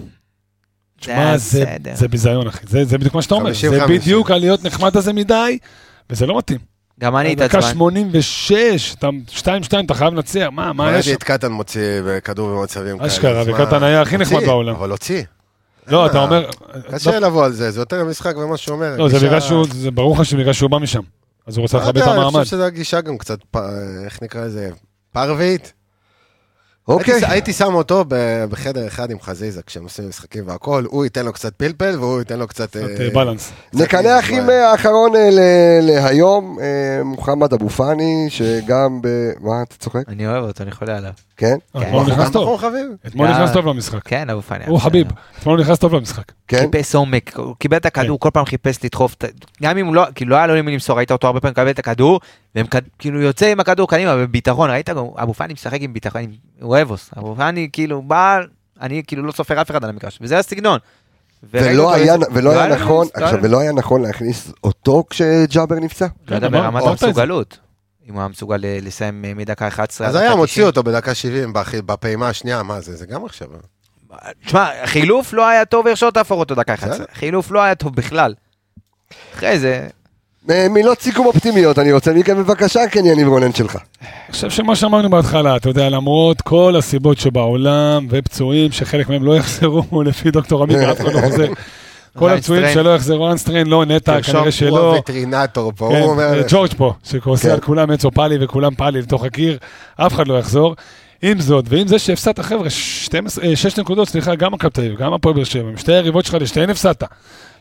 E: תשמע, זה-
B: אה, בסדר.
E: זה ביזיון, אחי. זה זה בדיוק מה שאתה אומר.
F: 50,
E: זה
F: 50.
E: בדיוק הלהיות נחמד הזה מדי, וזה לא מתאים.
B: גם אני
E: דקה
B: התעצבן.
E: 86, אתה 2-2, אתה חייב לנצח, מה, מה יש?
F: ראיתי לא את קטן מוציא כדור במצבים כאלה.
E: אשכרה,
F: אז מה?
E: וקטן היה הכי נחמד
F: הוציא,
E: בעולם.
F: אבל הוציא.
E: לא, אתה אומר...
F: קשה לבוא על זה, זה יותר המשחק ומה שהוא אומר.
E: לא, זה
F: הגישה-
E: בגלל שהוא, זה ברור לך שבגלל שהוא בא משם. אז הוא רוצה
F: לא
E: לכבד
F: יודע,
E: את
F: אני
E: המעמד.
F: חושב שזו הגישה גם קצת, פ- איך נקרא לזה, פרווית.
A: אוקיי,
F: הייתי- הייתי שם אותו ב- בחדר אחד עם חזיזה, כשהם עושים משחקים והכל, הוא ייתן לו קצת פלפל והוא ייתן לו קצת...
E: קצת,
F: אה, כאילו
E: אה, בלנס.
A: נקנח עם אה, האחרון אה, ל- להיום, אה, מוחמד אבו פאני, שגם ב... מה, אתה צוחק?
B: אני אוהב אותו, אני חולה עליו.
A: כן?
E: אה,
B: כן.
E: אתמול הוא
F: גם
E: נכנס
F: נכון,
E: טוב.
F: חביב?
E: אתמול הוא נכנס טוב למשחק.
B: כן, אבו פאני.
E: הוא חביב. אתמול הוא נכנס טוב למשחק.
A: כן?
B: חיפש עומק, הוא קיבל את הכדור, כל פעם חיפש לדחוף, את ה- גם אם הוא לא, כאילו לא היה לו למי למסור, ראית אותו הרבה פעמים מקבל את הכדור, וכאילו יוצא עם הכדור קדימה בביטחון, ראית גם, אבו פאני משחק עם ביטחון, עם- הוא אבוס, אבו פאני כאילו בא, אני כאילו לא סופר אף אחד על המגרש, וזה הסגנון. וראיתי
A: ולא
B: אותו
A: היה-
B: יוצא-
A: ולא היה
B: לו
A: נכון,
B: מינוס, לא היה
A: עכשיו,
B: לו-
A: ולא היה נכון להכניס אותו כשג'אבר נפצע?
B: לא יודע,
E: אמר-
B: ברמת
E: אמרת את זה.
B: המסוגלות. אם הוא היה מסוגל ל- לסיים אה, מדקה
A: לא,
B: 11.
F: אז
B: עד
F: היה
B: דקה
F: מוציא
B: 90.
F: אותו בדקה 70 בח- בפעימה השנייה, מה זה? זה גם עכשיו.
B: תשמע, חילוף לא היה טוב, הרשו תהפוך אותו דקה 11.
F: בסדר.
B: חילוף לא היה טוב בכלל. אחרי זה,
A: מ- מילות אה, סיכום אופטימיות, אני רוצה מכאן בבקשה, כן, יניב רונן שלך.
E: אני חושב שמה שאמרנו בהתחלה, אתה יודע, למרות כל הסיבות שבעולם, ופצועים שחלק מהם לא יחזרו, לפי דוקטור עמית, אף אחד לא חוזר. כל הפצועים
B: איינשטיין.
E: שלא יחזרו, אנסטריין, לא, נטע,
B: תרשום,
E: כנראה
F: כאילו הוא
E: שלא.
F: הווטרינטור פה, הוא אומר...
E: כן, ג'ורג' פה,
A: כן.
E: שכועסה על כולם אצו פאלי וכולם פאלי לתוך הקיר, אף אחד לא יחזור. עם זאת, ועם זה שהפסדת, חבר'ה, 12, אה, שש נקודות, סליחה, גם מכבי תל אביב, גם הפועל באר שבע, עם שתי היריבות שלך, לשתיהן הפסדת.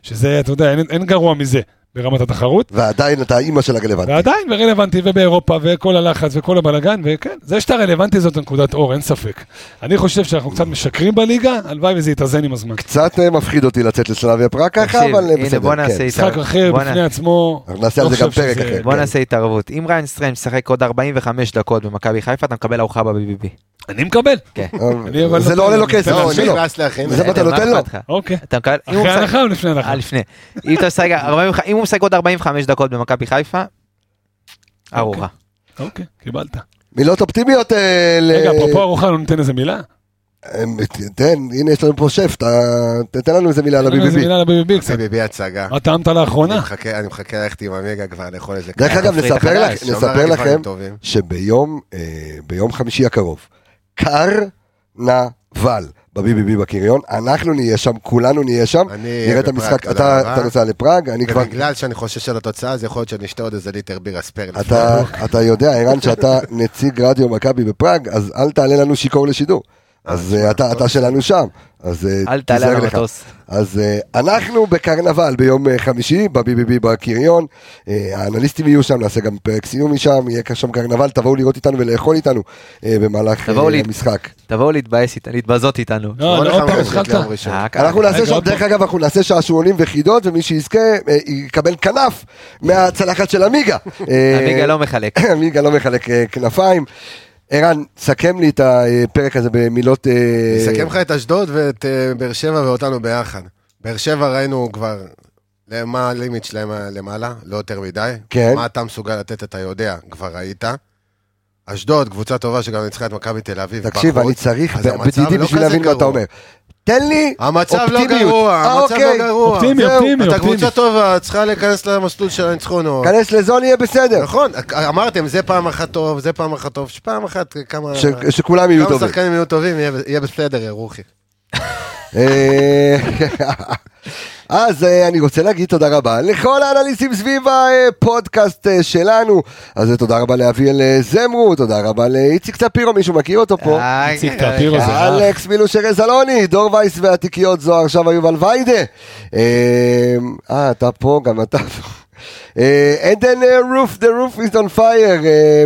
E: שזה, אתה יודע, אין, אין גרוע מזה ברמת התחרות.
A: ועדיין אתה אימא של הרלוונטי.
E: ועדיין ורלוונטי ובאירופה וכל הלחץ וכל הבלגן וכן, זה שאתה רלוונטי זאת נקודת אור, אין ספק. אני חושב שאנחנו קצת משקרים בליגה, הלוואי וזה יתאזן עם הזמן.
A: קצת אה, מפחיד אותי לצאת לסלאביה פראג ככה,
B: תקשיב,
A: אבל אה,
B: הנה
A: בסדר,
B: בוא
A: כן.
B: נעשה
E: משחק
B: התערבות.
E: אחר
B: בוא נ-
E: בפני עצמו.
A: אנחנו נעשה על
E: לא
A: זה גם
E: חושב
A: פרק
E: שזה-
A: אחר.
B: בוא
A: כן.
B: נעשה התערבות. אם ריין סטריין משחק עוד 45 דקות במכבי חיפה, אתה מקבל ארוחה בביביבי.
E: אני מקבל.
B: כן.
E: אני אבל
A: זה
E: לא
A: לא עולה לו
E: נותן לו,
A: כסף,
E: לא,
F: לא,
A: תעשי
F: אני
A: לו.
F: נמאס להכין.
A: זה מה אתה
B: בסדר,
A: נותן
B: מה
A: לו?
B: אכפת לך?
E: אוקיי.
B: אתה מקבל... אם הוא
E: אחרי
B: משחק-
E: ההנחה או לפני ההנחה?
B: אה, לפני. אם אתה משחק 45 אם הוא משחק עוד 45 דקות במכבי חיפה, ארוחה.
E: אוקיי, קיבלת.
A: אה, מילות אופטימיות אה, ל...
E: רגע, אפרופו ארוחה, לא ניתן איזה מילה?
A: אה, תן, הנה יש לנו פה שף, ת- תתן לנו איזה מילה על
E: איזה
A: הביביבי.
E: מילה לביביבי קצת.
F: ביבי הצגה.
E: מה טעמת לאחרונה?
F: אני מחכה- אני מחכה ללכת עם המגה כבר לאכול איזה...
A: דרך אגב,
B: התפריט
A: נספר
B: החדש,
A: לכ-
F: שאומר
A: נספר
F: רק
A: לכם
F: דברים טובים.
A: שביום אה, ביום חמישי הקרוב, קרנבל בביביבי בקריון, אנחנו נהיה שם, כולנו נהיה שם,
F: אני
A: נראה את
F: בפראג,
A: המשחק,
F: תודה
A: אתה
F: רבה.
A: אתה נוסע לפראג, אני כבר...
F: ובגלל שאני חושש על התוצאה, אז יכול להיות שאני אשתה עוד איזה ליטר בירה ספייר. לפני.
A: אתה, אתה יודע, ערן, שאתה נציג רדיו מכבי בפראג, אז אל תעלה לנו שיכור לשידור. אז אה, אתה, אתה שלנו שם, אז אה,
B: אל תעלה
A: תיזהר
B: על
A: לך.
B: המטוס.
A: אז אה, אנחנו בקרנבל ביום אה, חמישי בביביבי בקריון, אה, האנליסטים יהיו שם, נעשה גם פרק סיום משם, יהיה כאן שם קרנבל, תבואו לראות איתנו ולאכול איתנו אה, במהלך אה,
B: תבואו לי-
A: המשחק.
B: תבואו להתבאס איתנו, להתבזות איתנו.
E: לא,
F: בוא
E: לא, עוד פעם
F: נחמם את זה
E: התחלת?
F: גם ראשון.
B: אה, ככה.
A: אנחנו נעשה
E: רגע,
A: שם,
E: עוד
A: דרך
E: פעם.
A: אגב, אנחנו נעשה שעשועונים וחידות, ומי שיזכה אה, יקבל כנף מהצלחת של עמיגה. אה,
B: עמיגה לא מחלק.
A: עמיגה לא מחלק אה, כנפיים. ערן, סכם לי את הפרק הזה במילות... אה,
F: נסכם לך את אשדוד ואת אה, באר שבע ואותנו ביחד. באר שבע ראינו כבר מה הלימיט שלהם למעלה, לא יותר מדי.
A: כן.
F: מה אתה מסוגל לתת, אתה יודע, כבר ראית. אשדוד, קבוצה טובה שגם ניצחה את מכבי תל אביב.
A: תקשיב,
F: בחוץ.
A: אני צריך
F: אז המצב
A: בדידי
F: לא
A: בשביל
F: כזה
A: להבין מה אתה
F: גרוע.
A: אומר. תן לי
F: המצב לא
A: אופטימיות.
F: גרוע,
A: אה,
F: המצב לא
A: אוקיי.
F: גרוע.
E: אופטימי,
F: זהו,
E: אופטימי,
F: אתה
E: אופטימי.
F: קבוצה טובה, צריכה להיכנס למסלול של הניצחון. או-
A: כנס לזון, יהיה בסדר.
F: נכון, אמרתם, זה פעם אחת טוב, זה פעם אחת טוב, שפעם אחת כמה...
A: ש- שכולם יהיו
F: כמה
A: טובים.
F: שחקנים יהיו טובים, יהיה- יהיה בסדר, יא רוחי.
A: אה, אז אה, אני רוצה להגיד תודה רבה לכל האנליסטים סביב הפודקאסט אה, שלנו. אז אה, תודה רבה לאביאל אה, זמרו, תודה רבה לאיציק ספירו, מישהו מכיר אותו פה?
B: אה,
E: איציק
B: רגע,
E: טפירו
B: רגע.
E: זה רע.
A: אלכס מילושר זלוני, דור וייס והתיקיות זוהר שווה יובל ויידה. אה, אה, אתה פה, גם אתה פה. אה, עדן רוף, the roof is on fire, אה,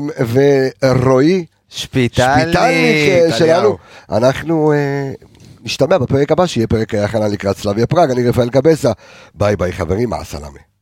A: ורועי שפיטלניק
B: שפיטלניק.
A: אה, שלנו. אנחנו אה, נשתמע בפרק הבא, שיהיה פרק אה, הכנה לקראת סלאביה פראג, אני רפאל קבסה. ביי ביי חברים, מה הסלאמה.